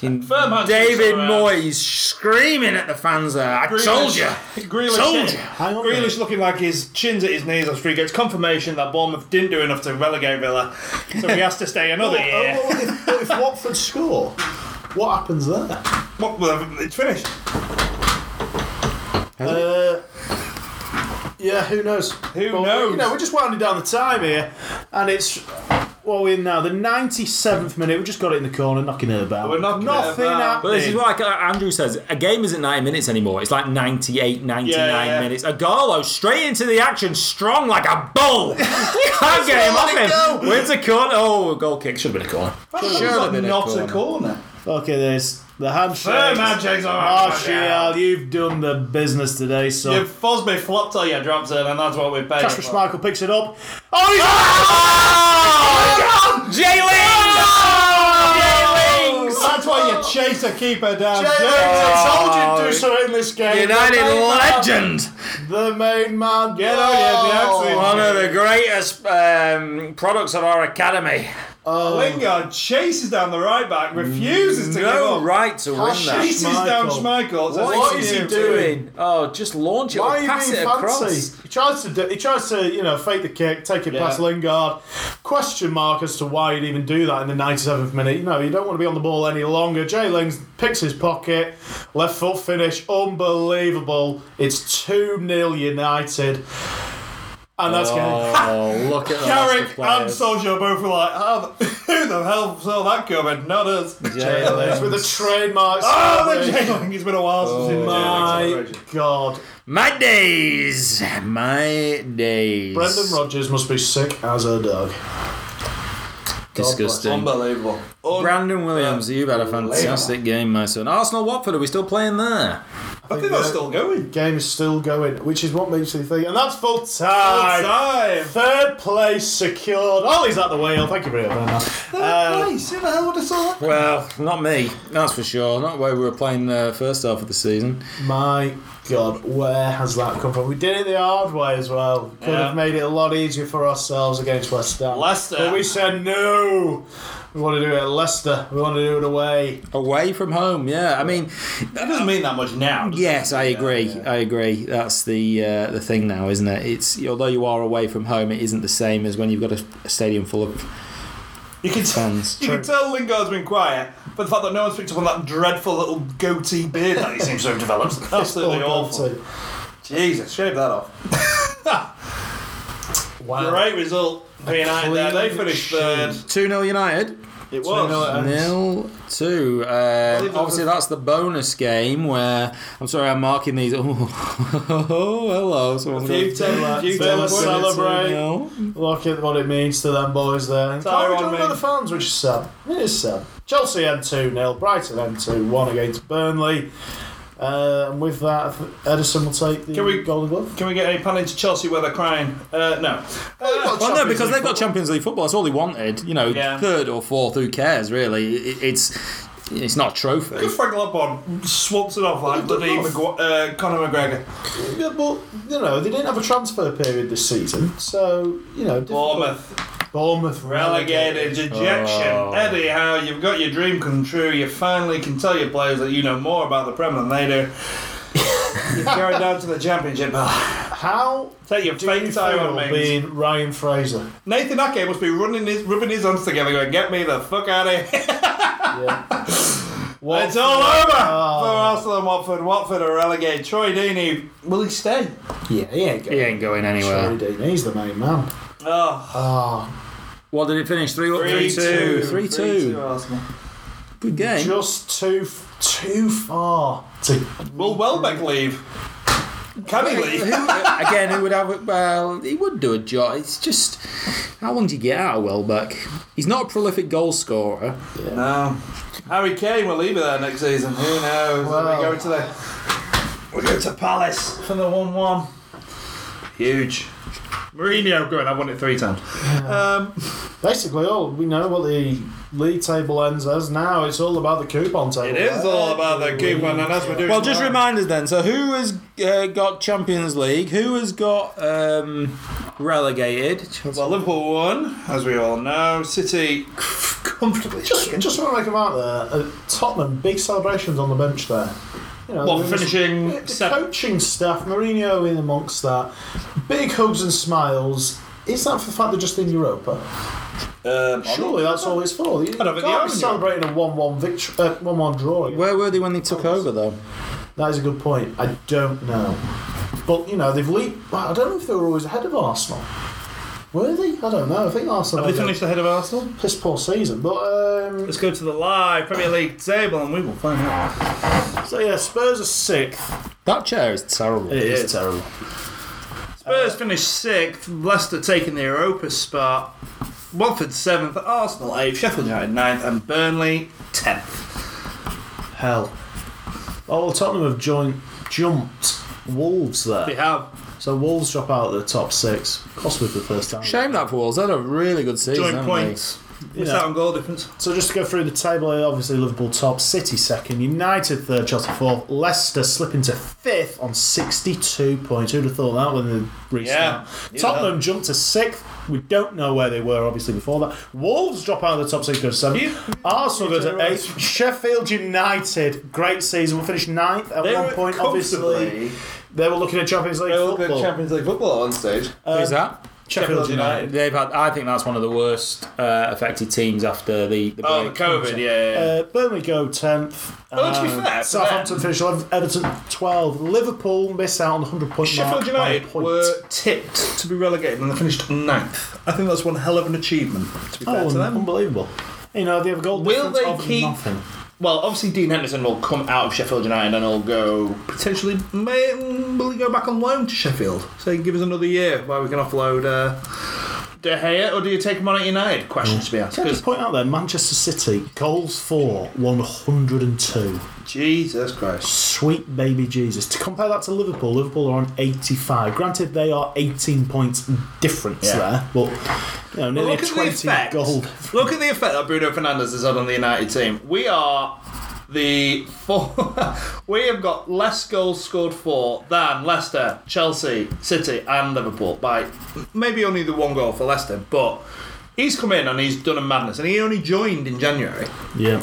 Fucking Firm hand David around. Moyes screaming at the fans there. I told you. Grealish, Told you. Hang on a minute. Grealish looking like his chin's at his knees after he gets confirmation that Bournemouth didn't do enough to relegate Villa, so he has to stay another Oh, year. well, if, but if Watford score, what happens there? What, well, it's finished. Uh, yeah, who knows? Who knows? You know, we're just winding down the time here, and it's well we're in now the 97th minute. We just got it in the corner, knocking it about. We're knocking it nothing about. But this is what happening. like, uh, Andrew says. A game isn't 90 minutes anymore. It's like 98, 99 Yeah. minutes. Agallo straight into the action, strong like a bull. Can't get him off him. Wins a corner. Oh, goal kick. Should have been a corner. Sure, been a not corner. a corner. Okay, there's the Firm handshake. handshakes all right. Martial, Oh, you've done the business today, so. If Fosby flopped all your drops in, and that's what we paid. Kasper for. Schmeichel picks it up. Oh, he's Oh! Jalen! Jalen! That's why you chase a keeper down. I told you to do something in this game. United the main legend, Man, the main man. Get on your Oh. Jackson. one of the greatest um, products of our academy. Lingard chases down the right back, refuses to No give up. right to win that. chases down Schmeichel. says, What is he doing? Oh, just launch it. Why Or are you pass it being across. fancy? He tries to do, he tries to you know fake the kick, take it past Lingard. Question mark as to why he'd even do that in the 97th minute. You know you don't want to be on the ball any longer. Jay Lings picks his pocket, left foot finish, unbelievable. It's two 0 United, and that's going. Oh, look at that. Carrick and Solskjaer both were like, "How the- who the hell saw that coming? Not us. It's with the trademark. Oh, the jingling. It's been a while since we've seen the My jingling. God, My days. My days. Brendan Rodgers must be sick as a dog. Disgusting. Unbelievable. Un- Brandon Williams, you've had a fantastic game, my son. Arsenal Watford, are we still playing there? I think that's still going. Game is still going, which is what makes me think, and that's full Full time. time. Third place secured. Ollie's at the wheel. Thank you very much. Nice. Who the hell would have saw that? Well, not me, that's for sure. Not where we were playing the first half of the season. My God, where has that come from? We did it the hard way as well. Could have made it a lot easier for ourselves against West Ham. Leicester. But we said no. We want to do it at Leicester. We want to do it away. Away from home, yeah. I mean, That doesn't mean that much now. does it? yes, I agree. I agree. That's the uh, the thing now, isn't it? It's although you are away from home, it isn't the same as when you've got a, a stadium full of You can fans. You can tell Lingard's been quiet, but the fact that no one's picked up on that dreadful little goatee beard that he seems to have developed. Absolutely awful. Penalty. Jesus, shave that off. Wow. Great result for United there. They finished third. Two 0 United. It uh, was. Nil two. Uh, obviously, that's the bonus game where I'm sorry, I'm marking these. Oh, hello. Someone's Few got- ten, few ten Villa points. celebrate. No. Look at what it means to them boys there. Can't we talk Mings. about the fans, which is sad. It is sad. Chelsea end 2 0, Brighton end 2 1 against Burnley. Uh, and with that, Edison will take the Can we- Golden Glove. Can we get any pun into Chelsea where they're crying? Uh, no. Uh, Well, no, because they've got Champions League football. That's all they wanted. You know, Yeah. third or fourth. Who cares, really? It, it's it's not a trophy. Good Frank Lampard swamps it off like bloody Magu- uh, Conor McGregor. Yeah, but you know they didn't have a transfer period this season, so you know difficult. Bournemouth Bournemouth Oh, relegated, dejection. Eddie Howe, you've got your dream come true. You finally can tell your players that you know more about the Premier than they do. You've carried down to the Championship. Oh, How Take your do you fake time on me. feel being Ryan Fraser? Nathan Ake must be running his, rubbing his arms together, going, "Get me the fuck out of here!" What it's all over Oh. for Arsenal and Watford. Watford are relegated. Troy Deeney, will he stay? Yeah, he ain't He going. ain't going anywhere. Sorry, Dean, he's the main man. Oh, Ah, What did it finish? Three up, three, two, Three, three, two. two, Arsenal. Good game. just too f- too far to. Will Welbeck leave? Can he leave? Who- again, who would have it? Well, he would do a job. It's just how long do you get out of Welbeck? He's not a prolific goal scorer. No. Harry Kane will leave it there next season. Who knows? Well. we go to the we go to Palace for the one-one. Huge. Mourinho going. I won it three times. Um, Basically, all we know what the league table ends as now. It's all about the coupon table. it is all about the coupon, and that's what we're doing. Well, just tomorrow. remind us then. So, who has uh, got Champions League? Who has got um, relegated? Well, Liverpool won, as we all know. City comfortably. Just, just want to make them out there. Uh, Tottenham, big celebrations on the bench there. You know, What, there was- finishing the seventh? coaching staff, Mourinho in amongst that, big hugs and smiles. Is that for the fact they're just in Europa? Um, Surely that's all it's for. You I don't think they are can't in be celebrating a one-one victory, uh, one-one draw. Where were they when they took over, though? That is a good point. I don't know, but you know they've leaped. I don't know if they were always ahead of Arsenal. Were they? I don't know. I think Arsenal Have they had a finished ahead of Arsenal? piss poor season, but um, Let's go to the live Premier League table, and we will find out. so yeah, Spurs are sixth. That chair is terrible. It is terrible. Spurs finished sixth. Leicester taking the Europa spot. Watford seventh. Arsenal eighth. Sheffield United ninth, and Burnley tenth. Hell. Oh, Tottenham have joined, jumped Wolves They there. have So Wolves drop out of the top six. Possibly for the first time. Shame that for Wolves. They had a really good season. joint haven't they? points. What's that on goal difference? So just to go through the table, here, obviously Liverpool top, City second, United third, Chelsea fourth, Leicester slipping to fifth on 62 points. Who'd have thought that when they restart? Yeah. Tottenham jumped to sixth, We don't know where they were, obviously, before that. Wolves drop out of the top six, go to seven. Arsenal goes to eight. Sheffield United, great season. We finished ninth at They one were point, obviously. comfortably- They were looking at Champions League They look at football. Champions League football on stage. Who's that? Sheffield United. Um, They've had. I think that's one of the worst uh, affected teams after the. the Oh, the break. COVID, yeah. yeah. Uh, Burnley go 10th. Well, to be Um, fair, for Southampton finish 11th. Everton 12th. Liverpool miss out on the 100 point mark. Sheffield by a United point. were tipped to be relegated and they finished ninth. I think that's one hell of an achievement, to be fair Oh, to them. unbelievable. You know, they have a goal Will difference they of keep- nothing. Well, obviously Dean Henderson will come out of Sheffield United and he'll go potentially may will he go back on loan to Sheffield? So he can give us another year where we can offload uh, De Gea, or do you take him on at United? Questions to be asked. Can I just 'cause- point out there, Manchester City, goals for 102. Jesus Christ. Sweet baby Jesus. To compare that to Liverpool, Liverpool are on 85. Granted, they are 18 points difference there, but you know, nearly Look a at the 20 effect. goal. Look at the effect that Bruno Fernandes has had on the United team. We are the four. we have got less goals scored for than Leicester, Chelsea, City, and Liverpool by maybe only the one goal for Leicester, but. He's come in and he's done a madness, and he only joined in January. Yeah.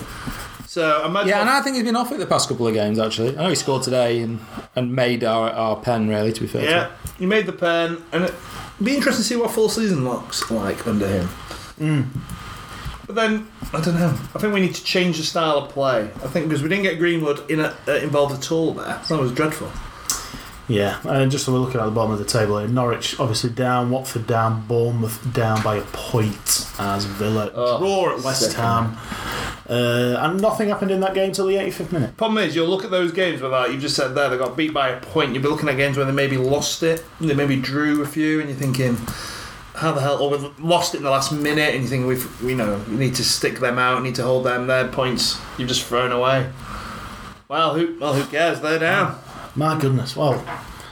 So imagine Yeah, and I think he's been off it the past couple of games. Actually, I know he scored today and, and made our, our pen really. To be fair, to him. Yeah, you made the pen, and it'd be interesting to see what full season looks like under him. Hmm. But then I don't know. I think we need to change the style of play. I think because we didn't get Greenwood in uh, involved at all there. That was dreadful. Yeah, and just so we're looking at the bottom of the table here, Norwich obviously down, Watford down, Bournemouth down by a point as Villa Oh, draw at West second. Ham, uh, and nothing happened in that game till the 85th minute. Problem is, you'll look at those games where that you've just said there they got beat by a point. You'll be looking at games where they maybe lost it, they maybe drew a few, and you're thinking, how the hell? Or we lost it in the last minute, and you think we've, you know, you need to stick them out, need to hold them. Their points you've just thrown away. Well, who? Well, who cares? They're down. My goodness, well,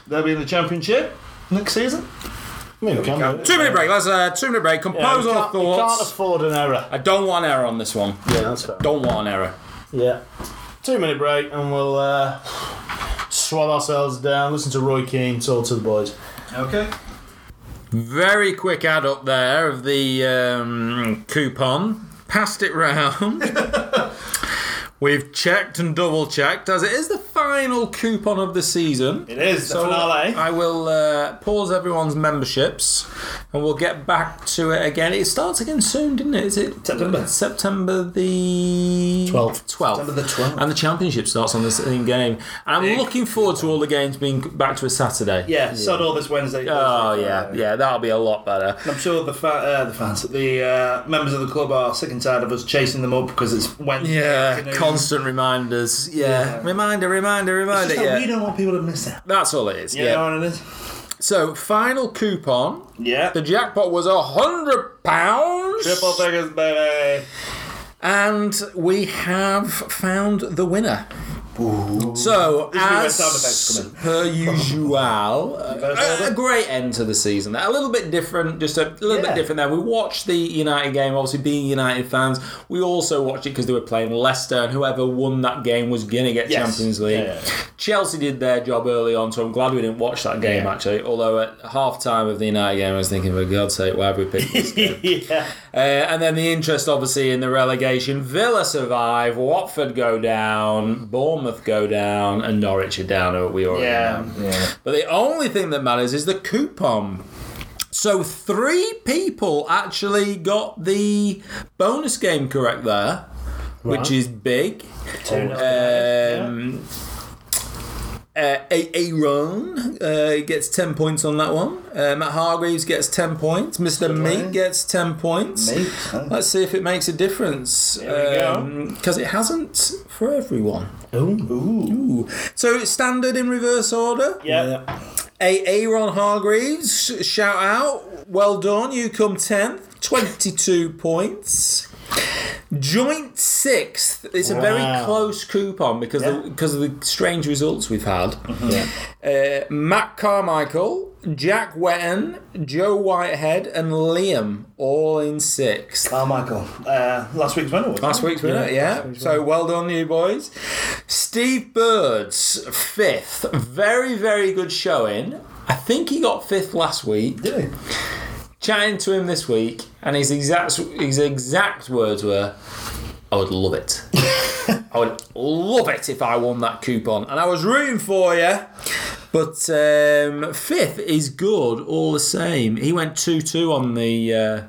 They'll be in the championship next season. I mean, we can, yeah, Two minute break. Let's uh, two minute break. Compose we our can't, we can't thoughts. afford an error. I don't want error on this one. Yeah, that's fair. Don't want an error. Yeah. Two minute break, and we'll uh, swab ourselves down, listen to Roy Keane talk to the boys. Okay. Very quick add up there of the um, coupon. Passed it round. We've checked and double checked as it is the final coupon of the season. It is the So finale. I will uh, pause everyone's memberships and we'll get back to it again. It starts again soon, didn't it? Is it September. September the 12th. 12th. September the 12th. And the championship starts on the same game. And I'm looking forward to all the games being back to a Saturday. Yeah, sod all this Wednesday. Oh Thursday, yeah, Friday. yeah, that'll be a lot better. I'm sure the fa- uh, the fans, the uh, members of the club are sick and tired of us chasing them up because it's Wednesday. Yeah, afternoon. constant reminders. Yeah. reminder, reminder, It's reminder. just that We Yeah, don't want people to miss it. that's all it is. Yeah. You know what it is? So final coupon. Yeah. The jackpot was a hundred pounds, Triple figures, baby. and we have found the winner. So, where as sound effects come per usual, a, a great end to the season. A little bit different, just a little bit different there. We watched the United game, obviously being United fans. We also watched it because they were playing Leicester, and whoever won that game was going to get Champions League. Chelsea did their job early on, so I'm glad we didn't watch that game, actually. Although at half time of the United game, I was thinking, for God's sake, why have we picked this game? Uh, and then the interest, obviously, in the relegation. Villa survive, Watford go down, Bournemouth go down, and Norwich are down. or We already know. Yeah. yeah. But the only thing that matters is the coupon. So three people actually got the bonus game correct there, which is big. Um, uh, A- Aaron uh, gets 10 points on that one. Uh, Matt Hargreaves gets 10 points. Mr. Meek gets 10 points. Meek, huh? Let's see if it makes a difference. Because it hasn't for everyone. Ooh. So it's standard in reverse order. Yeah. A Aaron Hargreaves, sh- shout out. Well done. You come 10th, 22 points. Joint sixth. It's a very Wow. close coupon because the, because of the strange results we've had. Mm-hmm. Uh, Matt Carmichael, Jack Wetton, Joe Whitehead, and Liam all in sixth. Carmichael. Oh, Uh, last week's winner was. Last week's winner, yeah. So well done, you boys. Steve Bird's fifth. Very, very good showing. I think he got fifth last week. Did he? chatting to him this week, and his exact his exact words were, "I would love it. I would love it if I won that coupon." And I was rooting for you, but um, fifth is good all the same. He went two two on the uh,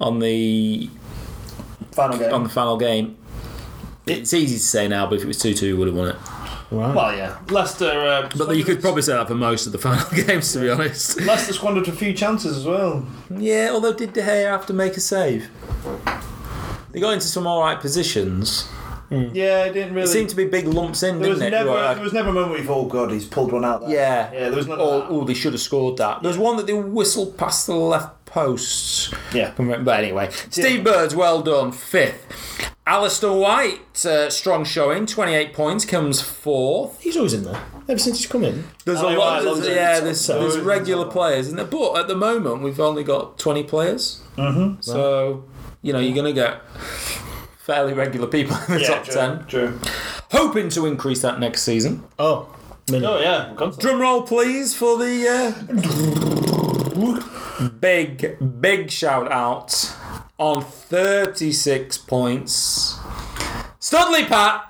on the Final game. on the final game. It's easy to say now, but if it was two two, would have won it. well, yeah. Leicester. Uh, But you could probably say that for most of the final games, to be honest. Leicester squandered a few chances as well. Yeah, although did De Gea have to make a save? They got into some all right positions. Yeah, it didn't really. It seemed to be big lumps in, there didn't was it? never. Right. There was never a moment where you thought, "Oh God, he's pulled one out." There. yeah, Yeah. There was none. Oh, of oh, they should have scored that. There's one that they whistled past the left post. that. Yeah. But anyway, Steve Bird's well done, fifth. Alistair White, uh, strong showing, 28 points, comes fourth. He's always in there. Ever since he's come in. There's Allie a lot, there's- White, Alonso, Oh, yeah, there's, Alonso. there's regular players, isn't there? But at the moment, we've only got 20 players. Mm-hmm. So, you know, you're going to get fairly regular people in the Yeah, top true, 10. True. Hoping to increase that next season. Oh. Oh yeah. Constantly. Drum roll, please, for the uh, big, big shout out on 36 points. Studley Pat!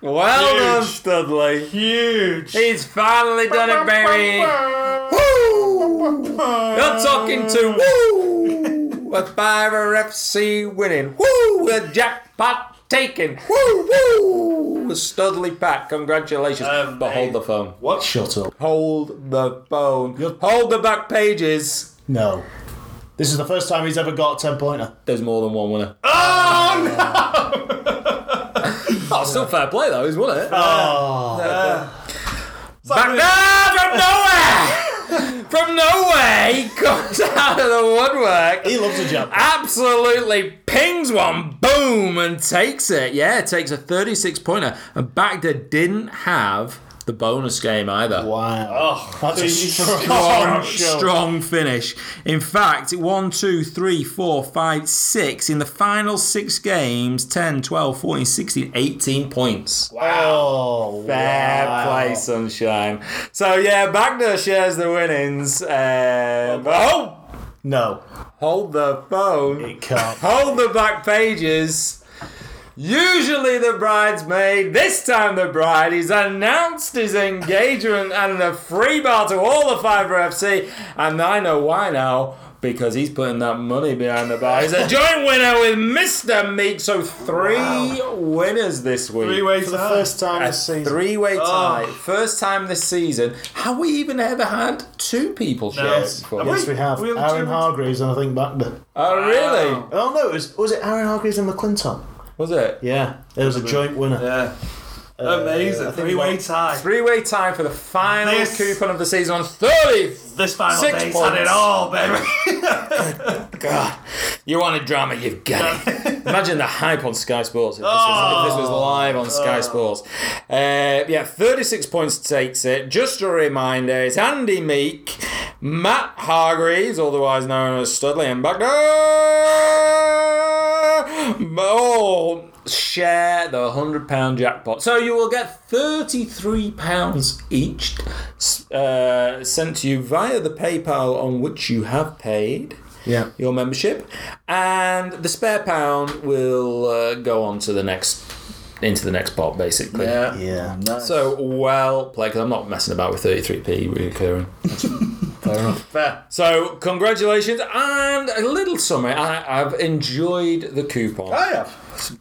Well done, Studley. Huge. He's finally done it, baby. Woo! You're talking to woo. A fiver FC winning. Woo! A jackpot taking. Woo! Woo! A studly pack. Congratulations. but hold the phone. What? Shut up. Hold the phone. Hold the back pages. No. This is the first time he's ever got a 10 pointer. There's more than one winner. Oh no! oh, still fair play though, is not it? Oh. Back there from nowhere! from nowhere, he comes out of the woodwork. He loves a jab. Absolutely pings one, boom, and takes it. Yeah, takes a 36 pointer. And Bagda didn't have the bonus game either. Wow. Oh, That's a Strong, strong, strong. strong finish. In fact, one, two, three, four, five, six. In the final six games 10, 12, 14, 16, 18 points. Oh, Fair wow. play, sunshine. So yeah, Bagner shares the winnings. Um, but hold, Oh! No, hold the phone. it can't. Hold the back pages. Usually the bridesmaid, this time the bride, he's announced his engagement and a free bar to all the Fiver FC. And I know why now, because he's putting that money behind the bar. He's a joint winner with Mr. Meek. So three winners this week. Three ways For to the hide. first time A this season. three-way tie. First time this season. Have we even ever had two people share Yes. it before? Yes, we have. We have Aaron two- Hargreaves and I think back then. Oh, really? Oh no, it was was it Aaron Hargreaves and McClintock? Was it? Yeah, it was a joint winner. Yeah. Uh, Amazing. Three way tie. Three-way tie for the final This- coupon of the season on 30. This final Six day's points. had it all, baby. God, you want a drama, you've got it. Imagine the hype on Sky Sports if this was, if this was live on Sky Sports. Uh, yeah, 36 points takes it. Just a reminder, it's Andy Meek, Matt Hargreaves, otherwise known as Studley, and Buckner. Oh, share the £100 jackpot. So you will get £33 each uh, sent to you via the PayPal on which you have paid Yeah. your membership, and the spare pound will uh, go on to the next into the next pot basically. Yeah. So well played. 'cause I'm not messing about with 33p recurring. Fair. So congratulations and a little summary. I, I've enjoyed the coupon. I have.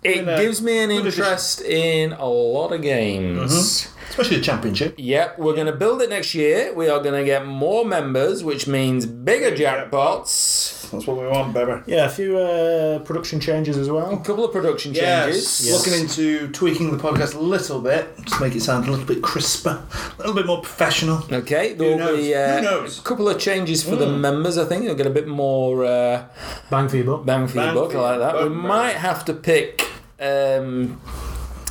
it gives me an addition. interest in a lot of games. Especially the championship. Yep, we're going to build it next year. We are going to get more members, which means bigger jackpots. That's what we want, baby. Yeah, a few uh, production changes as well. A couple of production Yes. changes. Looking into tweaking the podcast a little bit, just make it sound a little bit crisper, a little bit more professional. Okay, there will be knows? Who uh, a knows? Hmm. couple of changes for the members. I think they'll get a bit more uh, Bang for your buck. bang for your Bang buck for like your that. We buck, man. might have to pick um,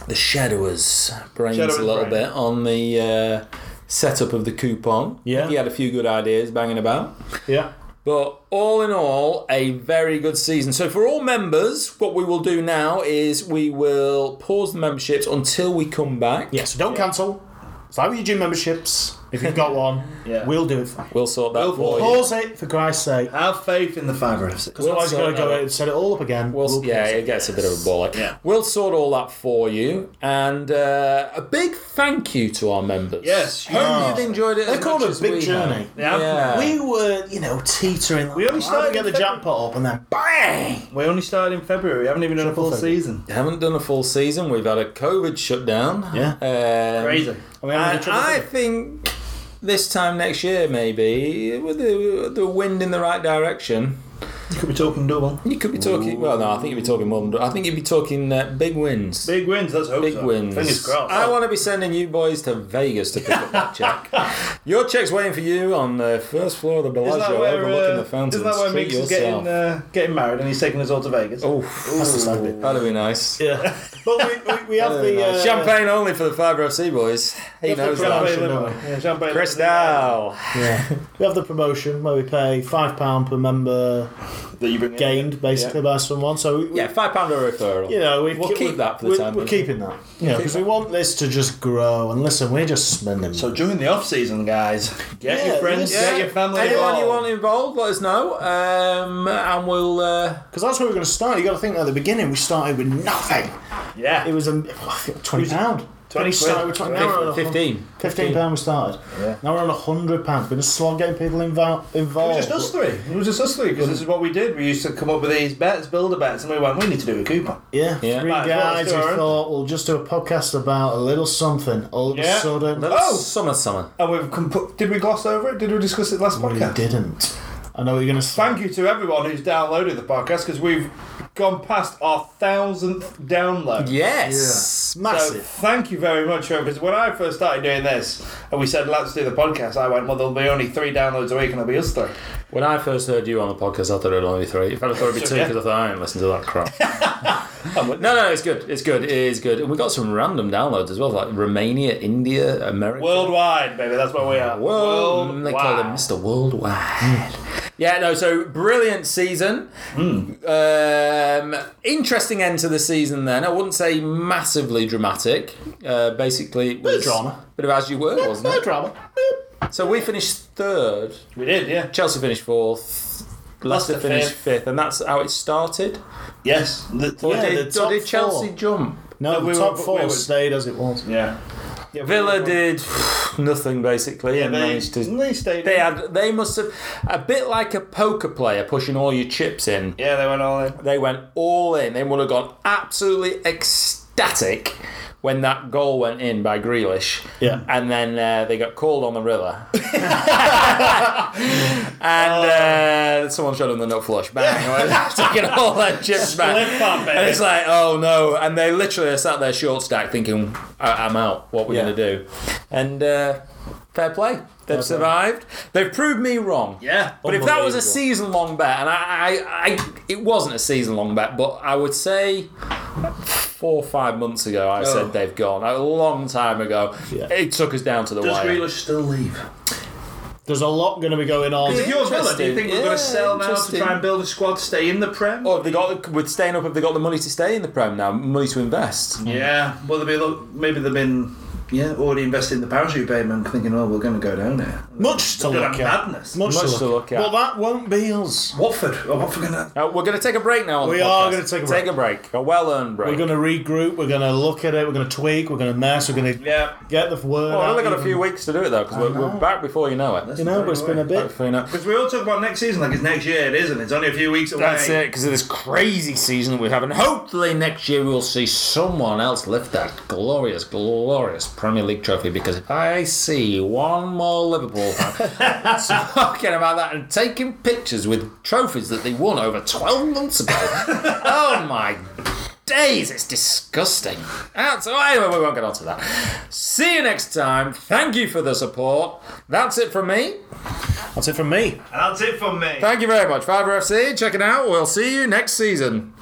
the Shadowers' brains Shadowers' a little brain. bit on the uh, setup of the coupon. Yeah. he had a few good ideas banging about. Yeah. But all in all, a very good season. So for all members, what we will do now is we will pause the memberships until we come back. Yeah. So don't cancel. It's like with your gym memberships. If you've got one, Yeah. we'll do it for you. We'll sort that for you. Pause it, for Christ's sake. Have faith in the fibre of six. Because otherwise you've got sort to go that out. out and set it all up again. We'll, We'll yeah, pause it gets a bit of a bollock. Yeah. We'll sort all that for you, and uh, a big thank you to our members. Yes, you hope are. you've enjoyed it. They as called much it as Big we Journey. have. Yeah. Yeah. We were, you know, teetering. We only started get the in February. jackpot up and then bang. We only started in February. We haven't even done a full February. season. haven't done a full season. We've had a COVID shutdown. Yeah. Um, Crazy. I mean, And I think this time next year, maybe with the, the wind in the right direction, You could be talking double. you could be talking. Well, no, I think you'd be talking more. Than, I think you'd be talking uh, big wins. Big wins. Let's hope Big so. wins. Fingers crossed. I want to be sending you boys to Vegas to pick up that check. Your check's waiting for you on the first floor of the Isn't that Bellagio, where, overlooking uh, the fountains. isn't that where Treat Mick's is yourself. getting, uh, getting married and he's taking us all to Vegas? oh, that'd be nice. yeah. But we, we, we have That'd be the nice. uh, Champagne only for the Fibre FC boys. He knows Champagne that. limo. Yeah, champagne Chris limo. Dow. We have the promotion where we pay five pound per member That you bring in. gained basically by someone. So we, Yeah, five pound a referral. you know, we We'll keep that for the we're, time We're being. keeping that. You know, because we want this to just grow. And listen, we're just spending. So during the off season, guys, get Yeah, your friends, yeah. get your family Anyone you involved. want involved, let us know, um, and we'll. Uh, Because that's where we're going to start. You got to think at the beginning we started with nothing. Yeah, It was a twenty pound. When we started, with 20, now we're on a hun- 15. 15 pound we started. Now we're on hundred pounds. Been a slog getting people invo- It involved. was just us three. Oh, It was just us three because this is what we did. We used to come up with these bets, builder bets, and we went, we need to do a coupon. Yeah, Yeah. three Right, well, let's guys do who our own. thought we'll just do a podcast about a little something. All of Yeah. a sudden, Oh, summer, summer. And we've comp- did we gloss over it? Did we discuss it last we podcast? didn't. I know what you're going to Thank you to everyone who's downloaded the podcast because we've gone past our thousandth download. Yes. So thank you very much, because when I first started doing this and we said let's do the podcast, I went, well, there'll be only three downloads a week and it'll be us three. When I first heard you on the podcast, I thought it would only be three. In fact, I thought it would be two because I thought I ain't listen to that crap. no, no, it's good. It's good. It is good. And we got some random downloads as well, like Romania, India, America. Worldwide, baby, that's where we are. World, Worldwide. they call him Mr. Worldwide. yeah, no, so brilliant season. Um, interesting end to the season then. I wouldn't say massively dramatic. Uh, basically, it was drama. Bit of as you were, wasn't it? drama. So we finished third. We did, yeah. Chelsea finished fourth. Leicester Leicester finished fifth. fifth, and that's how it started. Yes. The- Or Yeah, the did, or top did Chelsea four. jump? No, we the top were- we four were- stayed as it was. yeah. Villa did nothing basically, Yeah, and they, managed to they stayed. They had. They must have a bit like a poker player pushing all your chips in. yeah, they went all in. They went all in. They would have gone absolutely ecstatic when that goal went in by Grealish. Yeah. And then uh, they got called on the riller. and uh, someone showed them the nut flush. Bang! taking all their chips back. And it's like, oh no. And they literally are sat there short stack thinking, I- I'm out. What we're going to do? And uh, fair play. They've survived. They've proved me wrong. Yeah. But if that was a season long bet, and I, I, I, it wasn't a season long bet, but I would say four or five months ago, I said they've gone. A long time ago. It took us down to the Does wire. Grealish still leave? There's a lot going to be going on. If you're Villa, do you think we're going Yeah, to sell now to interesting. try and build a squad, stay in the Prem? Oh, have they got with staying up. Have they got the money to stay in the Prem now? Money to invest. Yeah. Well, they'll be, a lot- maybe they've been yeah already invested in the parachute payment, thinking, oh, we're going to go down there. Much to Look at look at. madness. Much, Much to look at. Well, that won't be us. Watford. Oh, Watford going to. Uh, we're going to take a break now. On We the podcast. are gonna take a Take a break. A well earned break. We're going to regroup. We're going to look at it. We're going to tweak. We're going to mess. We're going to Yeah. get the word. Well, we've out Oh, only got a even- few weeks to do it though, because we're, we're back before you know it. You know, but it's been a Back bit. before you know. Because we all talk about next season like it's next year, it isn't. It's only a few weeks away. That's it, because of this crazy season we have, and hopefully next year we'll see someone else lift that glorious, glorious Premier League trophy. Because if I see one more Liverpool fan talking about that and taking pictures with trophies that they won over 12 months ago, oh my days, it's disgusting. That's, oh, anyway, we won't get onto that. See you next time. Thank you for the support. That's it from me. That's it from me. That's it for me. Thank you very much, Fiverr FC. Check it out. We'll see you next season.